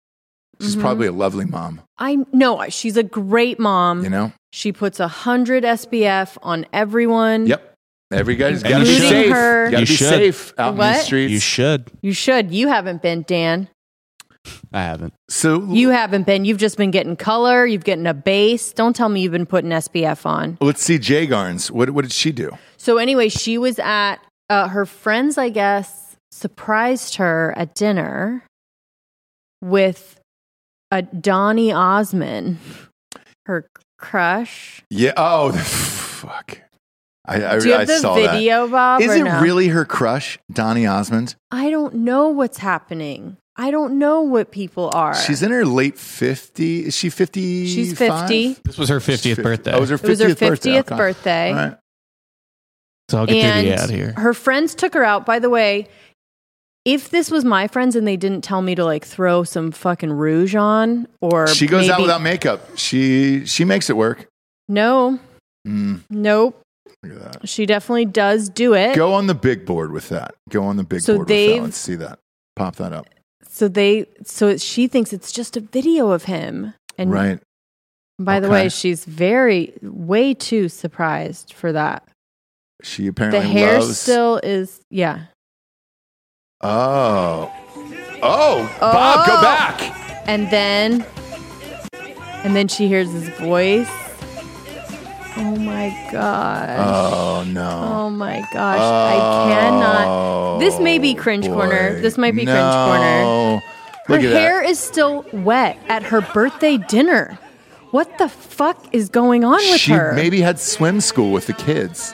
[SPEAKER 1] She's
[SPEAKER 7] Mhm.
[SPEAKER 1] probably a lovely mom.
[SPEAKER 7] I no, she's a great mom.
[SPEAKER 1] You know.
[SPEAKER 7] She puts a hundred SPF on everyone.
[SPEAKER 1] Yep. Every guy's
[SPEAKER 7] Mm-hmm. And
[SPEAKER 1] got to be
[SPEAKER 7] you should.
[SPEAKER 1] safe.
[SPEAKER 7] Her-
[SPEAKER 1] Got to
[SPEAKER 9] You
[SPEAKER 1] be
[SPEAKER 9] should.
[SPEAKER 1] safe out in the
[SPEAKER 7] What?
[SPEAKER 1] streets.
[SPEAKER 9] You should.
[SPEAKER 7] You should. You haven't been, Dan.
[SPEAKER 9] I haven't.
[SPEAKER 1] So
[SPEAKER 7] You haven't been. You've just been getting color. You've getting a base. Don't tell me you've been putting SPF on.
[SPEAKER 1] let's see Jay Garns. What what did she do?
[SPEAKER 7] So anyway, she was at uh, her friends. I guess surprised her at dinner with a Donnie Osmond, her crush.
[SPEAKER 1] Yeah. Oh, fuck. I, I,
[SPEAKER 7] Do you
[SPEAKER 1] I
[SPEAKER 7] have the
[SPEAKER 1] saw
[SPEAKER 7] video,
[SPEAKER 1] that.
[SPEAKER 7] Bob?
[SPEAKER 1] Is
[SPEAKER 7] or
[SPEAKER 1] it
[SPEAKER 7] no?
[SPEAKER 1] really her crush, Donnie Osmond?
[SPEAKER 7] I don't know what's happening. I don't know what people are.
[SPEAKER 1] She's in her late 50s. Is she 50?
[SPEAKER 7] She's 50.
[SPEAKER 8] This was her 50th birthday.
[SPEAKER 1] Oh, it was her 50th
[SPEAKER 7] it was her 50th
[SPEAKER 1] birthday.
[SPEAKER 7] birthday.
[SPEAKER 1] Okay. All right.
[SPEAKER 8] So I'll get through the ad here.
[SPEAKER 7] her friends took her out. By the way, if this was my friends and they didn't tell me to like throw some fucking rouge on or
[SPEAKER 1] She goes out
[SPEAKER 7] maybe-
[SPEAKER 1] without makeup. She she makes it work.
[SPEAKER 7] No,
[SPEAKER 1] Mm.
[SPEAKER 7] nope.
[SPEAKER 1] Look at that.
[SPEAKER 7] She definitely does do it.
[SPEAKER 1] Go on the big board with that. Go on the big
[SPEAKER 7] So
[SPEAKER 1] board with that.
[SPEAKER 7] they've-
[SPEAKER 1] Let's see that. Pop that up.
[SPEAKER 7] So they, so it, she thinks it's just a video of him. And
[SPEAKER 1] right.
[SPEAKER 7] by the
[SPEAKER 1] Okay.
[SPEAKER 7] way, she's very, way too surprised for that.
[SPEAKER 1] She apparently
[SPEAKER 7] the hair
[SPEAKER 1] loves.
[SPEAKER 7] still is, yeah.
[SPEAKER 1] oh. Oh, Bob,
[SPEAKER 7] Oh!
[SPEAKER 1] go back.
[SPEAKER 7] And then, and then she hears his voice. Oh my gosh.
[SPEAKER 1] Oh, no.
[SPEAKER 7] Oh my gosh. I cannot. This may be cringe corner. This might be cringe
[SPEAKER 1] Oh,
[SPEAKER 7] corner.
[SPEAKER 1] No.
[SPEAKER 7] Her
[SPEAKER 1] Look at that.
[SPEAKER 7] hair is still wet at her birthday dinner. What the fuck is going on with
[SPEAKER 1] she
[SPEAKER 7] her?
[SPEAKER 1] maybe had swim school with the kids.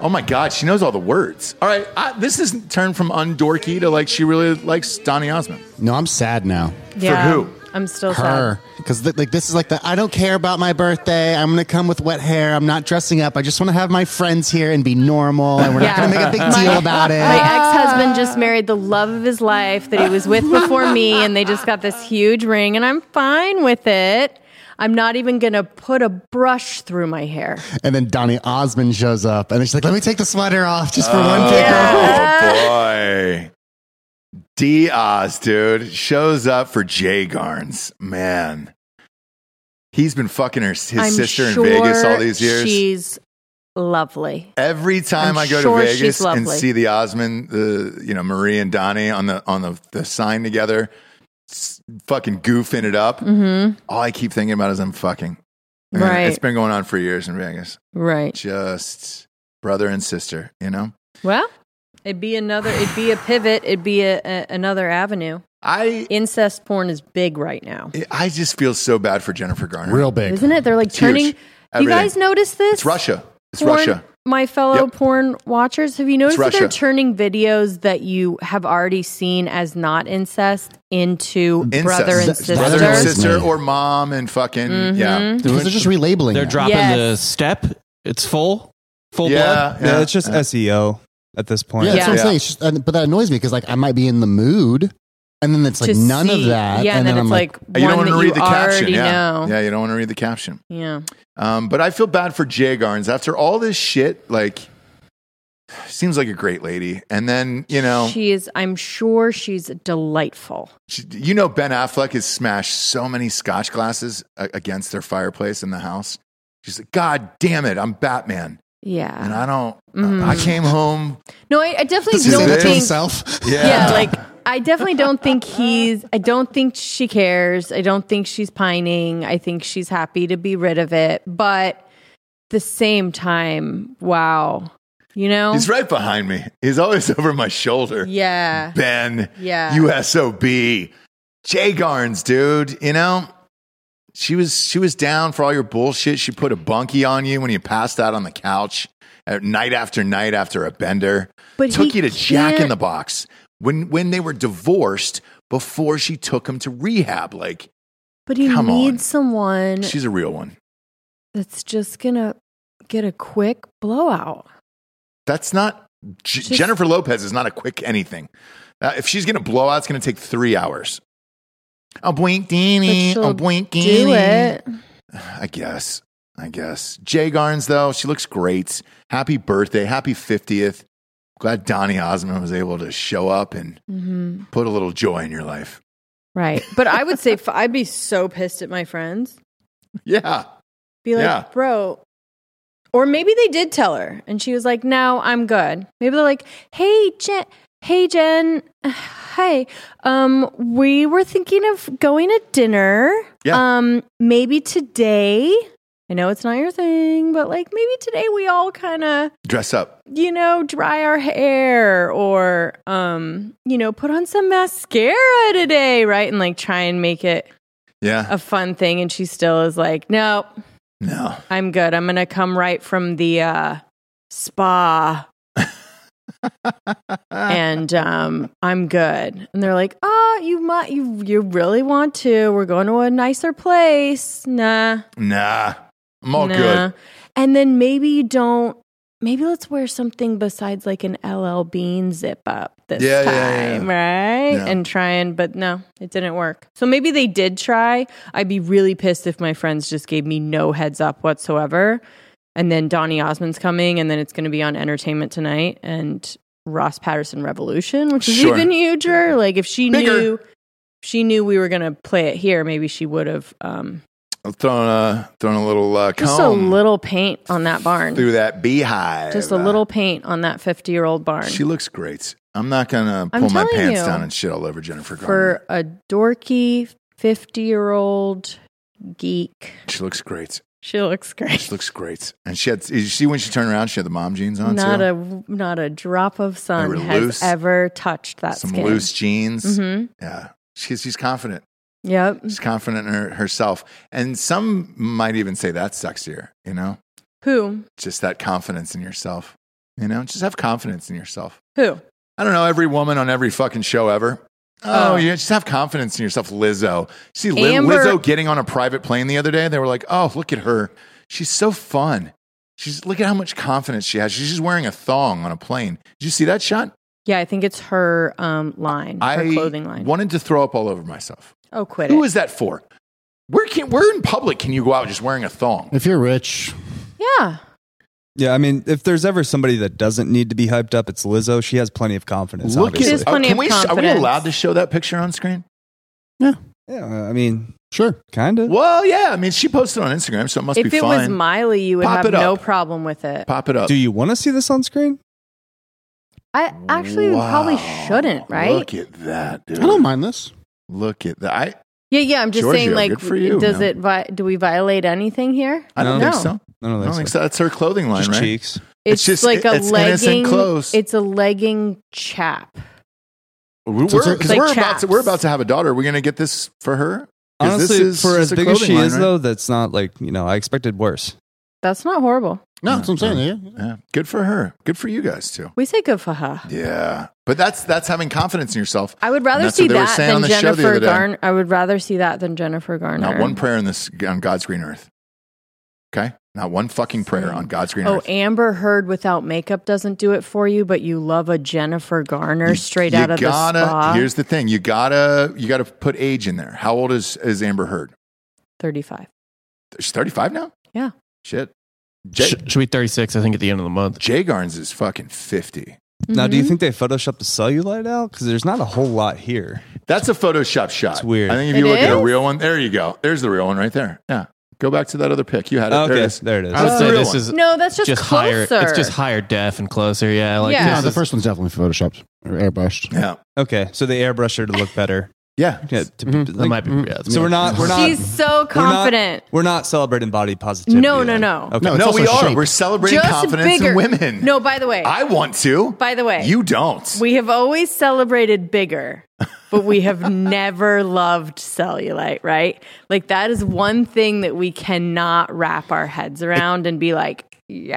[SPEAKER 1] Oh my God, she knows all the words. All right, I, this is turned from undorky to like she really likes Donny Osmond.
[SPEAKER 3] No, I'm sad now.
[SPEAKER 7] yeah,
[SPEAKER 1] who?
[SPEAKER 7] I'm still
[SPEAKER 3] Her, because like this is like the I don't care about my birthday. I'm gonna come with wet hair. I'm not dressing up. I just want to have my friends here and be normal, and we're
[SPEAKER 7] Yeah.
[SPEAKER 3] not gonna make a big
[SPEAKER 7] My-
[SPEAKER 3] deal about it.
[SPEAKER 7] sad. My ex-husband just married the love of his life that he was with before me and they just got this huge ring and I'm fine with it. I'm not even going to put a brush through my hair.
[SPEAKER 3] and then Donnie Osmond shows up, and she's like, "Let me take the sweater off just for one pickle."
[SPEAKER 1] Oh boy. Diaz, dude, shows up for Jay Garns. Man. He's been fucking her, his
[SPEAKER 7] I'm
[SPEAKER 1] sister
[SPEAKER 7] sure
[SPEAKER 1] in Vegas all these years.
[SPEAKER 7] She's lovely.
[SPEAKER 1] Every time i
[SPEAKER 7] I'm
[SPEAKER 1] go
[SPEAKER 7] sure
[SPEAKER 1] to
[SPEAKER 7] she's
[SPEAKER 1] Vegas and
[SPEAKER 7] lovely.
[SPEAKER 1] see the Osmond, the you know Marie and Donnie on the on the, the sign together, s- fucking goofing it up.
[SPEAKER 7] Mm-hmm.
[SPEAKER 1] All I keep thinking about is I'm fucking. And
[SPEAKER 7] Right.
[SPEAKER 1] It's been going on for years in Vegas.
[SPEAKER 7] Right.
[SPEAKER 1] Just brother and sister, you know.
[SPEAKER 7] Well, it'd be another. It'd be a pivot. It'd be a, a, another avenue.
[SPEAKER 1] I
[SPEAKER 7] Incest porn is big right now,
[SPEAKER 1] I just feel so bad for Jennifer Garner.
[SPEAKER 3] Real big.
[SPEAKER 7] isn't it? They're like
[SPEAKER 1] It's huge.
[SPEAKER 7] turning. You
[SPEAKER 1] Everything.
[SPEAKER 7] guys notice this?
[SPEAKER 1] It's Russia. It's
[SPEAKER 7] Porn-
[SPEAKER 1] Russia.
[SPEAKER 7] My fellow
[SPEAKER 1] Yep.
[SPEAKER 7] porn watchers, have you noticed that they're
[SPEAKER 1] Russia.
[SPEAKER 7] turning videos that you have already seen as not incest into
[SPEAKER 1] Incest.
[SPEAKER 7] brother and
[SPEAKER 3] Th-
[SPEAKER 7] sister? Mm-hmm.
[SPEAKER 3] brother
[SPEAKER 1] Brother and
[SPEAKER 3] Sister.
[SPEAKER 1] sister or mom and fucking yeah.
[SPEAKER 3] Because they're just relabeling.
[SPEAKER 8] They're
[SPEAKER 3] it.
[SPEAKER 8] dropping
[SPEAKER 7] Yes.
[SPEAKER 8] the step. It's full. Full
[SPEAKER 1] Yeah.
[SPEAKER 8] blood.
[SPEAKER 9] Yeah, it's just SEO at this point.
[SPEAKER 3] Yeah, that's what I'm
[SPEAKER 1] Yeah.
[SPEAKER 3] saying. It's just, and- but that annoys me because like I might be in the mood, and then it's like
[SPEAKER 7] To
[SPEAKER 3] none of
[SPEAKER 7] see-
[SPEAKER 3] that.
[SPEAKER 7] Yeah, and, then,
[SPEAKER 3] I'm
[SPEAKER 7] it's like,
[SPEAKER 1] "Oh, You don't want
[SPEAKER 7] one that
[SPEAKER 1] to
[SPEAKER 7] you
[SPEAKER 1] read the caption.
[SPEAKER 7] already
[SPEAKER 1] Yeah.
[SPEAKER 7] know.
[SPEAKER 1] yeah, you don't want to read the caption.
[SPEAKER 7] yeah.
[SPEAKER 1] Um, but I feel bad for Jay Garns after all this shit. Like, seems like a great lady, and then you know,
[SPEAKER 7] she is i'm sure she's delightful
[SPEAKER 1] she- you know, Ben Affleck has smashed so many Scotch glasses uh, against their fireplace in the house. She's like, God damn it, I'm Batman, and
[SPEAKER 7] yeah
[SPEAKER 1] I don't.
[SPEAKER 7] Mm-hmm.
[SPEAKER 1] uh, I came home.
[SPEAKER 7] no i, I definitely
[SPEAKER 3] Does he say
[SPEAKER 7] don't
[SPEAKER 3] that to
[SPEAKER 7] think
[SPEAKER 3] himself?
[SPEAKER 7] yeah like i definitely don't think he's i don't think she cares i don't think she's pining i think she's happy to be rid of it but the same time wow You know?
[SPEAKER 1] He's right behind me. He's always over my shoulder.
[SPEAKER 7] Yeah.
[SPEAKER 1] Ben.
[SPEAKER 7] Yeah.
[SPEAKER 1] USOB. Jay Garns, dude. You know, she was she was down for all your bullshit. She put a bunkie on you when you passed out on the couch uh, night after night after a bender.
[SPEAKER 4] But
[SPEAKER 1] took
[SPEAKER 4] he
[SPEAKER 1] you to Jack in
[SPEAKER 4] can't-
[SPEAKER 1] the Box when when they were divorced before she took him to rehab. Like
[SPEAKER 7] But he
[SPEAKER 1] Come on.
[SPEAKER 7] needs someone
[SPEAKER 1] she's a real one.
[SPEAKER 7] that's just going to get a quick blowout.
[SPEAKER 1] That's not J- Jennifer Lopez is not a quick anything. Uh, if she's gonna blow out, it's gonna take three hours. A boink
[SPEAKER 4] Danny,
[SPEAKER 1] But she'll
[SPEAKER 4] a boink
[SPEAKER 1] do
[SPEAKER 4] Danny.
[SPEAKER 1] it. I guess. I guess. Jay Garns, though, she looks great. Happy birthday. Happy 50th. Glad Donnie Osmond was able to show up and
[SPEAKER 7] Mm-hmm.
[SPEAKER 1] put a little joy in your life.
[SPEAKER 7] Right. But I would say, f- I'd be so pissed at my friends.
[SPEAKER 1] Yeah.
[SPEAKER 7] Be like,
[SPEAKER 1] Yeah.
[SPEAKER 7] bro. Or maybe they did tell her and she was like, no, I'm good. Maybe they're like, hey, Jen. Hey, Jen. Hi. Um, we were thinking of going to dinner.
[SPEAKER 4] Yeah.
[SPEAKER 7] Um, maybe today. I know it's not your thing, but like maybe today we all kind of
[SPEAKER 1] Dress up.
[SPEAKER 7] you know, dry our hair or um, you know, put on some mascara today, right? And like try and make it
[SPEAKER 1] Yeah.
[SPEAKER 7] a fun thing and she still is like, "No.
[SPEAKER 1] No.
[SPEAKER 7] I'm good. I'm going to come right from the uh spa." and um I'm good. And they're like, "Oh, you might you you really want to. We're going to a nicer place." Nah.
[SPEAKER 1] Nah. I'm all
[SPEAKER 7] Nah.
[SPEAKER 1] good.
[SPEAKER 7] And then maybe you don't. Maybe let's wear something besides like an LL Bean zip up this
[SPEAKER 4] Yeah, yeah, yeah.
[SPEAKER 7] time, right?
[SPEAKER 4] Yeah.
[SPEAKER 7] And try and, but no, it didn't work. So maybe they did try. I'd be really pissed if my friends just gave me no heads up whatsoever. And then Donny Osmond's coming, and then it's going to be on Entertainment Tonight and Ross Patterson Revolution, which is
[SPEAKER 4] Sure.
[SPEAKER 7] even huger. Like if she
[SPEAKER 4] Bigger.
[SPEAKER 7] knew, if she knew we were going to play it here, maybe she would have. Um,
[SPEAKER 1] I'm throwing a, throwing a little uh,
[SPEAKER 7] just a
[SPEAKER 1] comb
[SPEAKER 7] little paint on that barn.
[SPEAKER 1] through that beehive.
[SPEAKER 7] Just a little paint on that 50 year old barn
[SPEAKER 1] uh, She looks great. I'm not going to
[SPEAKER 7] I'm
[SPEAKER 1] pull my
[SPEAKER 7] telling
[SPEAKER 1] pants
[SPEAKER 7] you.
[SPEAKER 1] down and shit all over Jennifer Garner.
[SPEAKER 7] for a dorky 50 year old geek.
[SPEAKER 1] She looks great.
[SPEAKER 7] She looks great.
[SPEAKER 1] She looks great. And she had, did you see when she turned around, she had the mom jeans on
[SPEAKER 7] Not
[SPEAKER 1] too?
[SPEAKER 7] a not a drop of sun
[SPEAKER 1] were
[SPEAKER 7] has
[SPEAKER 1] loose.
[SPEAKER 7] ever touched that
[SPEAKER 1] some
[SPEAKER 7] skin.
[SPEAKER 1] loose jeans.
[SPEAKER 7] Mhm.
[SPEAKER 1] Yeah, she's she's confident.
[SPEAKER 7] Mm-hmm. Yep.
[SPEAKER 1] She's confident in her, herself, and some might even say that's sexier. You know,
[SPEAKER 7] Who?
[SPEAKER 1] just that confidence in yourself. You know, just have confidence in yourself.
[SPEAKER 7] Who?
[SPEAKER 1] I don't know every woman on every fucking show ever. Oh,
[SPEAKER 7] Oh.
[SPEAKER 1] yeah, just have confidence in yourself, Lizzo. See Li-
[SPEAKER 7] Amber-
[SPEAKER 1] Lizzo getting on a private plane the other day. They were like, "Oh, look at her. She's so fun. She's look at how much confidence she has. She's just wearing a thong on a plane. Did you see that shot?
[SPEAKER 7] Yeah, I think it's her um line, her
[SPEAKER 1] I
[SPEAKER 7] clothing line.
[SPEAKER 1] wanted to throw up all over myself.
[SPEAKER 7] oh, quit
[SPEAKER 1] Who
[SPEAKER 7] it.
[SPEAKER 1] is that for? Where can where in public can you go out just wearing a thong?
[SPEAKER 3] If you're rich,
[SPEAKER 7] yeah.
[SPEAKER 9] Yeah, I mean, if there's ever somebody that doesn't need to be hyped up, it's Lizzo. She has plenty of confidence.
[SPEAKER 1] Look
[SPEAKER 9] obviously.
[SPEAKER 1] at uh, can we, Are we allowed to show that picture on screen?
[SPEAKER 9] Yeah, I mean,
[SPEAKER 3] sure,
[SPEAKER 9] kind of.
[SPEAKER 1] Well, yeah. I mean, she posted on Instagram, so it must
[SPEAKER 7] If
[SPEAKER 1] be
[SPEAKER 7] it
[SPEAKER 1] fine.
[SPEAKER 7] was Miley, you would
[SPEAKER 1] Pop
[SPEAKER 7] have
[SPEAKER 1] it
[SPEAKER 7] no
[SPEAKER 1] up.
[SPEAKER 7] problem with it.
[SPEAKER 1] Pop it up.
[SPEAKER 9] Do you want to see this on screen?
[SPEAKER 7] I actually we probably shouldn't, right?
[SPEAKER 1] Look at that, dude.
[SPEAKER 3] I don't mind this.
[SPEAKER 1] Look at that. I
[SPEAKER 7] Yeah, yeah. I'm just
[SPEAKER 1] Giorgio,
[SPEAKER 7] saying, like,
[SPEAKER 1] good for you,
[SPEAKER 7] does
[SPEAKER 1] man.
[SPEAKER 7] it? Vi- do we violate anything here?
[SPEAKER 1] I don't
[SPEAKER 7] no.
[SPEAKER 1] think so.
[SPEAKER 9] I don't
[SPEAKER 1] think, so. That's her clothing line,
[SPEAKER 9] Just
[SPEAKER 1] right?
[SPEAKER 9] cheeks.
[SPEAKER 7] It's,
[SPEAKER 1] just
[SPEAKER 7] like a
[SPEAKER 1] it's
[SPEAKER 7] legging.
[SPEAKER 1] innocent clothes.
[SPEAKER 7] It's a legging chap.
[SPEAKER 1] We're,
[SPEAKER 7] So
[SPEAKER 1] we're-
[SPEAKER 7] it's like-
[SPEAKER 1] 'cause
[SPEAKER 7] like
[SPEAKER 1] we're about to
[SPEAKER 7] chaps.
[SPEAKER 1] we're about to have a daughter. We're gonna get this for her. 'Cause this
[SPEAKER 9] Honestly,
[SPEAKER 1] is
[SPEAKER 9] for as
[SPEAKER 1] just a
[SPEAKER 9] big as
[SPEAKER 1] clothing
[SPEAKER 9] she
[SPEAKER 1] line,
[SPEAKER 9] is,
[SPEAKER 1] right?
[SPEAKER 9] though, that's not like you know. I expected worse.
[SPEAKER 7] That's not horrible.
[SPEAKER 3] No, that's what I'm saying. Yeah.
[SPEAKER 1] Yeah, good for her. Good for you guys too.
[SPEAKER 7] We say good for her.
[SPEAKER 1] Yeah, but that's that's having confidence in yourself.
[SPEAKER 7] I would
[SPEAKER 1] And
[SPEAKER 7] rather
[SPEAKER 1] that's what
[SPEAKER 7] see
[SPEAKER 1] they were
[SPEAKER 7] that
[SPEAKER 1] saying on
[SPEAKER 7] than
[SPEAKER 1] the show the other
[SPEAKER 7] Jennifer
[SPEAKER 1] day.
[SPEAKER 7] Garner. I would rather see that than Jennifer Garner.
[SPEAKER 1] Not one prayer in this on God's green earth. Okay, not one fucking prayer on God's green
[SPEAKER 7] Oh,
[SPEAKER 1] earth.
[SPEAKER 7] Amber Heard without makeup doesn't do it for you, but you love a Jennifer Garner straight out of
[SPEAKER 1] gotta,
[SPEAKER 7] the spa.
[SPEAKER 1] Here's the thing: you gotta you gotta put age in there. How old is is Amber Heard?
[SPEAKER 7] Thirty-five.
[SPEAKER 1] She's thirty five now.
[SPEAKER 7] Yeah.
[SPEAKER 1] Shit. Jay,
[SPEAKER 8] Sh- should be 36, I think, at the end of the month.
[SPEAKER 1] Jay Garns is fucking 50.
[SPEAKER 9] Now, do you
[SPEAKER 1] Mhm.
[SPEAKER 9] think they photoshopped the cellulite out? Because there's not a whole lot here.
[SPEAKER 1] That's a Photoshop shot. It's
[SPEAKER 9] weird.
[SPEAKER 1] I think if
[SPEAKER 9] It
[SPEAKER 1] you look at a
[SPEAKER 9] is?
[SPEAKER 1] real one, there you go. There's the real one right there. Yeah. Go back to that other pic. You had it. there
[SPEAKER 9] Okay,
[SPEAKER 1] it is.
[SPEAKER 9] there it is.
[SPEAKER 8] I would
[SPEAKER 1] That's
[SPEAKER 8] say
[SPEAKER 1] the real
[SPEAKER 8] this
[SPEAKER 1] one.
[SPEAKER 8] is
[SPEAKER 7] No, that's just
[SPEAKER 8] higher. It's
[SPEAKER 7] closer.
[SPEAKER 8] just higher def and closer. Yeah, like
[SPEAKER 7] Yeah.
[SPEAKER 8] this
[SPEAKER 3] No, the
[SPEAKER 8] is-
[SPEAKER 3] first one's definitely photoshopped or airbrushed.
[SPEAKER 1] Yeah.
[SPEAKER 9] Okay, so they airbrushed her to look better.
[SPEAKER 1] Yeah,
[SPEAKER 9] yeah. to-
[SPEAKER 1] Mm-hmm.
[SPEAKER 9] like-
[SPEAKER 8] might be- yeah, it's
[SPEAKER 9] so
[SPEAKER 8] me.
[SPEAKER 9] we're not. We're not.
[SPEAKER 7] She's so
[SPEAKER 9] we're not-
[SPEAKER 7] confident.
[SPEAKER 9] We're not, celebrating body positivity.
[SPEAKER 7] No, no,
[SPEAKER 9] then.
[SPEAKER 7] no.
[SPEAKER 9] Okay.
[SPEAKER 1] No, no, we are. We're celebrating
[SPEAKER 7] Just
[SPEAKER 1] confidence
[SPEAKER 7] bigger.
[SPEAKER 1] in women.
[SPEAKER 7] No, by the way,
[SPEAKER 1] I want to.
[SPEAKER 7] By the way,
[SPEAKER 1] you don't.
[SPEAKER 7] we have always celebrated bigger, but we have never loved cellulite, right? Like that is one thing that we cannot wrap our heads around and be like,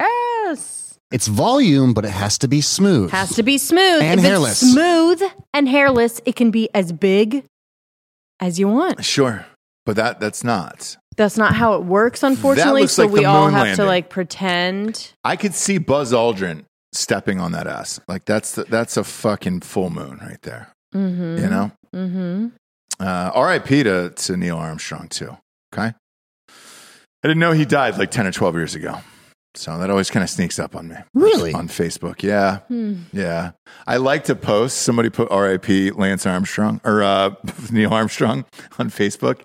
[SPEAKER 7] yes.
[SPEAKER 3] It's volume, but it has to be smooth.
[SPEAKER 7] Has to be smooth.
[SPEAKER 3] And
[SPEAKER 7] if
[SPEAKER 3] hairless.
[SPEAKER 7] It's smooth and hairless. It can be as big as you want.
[SPEAKER 1] Sure, but that that's not.
[SPEAKER 7] That's not how it works, unfortunately.
[SPEAKER 1] looks
[SPEAKER 7] so
[SPEAKER 1] like
[SPEAKER 7] we
[SPEAKER 1] the
[SPEAKER 7] all
[SPEAKER 1] moon
[SPEAKER 7] have to
[SPEAKER 1] landing.
[SPEAKER 7] like pretend.
[SPEAKER 1] I could see Buzz Aldrin stepping on that ass. Like that's the, that's a fucking full moon right there.
[SPEAKER 7] Mm-hmm.
[SPEAKER 1] You know.
[SPEAKER 7] Mm-hmm.
[SPEAKER 1] Uh, R.I.P. To, to Neil Armstrong too. Okay. I didn't know he died like ten or twelve years ago. So that always kind of sneaks up on me.
[SPEAKER 3] Really?
[SPEAKER 1] On Facebook, yeah.
[SPEAKER 7] Hmm.
[SPEAKER 1] Yeah. I like to post. Somebody put RIP Lance Armstrong or uh, Neil Armstrong on Facebook.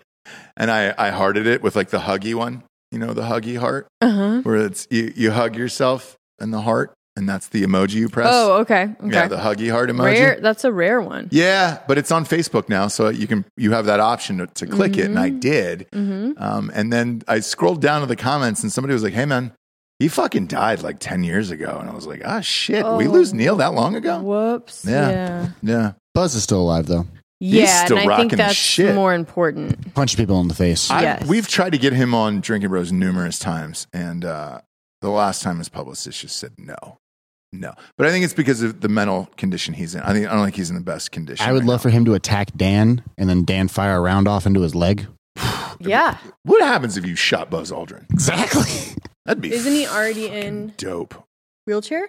[SPEAKER 1] And I, I hearted it with like the huggy one, you know, the huggy heart,
[SPEAKER 7] Uh-huh.
[SPEAKER 1] where it's you, you hug yourself and the heart, and that's the emoji you press.
[SPEAKER 7] Oh, okay. okay.
[SPEAKER 1] Yeah, the huggy heart emoji.
[SPEAKER 7] Rare. That's a rare one.
[SPEAKER 1] Yeah, but it's on Facebook now, so you can you have that option to, to click it, and I
[SPEAKER 7] Mhm.
[SPEAKER 1] did.
[SPEAKER 7] Mm-hmm.
[SPEAKER 1] Um, and then I scrolled down to the comments, and somebody was like, "Hey, man, he fucking died like ten years ago," and I was like, "Ah, shit, we
[SPEAKER 7] Oh.
[SPEAKER 1] lose Neil that long ago."
[SPEAKER 7] Whoops.
[SPEAKER 1] Yeah.
[SPEAKER 7] Yeah.
[SPEAKER 1] Yeah.
[SPEAKER 3] Buzz is still alive though.
[SPEAKER 1] He's
[SPEAKER 7] Yeah,
[SPEAKER 1] still
[SPEAKER 7] and I
[SPEAKER 1] rocking
[SPEAKER 7] think
[SPEAKER 1] the
[SPEAKER 7] that's
[SPEAKER 1] shit.
[SPEAKER 7] more important.
[SPEAKER 3] Punch people in the face.
[SPEAKER 1] I,
[SPEAKER 7] Yes.
[SPEAKER 1] We've tried to get him on Drinking Bros numerous times, and uh, the last time his publicist just said no, no. But I think it's because of the mental condition he's in. I think I don't think he's in the best condition.
[SPEAKER 3] I would love for him to attack Dan and then Dan fire a round off into his leg.
[SPEAKER 7] Yeah.
[SPEAKER 1] What happens if you shot Buzz Aldrin?
[SPEAKER 3] Exactly.
[SPEAKER 1] That'd be
[SPEAKER 7] Isn't he already in
[SPEAKER 1] dope.
[SPEAKER 7] wheelchair?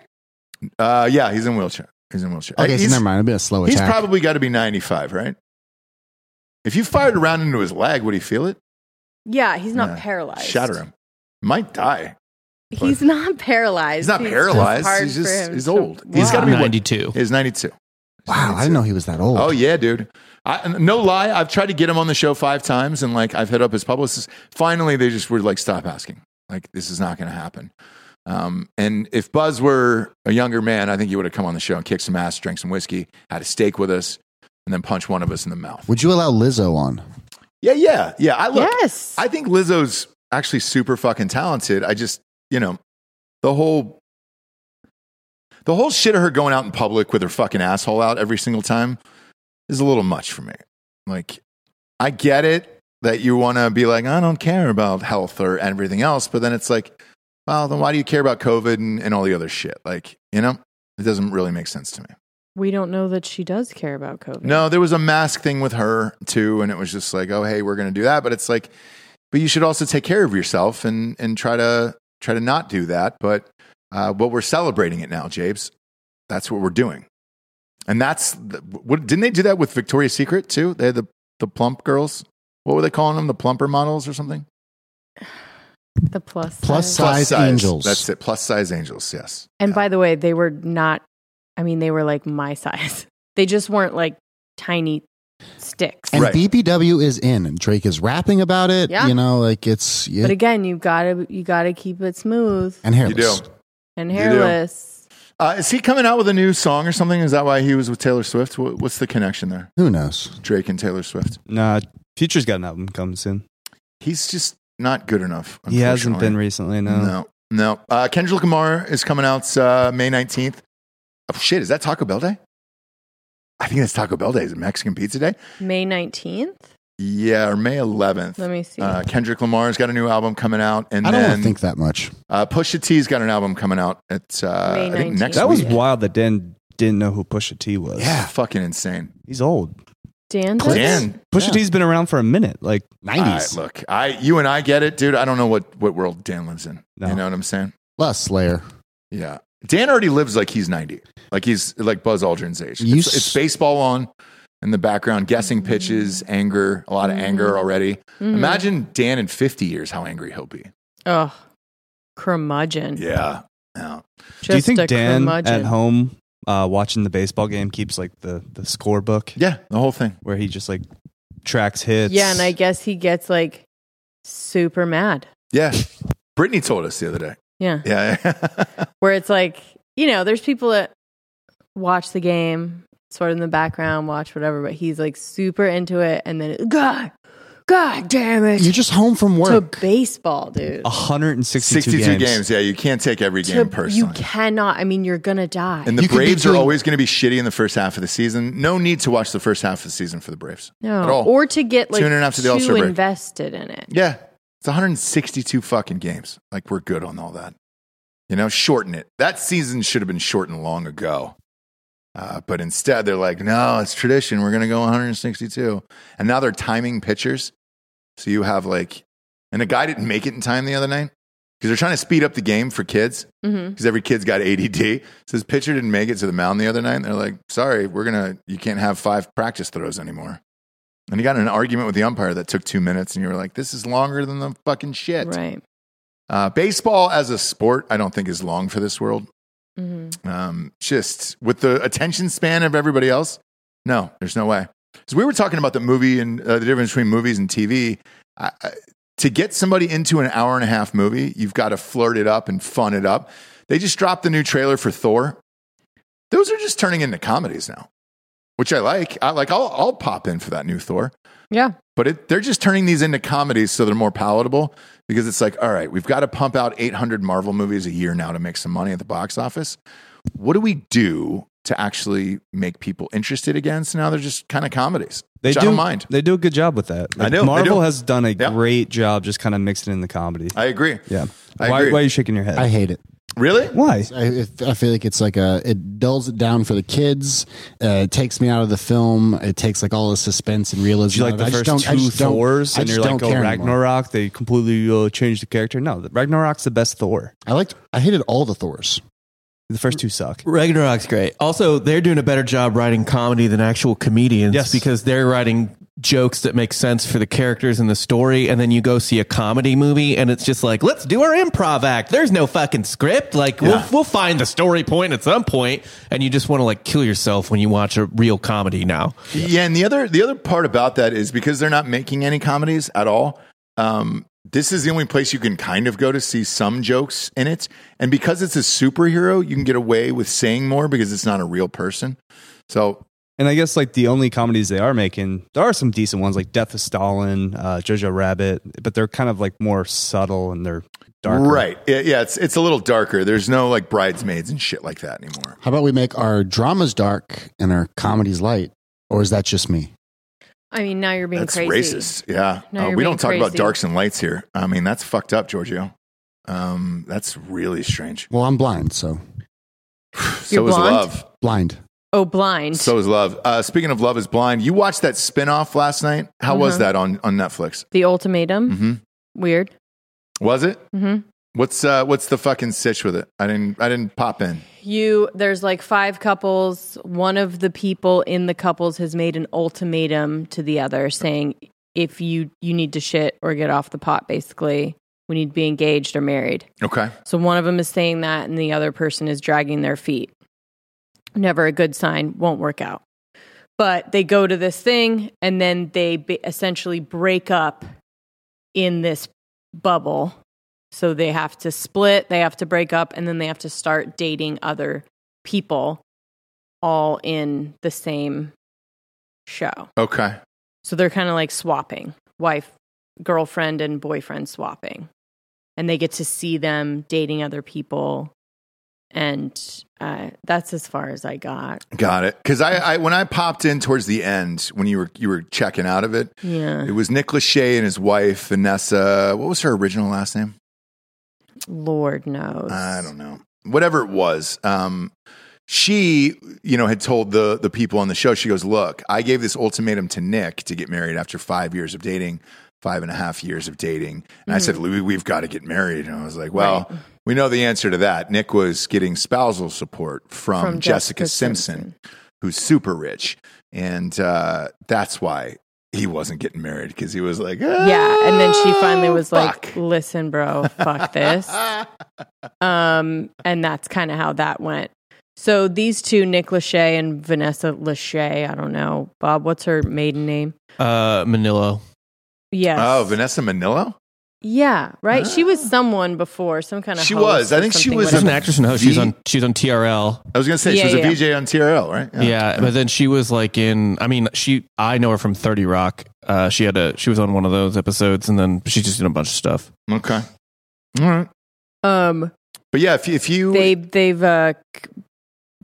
[SPEAKER 1] Uh, yeah, he's in wheelchair. He's in wheelchair.
[SPEAKER 3] Okay, so
[SPEAKER 1] he's,
[SPEAKER 3] never mind. It'd be a slow
[SPEAKER 1] he's
[SPEAKER 3] attack.
[SPEAKER 1] probably got to be ninety-five, right? If you fired around into his leg, would he feel it?
[SPEAKER 7] Yeah, he's not
[SPEAKER 1] Yeah.
[SPEAKER 7] paralyzed.
[SPEAKER 1] Shatter him. Might die.
[SPEAKER 7] He's not paralyzed.
[SPEAKER 1] He's not
[SPEAKER 7] just
[SPEAKER 1] paralyzed.
[SPEAKER 7] hard
[SPEAKER 1] he's
[SPEAKER 7] for
[SPEAKER 1] just
[SPEAKER 7] him
[SPEAKER 1] he's
[SPEAKER 7] to
[SPEAKER 1] old. He's got to be
[SPEAKER 7] walk.
[SPEAKER 1] what?
[SPEAKER 8] 92.
[SPEAKER 1] He's ninety-two.
[SPEAKER 3] wow, I didn't know he was that old.
[SPEAKER 1] Oh yeah, dude. I, no lie, I've tried to get him on the show five times, and like I've hit up his publicist. Finally, they just were like, "Stop asking. Like this is not going to happen." Um, and if Buzz were a younger man, I think he would have come on the show and kicked some ass, drank some whiskey, had a steak with us, and then punched one of us in the mouth.
[SPEAKER 3] Would you allow Lizzo on?
[SPEAKER 1] Yeah, yeah, yeah. I look.
[SPEAKER 7] Yes.
[SPEAKER 1] I think Lizzo's actually super fucking talented. I just, you know, the whole the whole shit of her going out in public with her fucking asshole out every single time is a little much for me. Like I get it that you want to be like, I don't care about health or everything else, but then it's like, well, then why do you care about COVID and, and all the other shit? Like, you know, it doesn't really make sense to me.
[SPEAKER 7] We don't know that she does care about COVID.
[SPEAKER 1] No, there was a mask thing with her too, and it was just like, oh hey, we're gonna do that. But it's like, but you should also take care of yourself and and try to try to not do that. But uh, but we're celebrating it now, Japes. That's what we're doing, and that's the, what didn't they do that with Victoria's Secret too? They had the the plump girls. What were they calling them? The plumper models or something?
[SPEAKER 7] The plus
[SPEAKER 3] Plus
[SPEAKER 7] size.
[SPEAKER 3] size. angels.
[SPEAKER 1] That's it. Plus size angels. Yes.
[SPEAKER 7] And by the way, they were not I mean, they were like my size. They just weren't like tiny sticks.
[SPEAKER 3] And
[SPEAKER 1] Right.
[SPEAKER 3] BBW is in, and Drake is rapping about it.
[SPEAKER 7] Yeah.
[SPEAKER 3] You know, like it's yeah,
[SPEAKER 7] But again, you gotta you gotta keep it smooth
[SPEAKER 3] and
[SPEAKER 1] You do.
[SPEAKER 3] hairless.
[SPEAKER 7] and
[SPEAKER 1] You do.
[SPEAKER 7] hairless.
[SPEAKER 1] Uh, is he coming out with a new song or something? Is that why he was with Taylor Swift? What, what's the connection there?
[SPEAKER 3] Who knows?
[SPEAKER 1] Drake and Taylor Swift.
[SPEAKER 9] Nah, Future's got an album coming soon.
[SPEAKER 1] He's just not good enough.
[SPEAKER 9] He hasn't been
[SPEAKER 1] unfortunately.
[SPEAKER 9] recently. No.
[SPEAKER 1] No, no. Uh, Kendrick Lamar is coming out uh, May 19th. Oh, shit, is that Taco Bell Day? I think that's Taco Bell Day. Is it Mexican Pizza Day?
[SPEAKER 7] May nineteenth?
[SPEAKER 1] Yeah, or May 11th.
[SPEAKER 7] Let me see.
[SPEAKER 1] Uh, Kendrick Lamar's got a new album coming out, and
[SPEAKER 3] I don't want
[SPEAKER 1] then
[SPEAKER 3] to think that much.
[SPEAKER 1] uh, Pusha T's got an album coming out. It's uh,
[SPEAKER 7] May
[SPEAKER 1] I think next.
[SPEAKER 9] That was
[SPEAKER 1] week.
[SPEAKER 9] wild that Dan didn't know who Pusha T was.
[SPEAKER 1] yeah, fucking insane.
[SPEAKER 9] He's old.
[SPEAKER 7] Dan does?
[SPEAKER 1] Dan,
[SPEAKER 9] Pusha
[SPEAKER 3] Yeah.
[SPEAKER 9] T's been around for a minute, like
[SPEAKER 1] I,
[SPEAKER 9] 90s.
[SPEAKER 1] look, I you and I get it, dude. I don't know what what world Dan lives in.
[SPEAKER 9] No.
[SPEAKER 1] You know what I'm saying?
[SPEAKER 3] Plus Slayer.
[SPEAKER 1] Yeah. Dan already lives like he's 90. Like he's like Buzz Aldrin's age.
[SPEAKER 3] You
[SPEAKER 1] It's,
[SPEAKER 3] s-
[SPEAKER 1] it's baseball on in the background, guessing pitches, anger, a lot of anger already.
[SPEAKER 7] Mhm.
[SPEAKER 1] Imagine Dan in 50 years, how angry he'll be.
[SPEAKER 7] Ugh. Curmudgeon.
[SPEAKER 1] Yeah. Yeah.
[SPEAKER 9] Do you
[SPEAKER 7] Just
[SPEAKER 9] think
[SPEAKER 7] a
[SPEAKER 9] Dan
[SPEAKER 7] curmudgeon.
[SPEAKER 9] at home uh, watching the baseball game keeps like the, the score book
[SPEAKER 1] Yeah. The whole thing.
[SPEAKER 9] where he just like tracks hits?
[SPEAKER 7] Yeah, and I guess he gets like super mad.
[SPEAKER 1] Yeah. Brittany told us the other day.
[SPEAKER 7] Yeah.
[SPEAKER 1] Yeah.
[SPEAKER 7] Where it's like, you know, there's people that watch the game, sort of in the background, watch whatever, but he's like super into it. And then, it, God, God damn it.
[SPEAKER 3] You're just home from work.
[SPEAKER 7] To baseball, dude.
[SPEAKER 9] 162
[SPEAKER 1] games.
[SPEAKER 9] games.
[SPEAKER 1] Yeah, you can't take every game
[SPEAKER 7] To-
[SPEAKER 1] personally.
[SPEAKER 7] you cannot. I mean, you're going to die.
[SPEAKER 1] and the Braves are always going to be shitty in the first half of the season. No need to watch the first half of the season for the Braves.
[SPEAKER 7] No.
[SPEAKER 1] At all.
[SPEAKER 7] Or to get like
[SPEAKER 1] Soon enough to the All-Star
[SPEAKER 7] too
[SPEAKER 1] break.
[SPEAKER 7] invested in it.
[SPEAKER 1] Yeah. It's 162 fucking games. Like, we're good on all that. You know, shorten it. That season should have been shortened long ago. Uh, but instead, they're like, no, it's tradition. We're going to go 162. And now they're timing pitchers. So you have like, and the guy didn't make it in time the other night because they're trying to speed up the game for kids
[SPEAKER 7] Mhm.
[SPEAKER 1] because every kid's got ADD. So this pitcher didn't make it to the mound the other night. And they're like, sorry, we're going to, you can't have five practice throws anymore. And he got in an argument with the umpire that took two minutes. And you were like, this is longer than the fucking shit.
[SPEAKER 7] Right.
[SPEAKER 1] Uh, baseball as a sport, I don't think is long for this world.
[SPEAKER 7] hmm
[SPEAKER 1] Um, just with the attention span of everybody else, no, there's no way. So we were talking about the movie and uh, the difference between movies and TV. I, I, to get somebody into an hour and a half movie, you've got to flirt it up and fun it up. They just dropped the new trailer for Thor. Those are just turning into comedies now, which I like. I like. I'll, I'll pop in for that new Thor.
[SPEAKER 7] Yeah.
[SPEAKER 1] But it, they're just turning these into comedies so they're more palatable because it's like, all right, we've got to pump out 800 Marvel movies a year now to make some money at the box office. What do we do to actually make people interested again? So now they're just kind of comedies.
[SPEAKER 9] They
[SPEAKER 1] which
[SPEAKER 9] do
[SPEAKER 1] I don't mind.
[SPEAKER 9] They do a good job with that.
[SPEAKER 1] I know, they
[SPEAKER 9] Marvel
[SPEAKER 1] do.
[SPEAKER 9] has done a great job just kind of mixing in the comedy.
[SPEAKER 1] I agree.
[SPEAKER 9] yeah.
[SPEAKER 1] I
[SPEAKER 9] why,
[SPEAKER 1] agree.
[SPEAKER 9] why are you shaking your head?
[SPEAKER 3] I hate it.
[SPEAKER 1] Really?
[SPEAKER 9] Why?
[SPEAKER 3] I, it- I feel like it's like a it dulls it down for the kids. Uh, it takes me out of the film. It takes like all the suspense and realism.
[SPEAKER 9] Did you
[SPEAKER 3] out of it.
[SPEAKER 9] like the
[SPEAKER 3] I just
[SPEAKER 9] first
[SPEAKER 3] don't- I
[SPEAKER 9] two
[SPEAKER 3] just don't-
[SPEAKER 9] Thors,
[SPEAKER 3] I
[SPEAKER 9] and
[SPEAKER 3] just
[SPEAKER 9] you're like,
[SPEAKER 3] don't
[SPEAKER 9] "Oh,
[SPEAKER 3] care anymore.
[SPEAKER 9] Ragnarok!" They completely uh, changed the character. No, the- Ragnarok's the best Thor.
[SPEAKER 3] I liked. I hated all the Thors.
[SPEAKER 9] The first two suck.
[SPEAKER 8] Ragnarok's great. Also, they're doing a better job writing comedy than actual comedians
[SPEAKER 9] Yes.
[SPEAKER 8] because they're writing jokes that make sense for the characters in the story. And then you go see a comedy movie and it's just like, let's do our improv act. There's no fucking script. Like, we'll, we'll find the story point at some point, And you just want to like kill yourself when you watch a real comedy now.
[SPEAKER 1] Yeah. and the other the other part about that is because they're not making any comedies at all. Um, this is the only place you can kind of go to see some jokes in it, and because it's a superhero, you can get away with saying more because it's not a real person. So
[SPEAKER 9] And I guess like the only comedies they are making, there are some decent ones like Death of Stalin, uh, Jojo Rabbit, but they're kind of like more subtle and they're darker.
[SPEAKER 1] right, yeah, yeah, it's it's a little darker. There's no like bridesmaids and shit like that anymore.
[SPEAKER 3] How about we make our dramas dark and our comedies light? Or is that just me?
[SPEAKER 7] I mean, now you're being
[SPEAKER 1] That's
[SPEAKER 7] crazy.
[SPEAKER 1] racist. Yeah,
[SPEAKER 7] No,
[SPEAKER 1] Uh,
[SPEAKER 7] you're
[SPEAKER 1] we
[SPEAKER 7] being
[SPEAKER 1] don't talk about
[SPEAKER 7] crazy.
[SPEAKER 1] darks and lights here. I mean, that's fucked up, Giorgio. Um, that's really strange.
[SPEAKER 3] Well, I'm blind, so
[SPEAKER 1] so is
[SPEAKER 7] blonde?
[SPEAKER 1] love.
[SPEAKER 3] blind.
[SPEAKER 7] Oh, blind.
[SPEAKER 1] So is love. Uh, speaking of love is blind, you watched that spinoff last night. How was
[SPEAKER 7] Mhm.
[SPEAKER 1] that on, on Netflix?
[SPEAKER 7] the ultimatum.
[SPEAKER 1] hmm
[SPEAKER 7] Weird.
[SPEAKER 1] Was it?
[SPEAKER 7] hmm
[SPEAKER 1] What's uh, what's the fucking sitch with it? I didn't I didn't pop in.
[SPEAKER 7] you there's like five couples one of the people in the couples has made an ultimatum to the other saying if you you need to shit or get off the pot basically we need to be engaged or married
[SPEAKER 1] Okay.
[SPEAKER 7] so one of them is saying that and the other person is dragging their feet never a good sign won't work out but they go to this thing and then they b- essentially break up in this bubble so they have to split, they have to break up, and then they have to start dating other people all in the same show.
[SPEAKER 1] Okay.
[SPEAKER 7] So they're kind of like swapping wife, girlfriend, and boyfriend swapping. And they get to see them dating other people. And uh, that's as far as I got.
[SPEAKER 1] Got it. Because I, I when I popped in towards the end when you were you were checking out of it,
[SPEAKER 7] Yeah.
[SPEAKER 1] it was Nick Lachey and his wife Vanessa. What was her original last name?
[SPEAKER 7] Lord knows.
[SPEAKER 1] I don't know. Whatever it was. Um, she, you know, had told the the people on the show, she goes, Look, I gave this ultimatum to Nick to get married after five years of dating, five and a half years of dating. And I said,
[SPEAKER 7] Mm-hmm.
[SPEAKER 1] Louis, we've got to get married. And I was like, Well, we know the answer to that. Nick was getting spousal support from,
[SPEAKER 7] From
[SPEAKER 1] Jessica,
[SPEAKER 7] Jessica
[SPEAKER 1] Simpson, who's super rich. And uh, that's why he wasn't getting married because he was like, "Ah,
[SPEAKER 7] Yeah, and then she finally was like, "Listen, bro, fuck this."
[SPEAKER 1] "Ah,
[SPEAKER 7] um, and that's kind of how that went. So these two, Nick Lachey and Vanessa Lachey, I don't know, Bob, what's her maiden name?
[SPEAKER 8] Uh, Manilo.
[SPEAKER 7] Yes.
[SPEAKER 1] Oh, Vanessa Oh, Manillo?
[SPEAKER 7] Yeah, right. She was someone before, some kind of.
[SPEAKER 1] She
[SPEAKER 7] host
[SPEAKER 1] was. I
[SPEAKER 7] or
[SPEAKER 1] think she
[SPEAKER 7] something,
[SPEAKER 1] was
[SPEAKER 8] She's an
[SPEAKER 7] whatever.
[SPEAKER 8] actress and host. She's on she's on TRL.
[SPEAKER 1] I was gonna say she was
[SPEAKER 7] Yeah,
[SPEAKER 1] a
[SPEAKER 7] yeah.
[SPEAKER 1] VJ on TRL, right?
[SPEAKER 8] Yeah. but then she was like in. I mean, she I know her from Thirty Rock. Uh, she had a she was on one of those episodes, and then she's just in a bunch of stuff.
[SPEAKER 1] Okay. All right.
[SPEAKER 7] Um,
[SPEAKER 1] But yeah, if you, if you
[SPEAKER 7] they they've uh, c-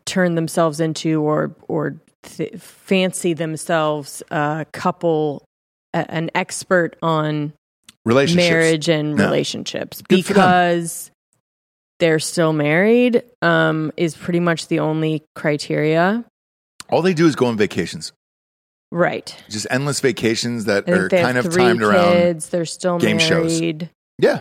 [SPEAKER 7] turned themselves into or or th- fancy themselves a couple, a- an expert on
[SPEAKER 1] Relationships.
[SPEAKER 7] marriage and
[SPEAKER 1] Yeah.
[SPEAKER 7] relationships
[SPEAKER 1] Good for them.
[SPEAKER 7] because they're still married. Um, is pretty much the only criteria,
[SPEAKER 1] all they do is go on vacations,
[SPEAKER 7] right?
[SPEAKER 1] just endless vacations that
[SPEAKER 7] I think
[SPEAKER 1] are
[SPEAKER 7] they have
[SPEAKER 1] kind of
[SPEAKER 7] three
[SPEAKER 1] timed around.
[SPEAKER 7] kids. They're still
[SPEAKER 1] game shows.
[SPEAKER 7] married.
[SPEAKER 1] Yeah,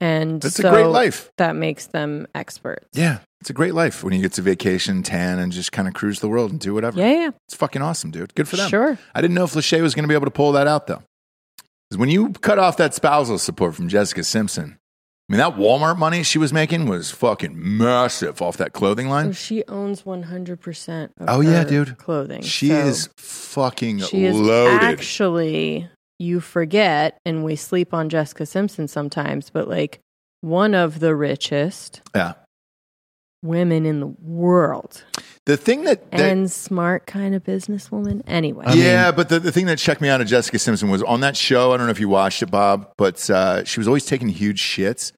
[SPEAKER 7] and
[SPEAKER 1] That's a
[SPEAKER 7] so
[SPEAKER 1] great life.
[SPEAKER 7] That makes them experts.
[SPEAKER 1] yeah, it's a great life when you get to vacation, tan, and just kind of cruise the world and do whatever.
[SPEAKER 7] Yeah, yeah.
[SPEAKER 1] It's fucking awesome, dude. Good for them.
[SPEAKER 7] Sure.
[SPEAKER 1] I didn't know if Lachey was going to be able to pull that out though, 'Cause when you cut off that spousal support from Jessica Simpson, I mean that Walmart money she was making was fucking massive off that clothing
[SPEAKER 7] So
[SPEAKER 1] line.
[SPEAKER 7] she owns one hundred percent.
[SPEAKER 1] Oh, yeah, dude.
[SPEAKER 7] Clothing.
[SPEAKER 1] She
[SPEAKER 7] So
[SPEAKER 1] is fucking
[SPEAKER 7] She is
[SPEAKER 1] loaded.
[SPEAKER 7] actually. You forget, and we sleep on Jessica Simpson sometimes, but like one of the richest
[SPEAKER 1] yeah.
[SPEAKER 7] women in the world
[SPEAKER 1] The thing that, that
[SPEAKER 7] and smart kind of businesswoman. Anyway,
[SPEAKER 1] yeah, but the, the thing that checked me out of Jessica Simpson was on that show. I don't know if you watched it, Bob, but uh, she was always taking huge shits,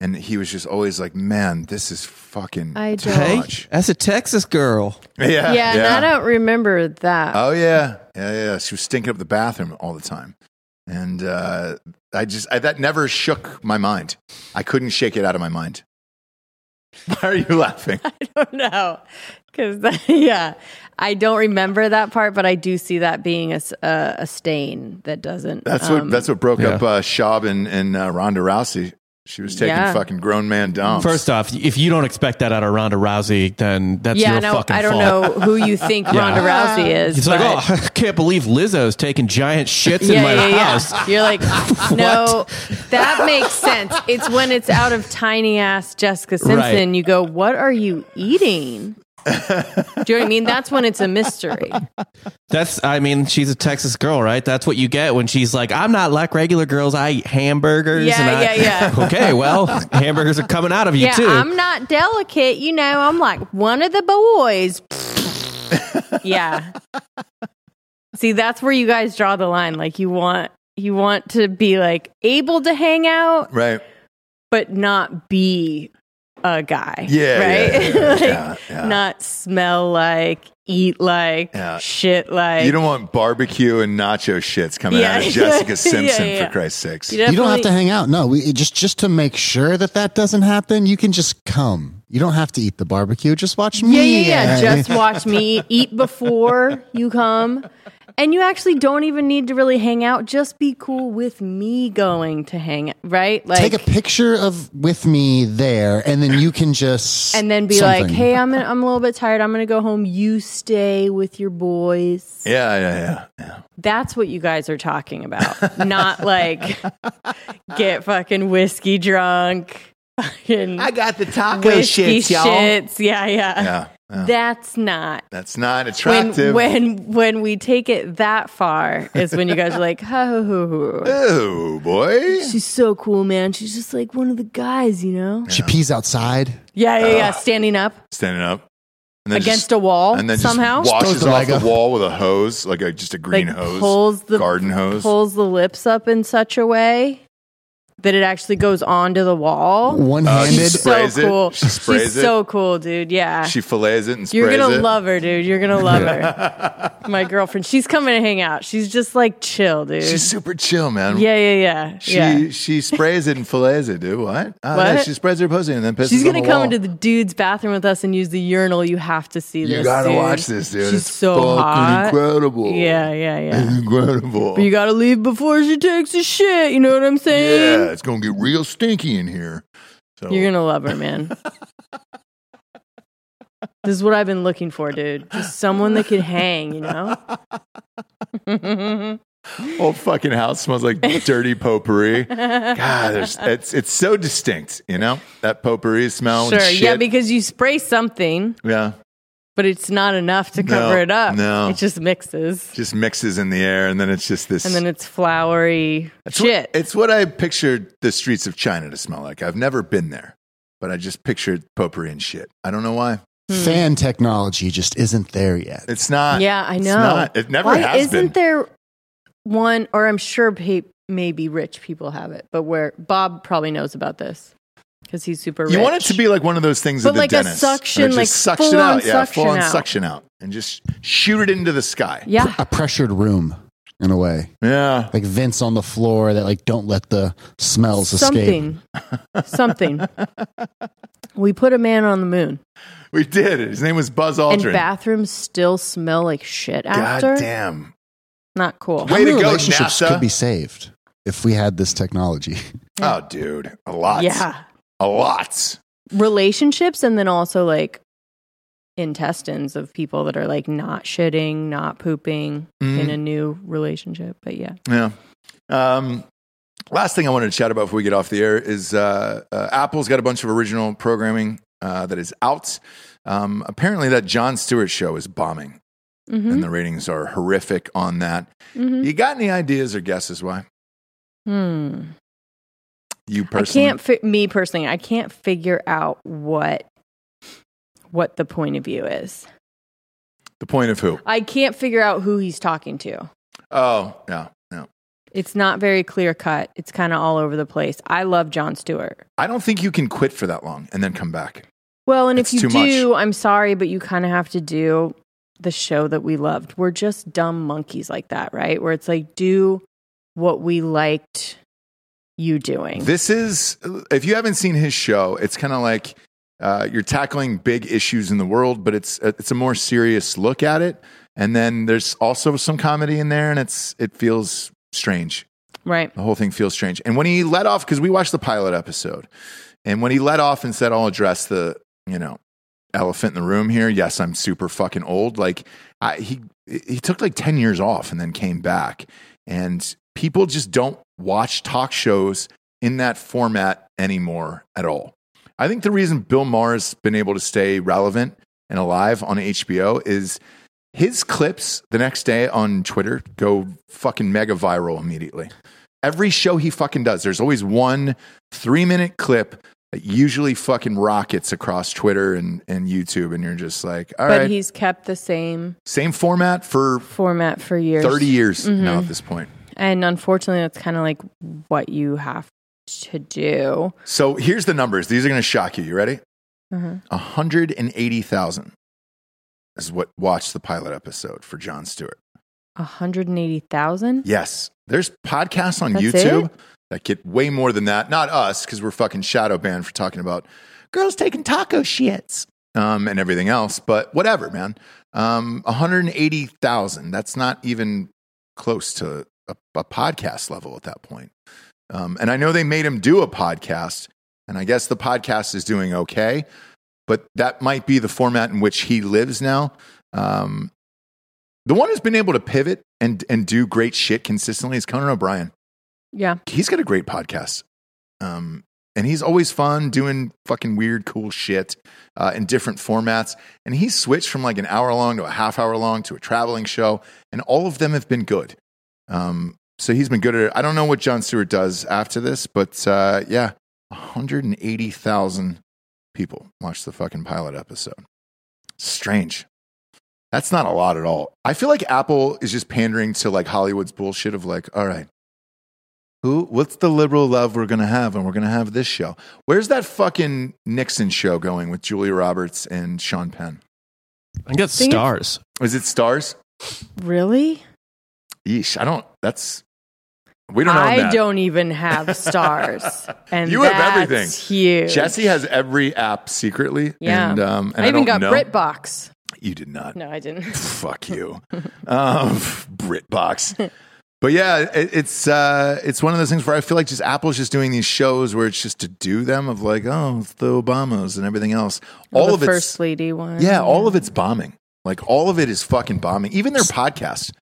[SPEAKER 1] and he was just always like, "Man, this is fucking
[SPEAKER 7] I
[SPEAKER 1] too
[SPEAKER 7] don't-
[SPEAKER 1] much."
[SPEAKER 8] That's a Texas girl.
[SPEAKER 1] Yeah,
[SPEAKER 7] yeah, and I don't remember that.
[SPEAKER 1] Oh yeah, yeah, yeah. She was stinking up the bathroom all the time, and uh, I just I, that never shook my mind. I couldn't shake it out of my mind. Why are you laughing?
[SPEAKER 7] don't know because yeah i don't remember that part but i do see that being a, s- a- a stain that doesn't
[SPEAKER 1] That's
[SPEAKER 7] um,
[SPEAKER 1] what that's what broke up uh, Schaub and, and uh, Ronda Rousey. She was taking
[SPEAKER 7] Yeah.
[SPEAKER 1] fucking grown man dumps.
[SPEAKER 8] First off, if you don't expect that out of Ronda Rousey, then that's
[SPEAKER 7] yeah
[SPEAKER 8] your
[SPEAKER 7] and I,
[SPEAKER 8] fucking
[SPEAKER 7] I don't
[SPEAKER 8] fault.
[SPEAKER 7] know who you think
[SPEAKER 8] Yeah.
[SPEAKER 7] ronda rousey is
[SPEAKER 8] It's like,
[SPEAKER 7] but-
[SPEAKER 8] oh, I can't believe Lizzo's taking giant shits in my house.
[SPEAKER 7] You're like, no, that makes sense. It's when it's out of tiny ass Jessica Simpson,
[SPEAKER 8] Right.
[SPEAKER 7] you go, what are you eating? Do you know what I mean? That's when it's a mystery.
[SPEAKER 8] That's, I mean, she's a Texas girl, right? That's what you get when she's like, I'm not like regular girls. I eat hamburgers.
[SPEAKER 7] Yeah,
[SPEAKER 8] and I,
[SPEAKER 7] yeah, yeah.
[SPEAKER 8] Okay, well, hamburgers are coming out of you
[SPEAKER 7] yeah,
[SPEAKER 8] too.
[SPEAKER 7] I'm not delicate, you know. I'm like one of the boys. yeah. See, that's where you guys draw the line. Like you want you want to be like able to hang out,
[SPEAKER 1] right?
[SPEAKER 7] but not be a guy.
[SPEAKER 1] Yeah,
[SPEAKER 7] Right?
[SPEAKER 1] yeah, yeah,
[SPEAKER 7] like,
[SPEAKER 1] yeah, yeah.
[SPEAKER 7] Not smell like, eat like,
[SPEAKER 1] Yeah.
[SPEAKER 7] shit like.
[SPEAKER 1] you don't want barbecue and nacho shits coming
[SPEAKER 7] Yeah.
[SPEAKER 1] out of Jessica
[SPEAKER 7] Yeah,
[SPEAKER 1] Simpson
[SPEAKER 7] yeah.
[SPEAKER 1] for Christ's sakes.
[SPEAKER 7] You
[SPEAKER 3] you don't have to
[SPEAKER 7] definitely-
[SPEAKER 3] hang out. No, we just just to make sure that that doesn't happen. You can just come. You don't have to eat the barbecue. Just watch
[SPEAKER 7] Yeah,
[SPEAKER 3] me.
[SPEAKER 7] yeah, yeah. Just watch me eat before you come. And you actually don't even need to really hang out. Just be cool with me going to hang out, right? Like,
[SPEAKER 3] take a picture of with me there, and then you can just
[SPEAKER 7] and then be like,
[SPEAKER 3] something.
[SPEAKER 7] hey, I'm, gonna, I'm a little bit tired. I'm going to go home. You stay with your boys.
[SPEAKER 1] Yeah, yeah, yeah.
[SPEAKER 7] That's what you guys are talking about. Not like get fucking whiskey drunk. Fucking I
[SPEAKER 1] got the taco
[SPEAKER 7] whiskey shits. Yeah, yeah.
[SPEAKER 1] Yeah, yeah.
[SPEAKER 7] That's not
[SPEAKER 1] That's not
[SPEAKER 7] when,
[SPEAKER 1] attractive.
[SPEAKER 7] when when we take it that far is when you guys are like, ho ho ho. ho.
[SPEAKER 1] oh boy.
[SPEAKER 7] She's so cool, man. She's just like one of the guys, you know.
[SPEAKER 3] she pees outside.
[SPEAKER 7] Yeah, yeah, yeah. Standing up
[SPEAKER 1] Standing up. And
[SPEAKER 7] against
[SPEAKER 1] just-
[SPEAKER 7] a wall
[SPEAKER 1] and then
[SPEAKER 7] somehow.
[SPEAKER 1] just washes
[SPEAKER 3] Throws the
[SPEAKER 1] off
[SPEAKER 3] leg
[SPEAKER 1] the
[SPEAKER 3] up.
[SPEAKER 1] wall with a hose, like a, just a green
[SPEAKER 7] Like,
[SPEAKER 1] hose,
[SPEAKER 7] pulls the-
[SPEAKER 1] garden hose.
[SPEAKER 7] Pulls the lips up in such a way that it actually goes onto the wall.
[SPEAKER 3] One
[SPEAKER 1] Uh, she
[SPEAKER 3] handed.
[SPEAKER 7] She's so
[SPEAKER 1] sprays it.
[SPEAKER 7] cool.
[SPEAKER 1] She sprays
[SPEAKER 7] She's
[SPEAKER 1] it.
[SPEAKER 7] so cool, dude. Yeah.
[SPEAKER 1] she fillets it and sprays
[SPEAKER 7] You're gonna
[SPEAKER 1] it.
[SPEAKER 7] love her, dude. You're gonna love her. My girlfriend. She's coming to hang out. She's just like chill, dude.
[SPEAKER 1] She's super chill, man.
[SPEAKER 7] yeah, yeah, yeah.
[SPEAKER 1] She
[SPEAKER 7] yeah.
[SPEAKER 1] she sprays it and fillets it, dude. What? Oh,
[SPEAKER 7] What?
[SPEAKER 1] yeah, she sprays her pussy and then pisses.
[SPEAKER 7] She's
[SPEAKER 1] on
[SPEAKER 7] gonna
[SPEAKER 1] the
[SPEAKER 7] come
[SPEAKER 1] wall.
[SPEAKER 7] into the dude's bathroom with us and use the urinal. You have to see this.
[SPEAKER 1] You gotta
[SPEAKER 7] dude.
[SPEAKER 1] watch this, dude.
[SPEAKER 7] She's
[SPEAKER 1] it's
[SPEAKER 7] so
[SPEAKER 1] fucking
[SPEAKER 7] hot.
[SPEAKER 1] incredible.
[SPEAKER 7] Yeah, yeah, yeah.
[SPEAKER 1] incredible.
[SPEAKER 7] but you gotta leave before she takes a shit. You know what I'm saying?
[SPEAKER 1] yeah, it's gonna get real stinky in here. So
[SPEAKER 7] You're gonna love her, man. this is what I've been looking for, dude. Just someone that could hang. You know.
[SPEAKER 1] whole fucking house smells like dirty potpourri. God, there's, it's it's so distinct, you know that potpourri smell.
[SPEAKER 7] sure.
[SPEAKER 1] and shit.
[SPEAKER 7] Yeah, because you spray something.
[SPEAKER 1] yeah,
[SPEAKER 7] but it's not enough to cover
[SPEAKER 1] No,
[SPEAKER 7] it up.
[SPEAKER 1] no.
[SPEAKER 7] It just mixes.
[SPEAKER 1] Just mixes in the air, and then it's just this.
[SPEAKER 7] And then it's flowery shit.
[SPEAKER 1] it's what I pictured the streets of China to smell like. I've never been there, but I just pictured potpourri and shit. I don't know why.
[SPEAKER 3] Fan technology just isn't there yet.
[SPEAKER 1] It's not.
[SPEAKER 7] yeah, I
[SPEAKER 1] It's
[SPEAKER 7] know.
[SPEAKER 1] not. It never
[SPEAKER 7] Why
[SPEAKER 1] has
[SPEAKER 7] isn't
[SPEAKER 1] been.
[SPEAKER 7] there one, or I'm sure pe- maybe rich people have it, but where Bob probably knows about this because he's super rich.
[SPEAKER 1] You want it to be like one of those things
[SPEAKER 7] But
[SPEAKER 1] at the
[SPEAKER 7] like a
[SPEAKER 1] dentist. and it
[SPEAKER 7] suction,
[SPEAKER 1] just
[SPEAKER 7] like
[SPEAKER 1] sucks it
[SPEAKER 7] full-on
[SPEAKER 1] out. Yeah,
[SPEAKER 7] suction
[SPEAKER 1] full on
[SPEAKER 7] out.
[SPEAKER 1] suction out, and just shoot it into the sky.
[SPEAKER 7] Yeah.
[SPEAKER 3] a pressured room in a way.
[SPEAKER 1] Yeah.
[SPEAKER 3] Like vents on the floor that like don't let the smells escape.
[SPEAKER 7] Something. Something. we put a man on the moon.
[SPEAKER 1] We did it. His name was Buzz Aldrin.
[SPEAKER 7] And bathrooms still smell like shit after.
[SPEAKER 1] God damn.
[SPEAKER 7] Not cool.
[SPEAKER 1] Way to go,
[SPEAKER 3] relationships
[SPEAKER 1] NASA.
[SPEAKER 3] could be saved if we had this technology.
[SPEAKER 1] Oh, dude, a lot.
[SPEAKER 7] Yeah.
[SPEAKER 1] a lot.
[SPEAKER 7] Relationships and then also like intestines of people that are like not shitting, not pooping
[SPEAKER 1] Mm.
[SPEAKER 7] in a new relationship. But yeah.
[SPEAKER 1] Yeah. Um, last thing I wanted to chat about before we get off the air is uh, uh, Apple's got a bunch of original programming uh, that is out. Um, apparently, that John Stewart show is bombing,
[SPEAKER 7] Mm-hmm.
[SPEAKER 1] and the ratings are horrific on that.
[SPEAKER 7] Mhm.
[SPEAKER 1] You got any ideas or guesses why?
[SPEAKER 7] Hmm.
[SPEAKER 1] You
[SPEAKER 7] I
[SPEAKER 1] personally?
[SPEAKER 7] can't fi- me personally, I can't figure out what what the point of view is.
[SPEAKER 1] the point of who?
[SPEAKER 7] I can't figure out who he's talking to.
[SPEAKER 1] Oh, no, no.
[SPEAKER 7] It's not very clear cut. It's kind of all over the place. I love John Stewart.
[SPEAKER 1] I don't think you can quit for that long and then come back.
[SPEAKER 7] Well, and
[SPEAKER 1] It's
[SPEAKER 7] if you
[SPEAKER 1] too much.
[SPEAKER 7] do, I'm sorry, but you kind of have to do the show that we loved. We're just dumb monkeys like that, right? Where it's like, do what we liked you doing.
[SPEAKER 1] This is, if you haven't seen his show, it's kind of like uh, you're tackling big issues in the world, but it's it's a more serious look at it. And then there's also some comedy in there, and it's it feels strange.
[SPEAKER 7] right.
[SPEAKER 1] The whole thing feels strange. And when he let off, because we watched the pilot episode, and when he let off and said, "I'll address the you know elephant in the room here," yes, I'm super fucking old. Like I, he he took like ten years off and then came back, and people just don't watch talk shows in that format anymore at all. I think the reason Bill Maher's been able to stay relevant and alive on HBO is his clips the next day on Twitter go fucking mega viral immediately. Every show he fucking does, there's always one three minute clip that usually fucking rockets across Twitter and, and YouTube. And you're just like, all right,
[SPEAKER 7] but he's kept the same
[SPEAKER 1] same format for
[SPEAKER 7] format for years.
[SPEAKER 1] 30 years now
[SPEAKER 7] Mhm.
[SPEAKER 1] at this point.
[SPEAKER 7] And unfortunately, that's kind of like what you have to do.
[SPEAKER 1] So here's the numbers. These are going to shock you. You ready?
[SPEAKER 7] Uh-huh.
[SPEAKER 1] 180,000 is what watched the pilot episode for John Stewart.
[SPEAKER 7] 180,000?
[SPEAKER 1] Yes. There's podcasts on
[SPEAKER 7] That's
[SPEAKER 1] YouTube
[SPEAKER 7] it?
[SPEAKER 1] that get way more than that. Not us, because we're fucking shadow banned for talking about girls taking taco shits um, and everything else, but whatever, man. Um, 180,000. That's not even close to a, a podcast level at that point. Um, and I know they made him do a podcast, and I guess the podcast is doing okay, but that might be the format in which he lives now. Um, the one who's been able to pivot and and do great shit consistently is Conan O'Brien.
[SPEAKER 7] Yeah.
[SPEAKER 1] He's got a great podcast, um, and he's always fun doing fucking weird, cool shit uh, in different formats. And he switched from like an hour long to a half hour long to a traveling show, and all of them have been good. Um, so he's been good at it. I don't know what John Stewart does after this, but uh, yeah, 180,000 people watched the fucking pilot episode. Strange. That's not a lot at all. I feel like Apple is just pandering to like Hollywood's bullshit of like, all right, who, what's the liberal love we're going to have? And we're going to have this show. Where's that fucking Nixon show going with Julia Roberts and Sean Penn?
[SPEAKER 8] I got
[SPEAKER 7] Think it's-
[SPEAKER 8] stars.
[SPEAKER 1] Is it stars?
[SPEAKER 7] Really?
[SPEAKER 1] Yeesh. I don't, that's, we don't know.
[SPEAKER 7] I
[SPEAKER 1] that.
[SPEAKER 7] don't even have stars. and
[SPEAKER 1] you
[SPEAKER 7] that's
[SPEAKER 1] have everything.
[SPEAKER 7] huge.
[SPEAKER 1] Jesse has every app secretly.
[SPEAKER 7] Yeah.
[SPEAKER 1] And, um, and
[SPEAKER 7] I, even
[SPEAKER 1] don't
[SPEAKER 7] got
[SPEAKER 1] know.
[SPEAKER 7] BritBox.
[SPEAKER 1] You did not.
[SPEAKER 7] No, I didn't.
[SPEAKER 1] Fuck you. um, BritBox. But yeah, it, it's uh, it's one of those things where I feel like just Apple's just doing these shows where it's just to do them of like, oh, it's the Obamas and everything else. All
[SPEAKER 7] the
[SPEAKER 1] of it's
[SPEAKER 7] First Lady one.
[SPEAKER 1] yeah, all of it's bombing. Like all of it is fucking bombing. Even their podcast.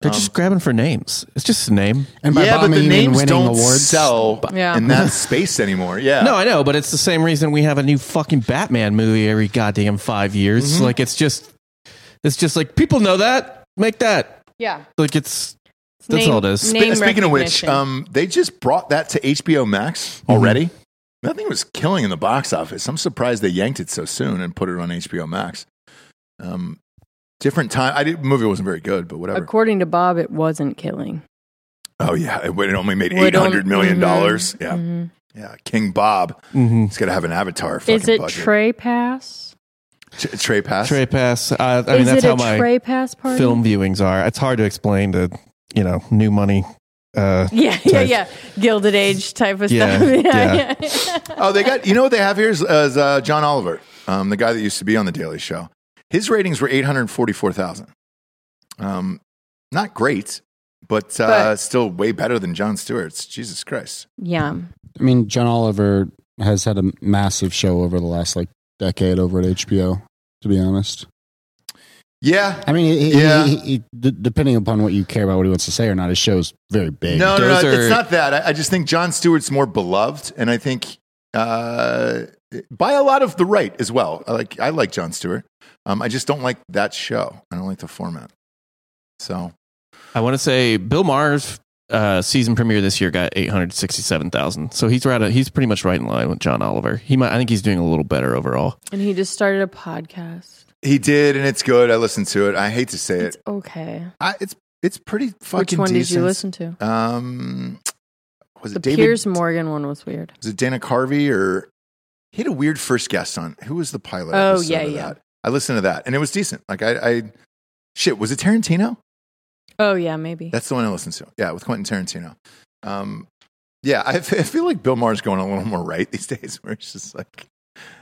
[SPEAKER 8] They're
[SPEAKER 7] Um,
[SPEAKER 8] just grabbing for names. It's just a name.
[SPEAKER 3] And by Yeah, but bombing, the you mean names winning don't awards?
[SPEAKER 1] sell
[SPEAKER 6] Yeah.
[SPEAKER 1] in that space anymore. Yeah.
[SPEAKER 8] No, I know, but it's the same reason we have a new fucking Batman movie every goddamn five years.
[SPEAKER 1] Mhm.
[SPEAKER 7] Mm-hmm.
[SPEAKER 8] Like it's just, it's just like people know that. Make that.
[SPEAKER 6] Yeah.
[SPEAKER 8] Like it's. That's all it is.
[SPEAKER 1] Spe- Speaking of which, um, they just brought that to HBO Max
[SPEAKER 8] Mm-hmm.
[SPEAKER 1] already. That thing was killing in the box office. I'm surprised they yanked it so soon and put it on HBO Max. Um, different time. I did, the movie wasn't very good, but whatever.
[SPEAKER 7] According to Bob, it wasn't killing.
[SPEAKER 1] Oh yeah, it, it only made
[SPEAKER 7] We
[SPEAKER 1] eight
[SPEAKER 7] don't-
[SPEAKER 1] hundred
[SPEAKER 3] mm-hmm.
[SPEAKER 1] million dollars.
[SPEAKER 7] Mhm,
[SPEAKER 1] Yeah, yeah. King Bob. It's gonna have an Avatar. Fucking
[SPEAKER 7] Is it
[SPEAKER 1] budget.
[SPEAKER 7] Trey Pass?
[SPEAKER 1] Tr- Trey Pass?
[SPEAKER 8] Trey Pass. Uh, I mean,
[SPEAKER 7] Is
[SPEAKER 8] that's
[SPEAKER 7] it
[SPEAKER 8] how
[SPEAKER 7] a
[SPEAKER 8] my
[SPEAKER 7] Trey Pass party?
[SPEAKER 8] film viewings are. It's hard to explain to you know new money. Uh,
[SPEAKER 7] Yeah, yeah,
[SPEAKER 8] type.
[SPEAKER 7] yeah. Gilded Age type of
[SPEAKER 8] Yeah,
[SPEAKER 7] stuff.
[SPEAKER 8] yeah.
[SPEAKER 1] oh, they got. You know what they have here is, uh, is, uh, John Oliver, um, the guy that used to be on the Daily Show. His ratings were eight hundred forty-four thousand. Um, not great, but, uh,
[SPEAKER 7] But-
[SPEAKER 1] still way better than John Stewart's. Jesus Christ!
[SPEAKER 7] Yeah.
[SPEAKER 3] I mean, John Oliver has had a massive show over the last like decade over at HBO. To be honest,
[SPEAKER 1] Yeah,
[SPEAKER 3] I mean, he, he-
[SPEAKER 1] Yeah.
[SPEAKER 3] he- he- d- depending upon what you care about, what he wants to say or not, his show's very big.
[SPEAKER 1] no, no,
[SPEAKER 8] Those
[SPEAKER 1] no.
[SPEAKER 8] are-
[SPEAKER 1] It's not that. I, I just think John Stewart's more beloved, and I think uh, by a lot of the right as well. I like I like John Stewart. Um, I just don't like that show. I don't like the format. So
[SPEAKER 8] I want to say Bill Maher's uh, season premiere this year got eight hundred sixty-seven thousand. So he's right. He's pretty much right in line with John Oliver. He might. I think he's doing a little better overall.
[SPEAKER 7] And he just started a podcast.
[SPEAKER 1] he did, and it's good. I listened to it. I hate to say it.
[SPEAKER 7] Okay.
[SPEAKER 1] I, it's it's pretty fucking.
[SPEAKER 7] Which one did
[SPEAKER 1] decent.
[SPEAKER 7] you listen to?
[SPEAKER 1] Um, was it
[SPEAKER 7] The
[SPEAKER 1] David?
[SPEAKER 7] Piers Morgan one was weird.
[SPEAKER 1] was it Dana Carvey or he had a weird first guest on? Who was the pilot?
[SPEAKER 7] Oh,
[SPEAKER 1] episode
[SPEAKER 7] yeah,
[SPEAKER 1] of
[SPEAKER 7] yeah.
[SPEAKER 1] that? I listened to that, and it was decent. Like I, I shit, was it Tarantino?
[SPEAKER 7] Oh yeah, maybe.
[SPEAKER 1] That's the one I listened to. Yeah, with Quentin Tarantino. Um, yeah, I, f- I feel like Bill Maher's going a little more right these days, where it's just like,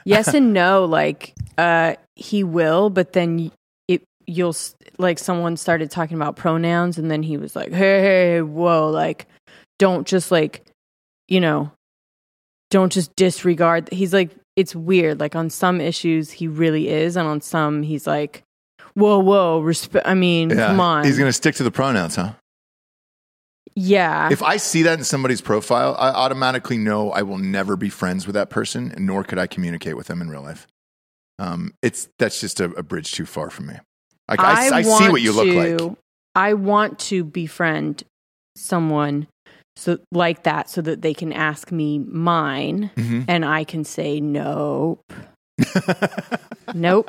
[SPEAKER 7] yes and no like uh he will but then it you'll s- like someone started talking about pronouns and then he was like hey, hey, hey whoa like don't just like you know don't just disregard he's like it's weird like on some issues he really is and on some he's like whoa whoa resp- i mean
[SPEAKER 1] yeah,
[SPEAKER 7] come on
[SPEAKER 1] he's going to stick to the pronouns, huh?
[SPEAKER 7] yeah
[SPEAKER 1] If I see that in somebody's profile, I automatically know I will never be friends with that person, and nor could I communicate with them in real life. Um, it's that's just a, a bridge too far for me. Like, I, I see
[SPEAKER 7] want
[SPEAKER 1] what you look like.
[SPEAKER 7] to- I want to befriend someone so like that so that they can ask me mine
[SPEAKER 1] Mhm.
[SPEAKER 7] and I can say nope. nope.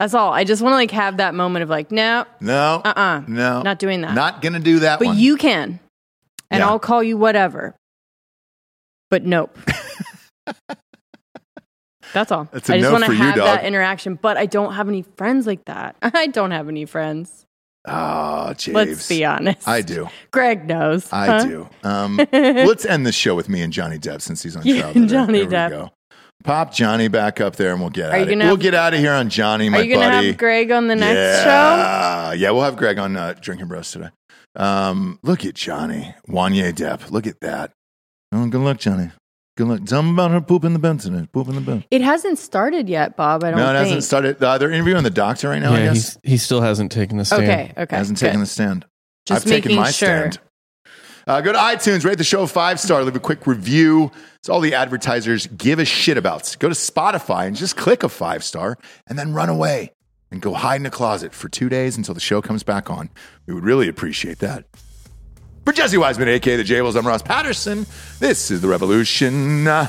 [SPEAKER 7] That's all. I just want to like have that moment of like, no,
[SPEAKER 1] No,
[SPEAKER 7] uh uh
[SPEAKER 1] no,
[SPEAKER 7] not doing that.
[SPEAKER 1] Not gonna do that
[SPEAKER 7] but
[SPEAKER 1] one.
[SPEAKER 7] you can. And
[SPEAKER 1] Yeah.
[SPEAKER 7] I'll call you whatever. But nope. That's all.
[SPEAKER 1] That's a
[SPEAKER 7] I just
[SPEAKER 1] no
[SPEAKER 7] want
[SPEAKER 1] for
[SPEAKER 7] to
[SPEAKER 1] you,
[SPEAKER 7] have
[SPEAKER 1] dog.
[SPEAKER 7] that interaction, but I don't have any friends like that. I don't have any friends.
[SPEAKER 1] Ah, James.
[SPEAKER 7] Let's be honest.
[SPEAKER 1] I do.
[SPEAKER 7] Greg knows.
[SPEAKER 1] I
[SPEAKER 7] huh?
[SPEAKER 1] do. Um, let's end the show with me and Johnny Depp since he's on
[SPEAKER 7] You
[SPEAKER 1] trial.
[SPEAKER 7] and
[SPEAKER 1] today.
[SPEAKER 7] Johnny
[SPEAKER 1] Here we
[SPEAKER 7] Depp.
[SPEAKER 1] go. Pop Johnny back up there, and we'll get
[SPEAKER 7] Are you
[SPEAKER 1] out. Of,
[SPEAKER 7] gonna
[SPEAKER 1] we'll
[SPEAKER 7] have-
[SPEAKER 1] get out of here on Johnny, my
[SPEAKER 7] Are you going to
[SPEAKER 1] buddy.
[SPEAKER 7] have Greg on the next show?
[SPEAKER 1] yeah. Yeah, we'll have Greg on uh, Drinking Bros today. Um, look at Johnny. Wanye Depp. Look at that. Oh, good luck, Johnny. Good luck. Tell 'em about her pooping the bed today. Pooping the bed.
[SPEAKER 7] It hasn't started yet, Bob. I don't
[SPEAKER 1] No, it
[SPEAKER 7] think.
[SPEAKER 1] hasn't started. Uh, they're interviewing the doctor right now, I
[SPEAKER 8] yeah,
[SPEAKER 1] guess.
[SPEAKER 8] he's, he still hasn't taken the stand.
[SPEAKER 7] Oh, Okay, okay.
[SPEAKER 1] hasn't
[SPEAKER 7] good.
[SPEAKER 1] taken the stand.
[SPEAKER 7] Just
[SPEAKER 1] I've taken
[SPEAKER 7] making
[SPEAKER 1] my
[SPEAKER 7] sure.
[SPEAKER 1] stand. Uh, go to iTunes, rate the show five star, leave a quick review. It's all the advertisers give a shit about. Go to Spotify and just click a five star and then run away and go hide in a closet for two days until the show comes back on. We would really appreciate that. For Jesse Wiseman, aka the Jables, I'm Ross Patterson. This is the Revolution. Uh,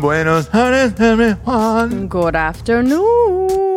[SPEAKER 1] buenos aires, everyone.
[SPEAKER 7] Good afternoon.